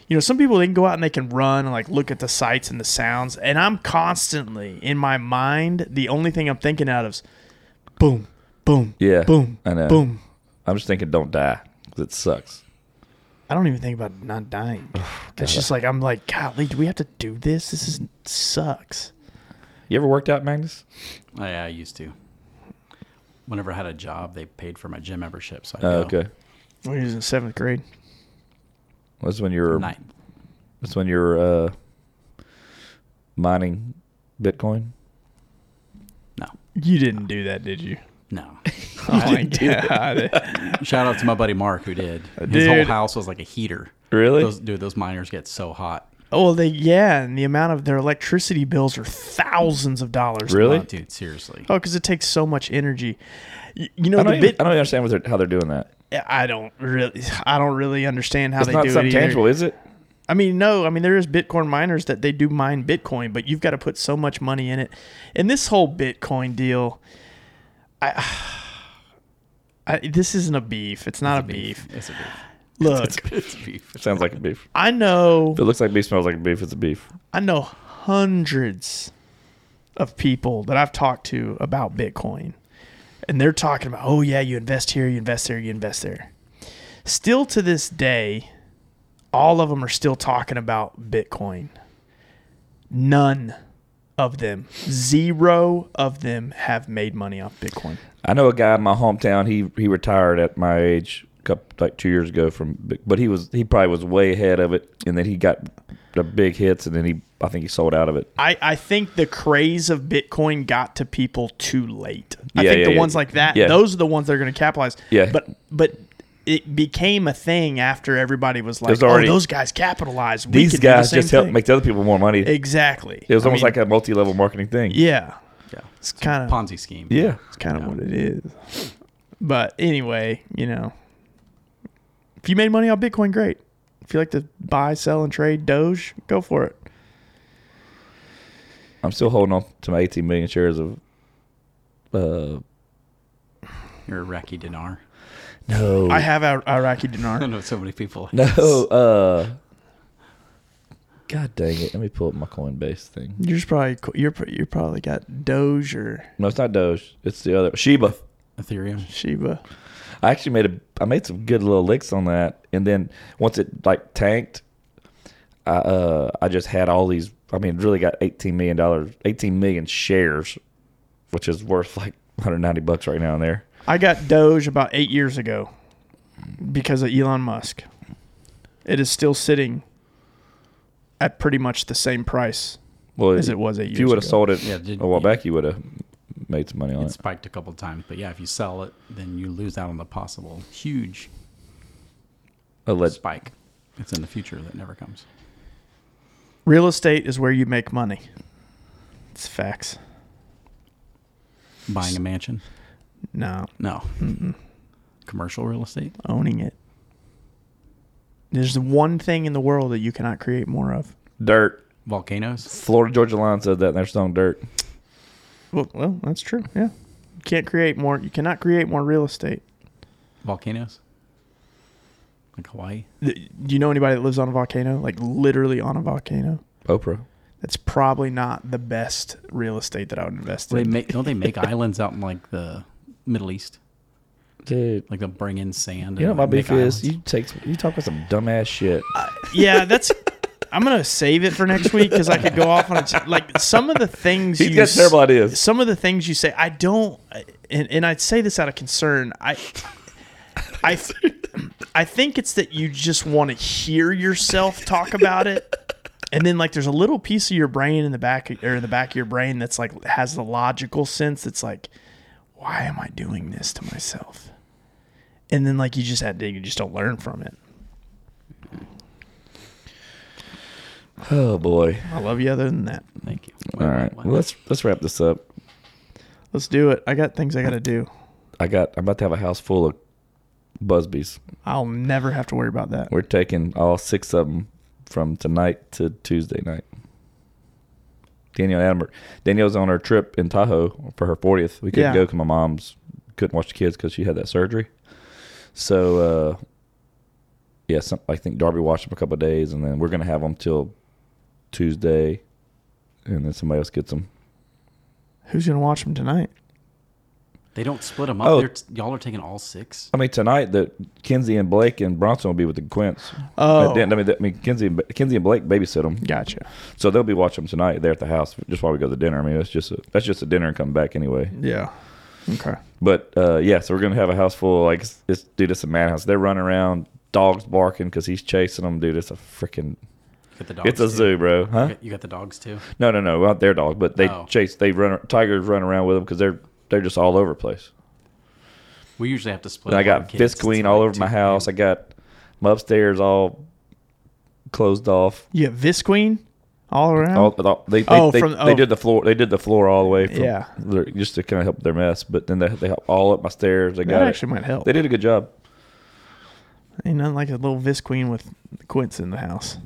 [SPEAKER 2] you know some people they can go out and they can run and like look at the sights and the sounds and i'm constantly in my mind the only thing i'm thinking out of is boom boom
[SPEAKER 1] Yeah,
[SPEAKER 2] boom
[SPEAKER 1] I know.
[SPEAKER 2] boom
[SPEAKER 1] I'm just thinking, don't die 'cause it sucks.
[SPEAKER 2] i don't even think about not dying it's just like i'm like golly do we have to do this this is sucks
[SPEAKER 1] You ever worked out, Magnus?
[SPEAKER 4] Oh, yeah, I used to. Whenever I had a job, they paid for my gym membership. So I
[SPEAKER 1] Oh,
[SPEAKER 4] go
[SPEAKER 1] okay.
[SPEAKER 2] when he was in seventh grade
[SPEAKER 1] That's when you're.
[SPEAKER 4] ninth.
[SPEAKER 1] That's when you're uh, mining Bitcoin.
[SPEAKER 4] No,
[SPEAKER 2] you didn't do that did <laughs> you
[SPEAKER 4] no. <laughs>
[SPEAKER 2] oh my god
[SPEAKER 4] Shout out to my buddy Mark who did. His whole
[SPEAKER 2] Dude.
[SPEAKER 4] house was like a heater.
[SPEAKER 1] Uh, Really?
[SPEAKER 4] Those, dude, those miners get so hot.
[SPEAKER 2] oh <laughs> well, they yeah and the amount of their electricity bills are thousands of dollars a
[SPEAKER 1] Really?
[SPEAKER 2] month.
[SPEAKER 4] Uh, Dude, seriously.
[SPEAKER 2] Oh, because it takes so much energy. You, you know
[SPEAKER 1] I
[SPEAKER 2] the
[SPEAKER 1] don't, even,
[SPEAKER 2] bit.
[SPEAKER 1] I don't even understand what they're, how they're doing that.
[SPEAKER 2] I don't really. I don't really understand how
[SPEAKER 1] It's
[SPEAKER 2] they
[SPEAKER 1] not
[SPEAKER 2] do
[SPEAKER 1] something
[SPEAKER 2] it.
[SPEAKER 1] tangible,
[SPEAKER 2] either.
[SPEAKER 1] is it?
[SPEAKER 2] I mean, no. I mean, there is Bitcoin miners that they do mine Bitcoin, but you've got to put so much money in it. And this whole Bitcoin deal, <sighs> I, I this isn't a beef. It's not a, beef.
[SPEAKER 4] It's a beef.
[SPEAKER 2] Look,
[SPEAKER 4] It's a beef.
[SPEAKER 1] It sounds like a beef.
[SPEAKER 2] I know.
[SPEAKER 1] If it looks like beef, smells like beef. It's a beef.
[SPEAKER 2] I know hundreds of people that I've talked to about Bitcoin, and they're talking about, oh, yeah, you invest here, you invest there, you invest there. Still to this day, all of them are still talking about Bitcoin. None of them, zero of them have made money off Bitcoin.
[SPEAKER 1] I know a guy in my hometown. He he retired at my age, couple, like two years ago from, Bi- but he was he probably was way ahead of it, and then he got the big hits, and then he I think he sold out of it.
[SPEAKER 2] I, I think the craze of Bitcoin got to people too late. I
[SPEAKER 1] Yeah,
[SPEAKER 2] think
[SPEAKER 1] yeah,
[SPEAKER 2] the
[SPEAKER 1] yeah.
[SPEAKER 2] ones like that,
[SPEAKER 1] Yeah.
[SPEAKER 2] those are the ones that are going to capitalize.
[SPEAKER 1] Yeah.
[SPEAKER 2] But but it became a thing after everybody was like,
[SPEAKER 1] There's already-
[SPEAKER 2] "Oh, those guys capitalized. We
[SPEAKER 1] These
[SPEAKER 2] can do the
[SPEAKER 1] guys
[SPEAKER 2] same
[SPEAKER 1] just helped
[SPEAKER 2] thing."
[SPEAKER 1] make the other people more money. It
[SPEAKER 2] exactly.
[SPEAKER 1] was
[SPEAKER 2] I
[SPEAKER 1] almost
[SPEAKER 2] mean,
[SPEAKER 1] like a multi-level marketing thing.
[SPEAKER 2] yeah,
[SPEAKER 4] Yeah. It's
[SPEAKER 2] kind of
[SPEAKER 4] Ponzi scheme.
[SPEAKER 1] Yeah.
[SPEAKER 2] it's kind of what it is. But anyway, you know, if you made money on Bitcoin, great. If you like to buy, sell, and trade Doge, go for it.
[SPEAKER 1] I'm still holding on to my 18 million shares of. Uh,
[SPEAKER 4] You're a Iraqi dinar.
[SPEAKER 1] no,
[SPEAKER 2] I have Ar- Iraqi
[SPEAKER 4] <laughs> I
[SPEAKER 2] dinar.
[SPEAKER 4] know so many people.
[SPEAKER 1] no. Uh, God dang it! Let me pull up my Coinbase thing.
[SPEAKER 2] You're just probably co- you're pr- you're probably got Doge or
[SPEAKER 1] No, it's not Doge. It's the other Sheba.
[SPEAKER 4] Ethereum.
[SPEAKER 2] Shiba.
[SPEAKER 1] I I actually made a I made some good little licks on that, and then once it like tanked, I uh I just had all these. I mean, really got eighteen million dollars, eighteen million shares, which is worth like one hundred ninety bucks right now in there.
[SPEAKER 2] I got Doge about eight years ago because of Elon Musk. It is still sitting at pretty much the same price.
[SPEAKER 1] Well,
[SPEAKER 2] As it was
[SPEAKER 1] if
[SPEAKER 2] eight
[SPEAKER 1] you
[SPEAKER 2] years
[SPEAKER 1] would have
[SPEAKER 2] ago.
[SPEAKER 1] sold it
[SPEAKER 4] Yeah, did-
[SPEAKER 1] a while
[SPEAKER 4] yeah.
[SPEAKER 1] back, you would have made some money on
[SPEAKER 4] It
[SPEAKER 1] it.
[SPEAKER 4] spiked a couple times, but yeah, if you sell it, then you lose out on the possible huge
[SPEAKER 1] Alleged.
[SPEAKER 4] spike. It's in the future that never comes.
[SPEAKER 2] Real estate is where you make money. It's facts.
[SPEAKER 4] Buying a mansion?
[SPEAKER 2] No,
[SPEAKER 4] No. Commercial real estate?
[SPEAKER 2] owning it. There's one thing in the world that you cannot create more of.
[SPEAKER 1] Dirt.
[SPEAKER 4] Volcanoes?
[SPEAKER 1] Florida Georgia Line said that in their song "Dirt."
[SPEAKER 2] Well, well, that's true. Yeah. You can't create more. You cannot create more real estate.
[SPEAKER 4] Volcanoes? Like Hawaii?
[SPEAKER 2] Th- Do you know anybody that lives on a volcano? Like literally on a volcano?
[SPEAKER 1] Oprah.
[SPEAKER 2] That's probably not the best real estate that I would invest
[SPEAKER 4] They
[SPEAKER 2] in.
[SPEAKER 4] make don't
[SPEAKER 1] <laughs>
[SPEAKER 4] they make islands out in like the Middle East?
[SPEAKER 1] Dude,
[SPEAKER 4] Like they'll bring in sand.
[SPEAKER 1] you know
[SPEAKER 4] and,
[SPEAKER 1] what my
[SPEAKER 4] like, make
[SPEAKER 1] beef is
[SPEAKER 4] islands.
[SPEAKER 1] you take you talk about some dumbass shit.
[SPEAKER 2] yeah, that's. I'm gonna save it for next week because I could go off on a t- like some of the things
[SPEAKER 1] He's
[SPEAKER 2] you
[SPEAKER 1] got
[SPEAKER 2] s-
[SPEAKER 1] terrible ideas.
[SPEAKER 2] Some of the things you say, I don't, and, and I'd say this out of concern. I, I, I think it's that you just want to hear yourself talk about it, and then like there's a little piece of your brain in the back or in the back of your brain that's like has the logical sense that's like, why am I doing this to myself? And then like you just had to, you just don't learn from it.
[SPEAKER 1] Oh boy.
[SPEAKER 2] I love you other than that.
[SPEAKER 4] Thank you.
[SPEAKER 1] All right, well, let's let's wrap this up.
[SPEAKER 2] Let's do it. I got things I got to do.
[SPEAKER 1] I got. I'm about to have a house full of Busbys.
[SPEAKER 2] I'll never have to worry about that.
[SPEAKER 1] We're taking all six of them from tonight to Tuesday night. Danielle and Adam are- Danielle's on her trip in Tahoe for her 40th. We couldn't
[SPEAKER 2] Yeah.
[SPEAKER 1] go because my mom's couldn't watch the kids because she had that surgery. So, uh, yeah, some, I think Darby watched them a couple of days, and then we're gonna have them till Tuesday, and then somebody else gets them.
[SPEAKER 2] Who's gonna watch them tonight?
[SPEAKER 4] They don't split them up.
[SPEAKER 1] Oh.
[SPEAKER 4] They're t- y'all are taking all six.
[SPEAKER 1] I mean, tonight that Kenzie and Blake and Bronson will be with the Quints.
[SPEAKER 2] Oh.
[SPEAKER 1] I, mean, that- I mean, Kenzie and, Kenzie and Blake babysit them.
[SPEAKER 2] Gotcha.
[SPEAKER 1] So they'll be watching them tonight there at the house just while we go to dinner. I mean, that's just a, that's just a dinner and come back anyway.
[SPEAKER 2] Yeah. Okay.
[SPEAKER 1] But uh, yeah, so we're gonna have a house full of, like it's, it's dude, it's a madhouse. They're running around, dogs barking because he's chasing them, dude. It's a freaking
[SPEAKER 4] You got the dogs
[SPEAKER 1] it's a
[SPEAKER 4] too.
[SPEAKER 1] zoo, bro. Huh?
[SPEAKER 4] You got- You got the dogs too.
[SPEAKER 1] No, no, no, not their dog, but they
[SPEAKER 4] Oh.
[SPEAKER 1] chase. They run tigers run around with them because they're they're just all over the place.
[SPEAKER 4] We usually have to split.
[SPEAKER 1] And I
[SPEAKER 4] up our
[SPEAKER 1] got
[SPEAKER 4] kids. It's
[SPEAKER 1] Fist Queen
[SPEAKER 4] like
[SPEAKER 1] all over
[SPEAKER 4] two
[SPEAKER 1] my house. I
[SPEAKER 4] grand.
[SPEAKER 1] got my upstairs all closed off.
[SPEAKER 2] You got Visqueen all around.
[SPEAKER 1] All, all- they they,
[SPEAKER 2] Oh,
[SPEAKER 1] they,
[SPEAKER 2] from-
[SPEAKER 1] they
[SPEAKER 2] oh.
[SPEAKER 1] did the floor. They did the floor all the way. From
[SPEAKER 2] Yeah.
[SPEAKER 1] their- just to kind of help their mess. But then they they helped all up my stairs. They
[SPEAKER 2] that
[SPEAKER 1] got it.
[SPEAKER 2] actually might help.
[SPEAKER 1] They did a good
[SPEAKER 2] <laughs>
[SPEAKER 1] job.
[SPEAKER 2] Ain't nothing like a little Visqueen with Quince in the house.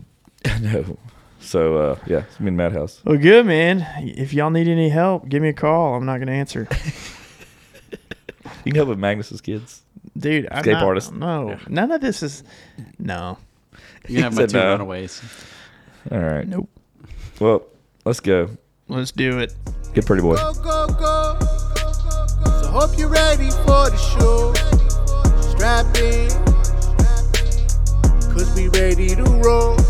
[SPEAKER 1] I know. So uh, yeah, it's me and Madhouse.
[SPEAKER 2] Well, good man. If y'all need any help, give me a call. I'm not
[SPEAKER 1] <laughs>
[SPEAKER 2] gonna answer,
[SPEAKER 1] You can help with Magnus's kids.
[SPEAKER 2] dude. I'm
[SPEAKER 1] Escape
[SPEAKER 2] not-
[SPEAKER 1] artist.
[SPEAKER 2] No, none of this is. No.
[SPEAKER 4] You can have my
[SPEAKER 1] said
[SPEAKER 4] two
[SPEAKER 1] no.
[SPEAKER 4] runaways.
[SPEAKER 1] All right.
[SPEAKER 2] Nope.
[SPEAKER 1] Well, let's go.
[SPEAKER 2] Let's do it.
[SPEAKER 1] Get pretty boy.
[SPEAKER 5] Go, go, go. So hope you're ready for the show. Strap in. Cause we ready to roll.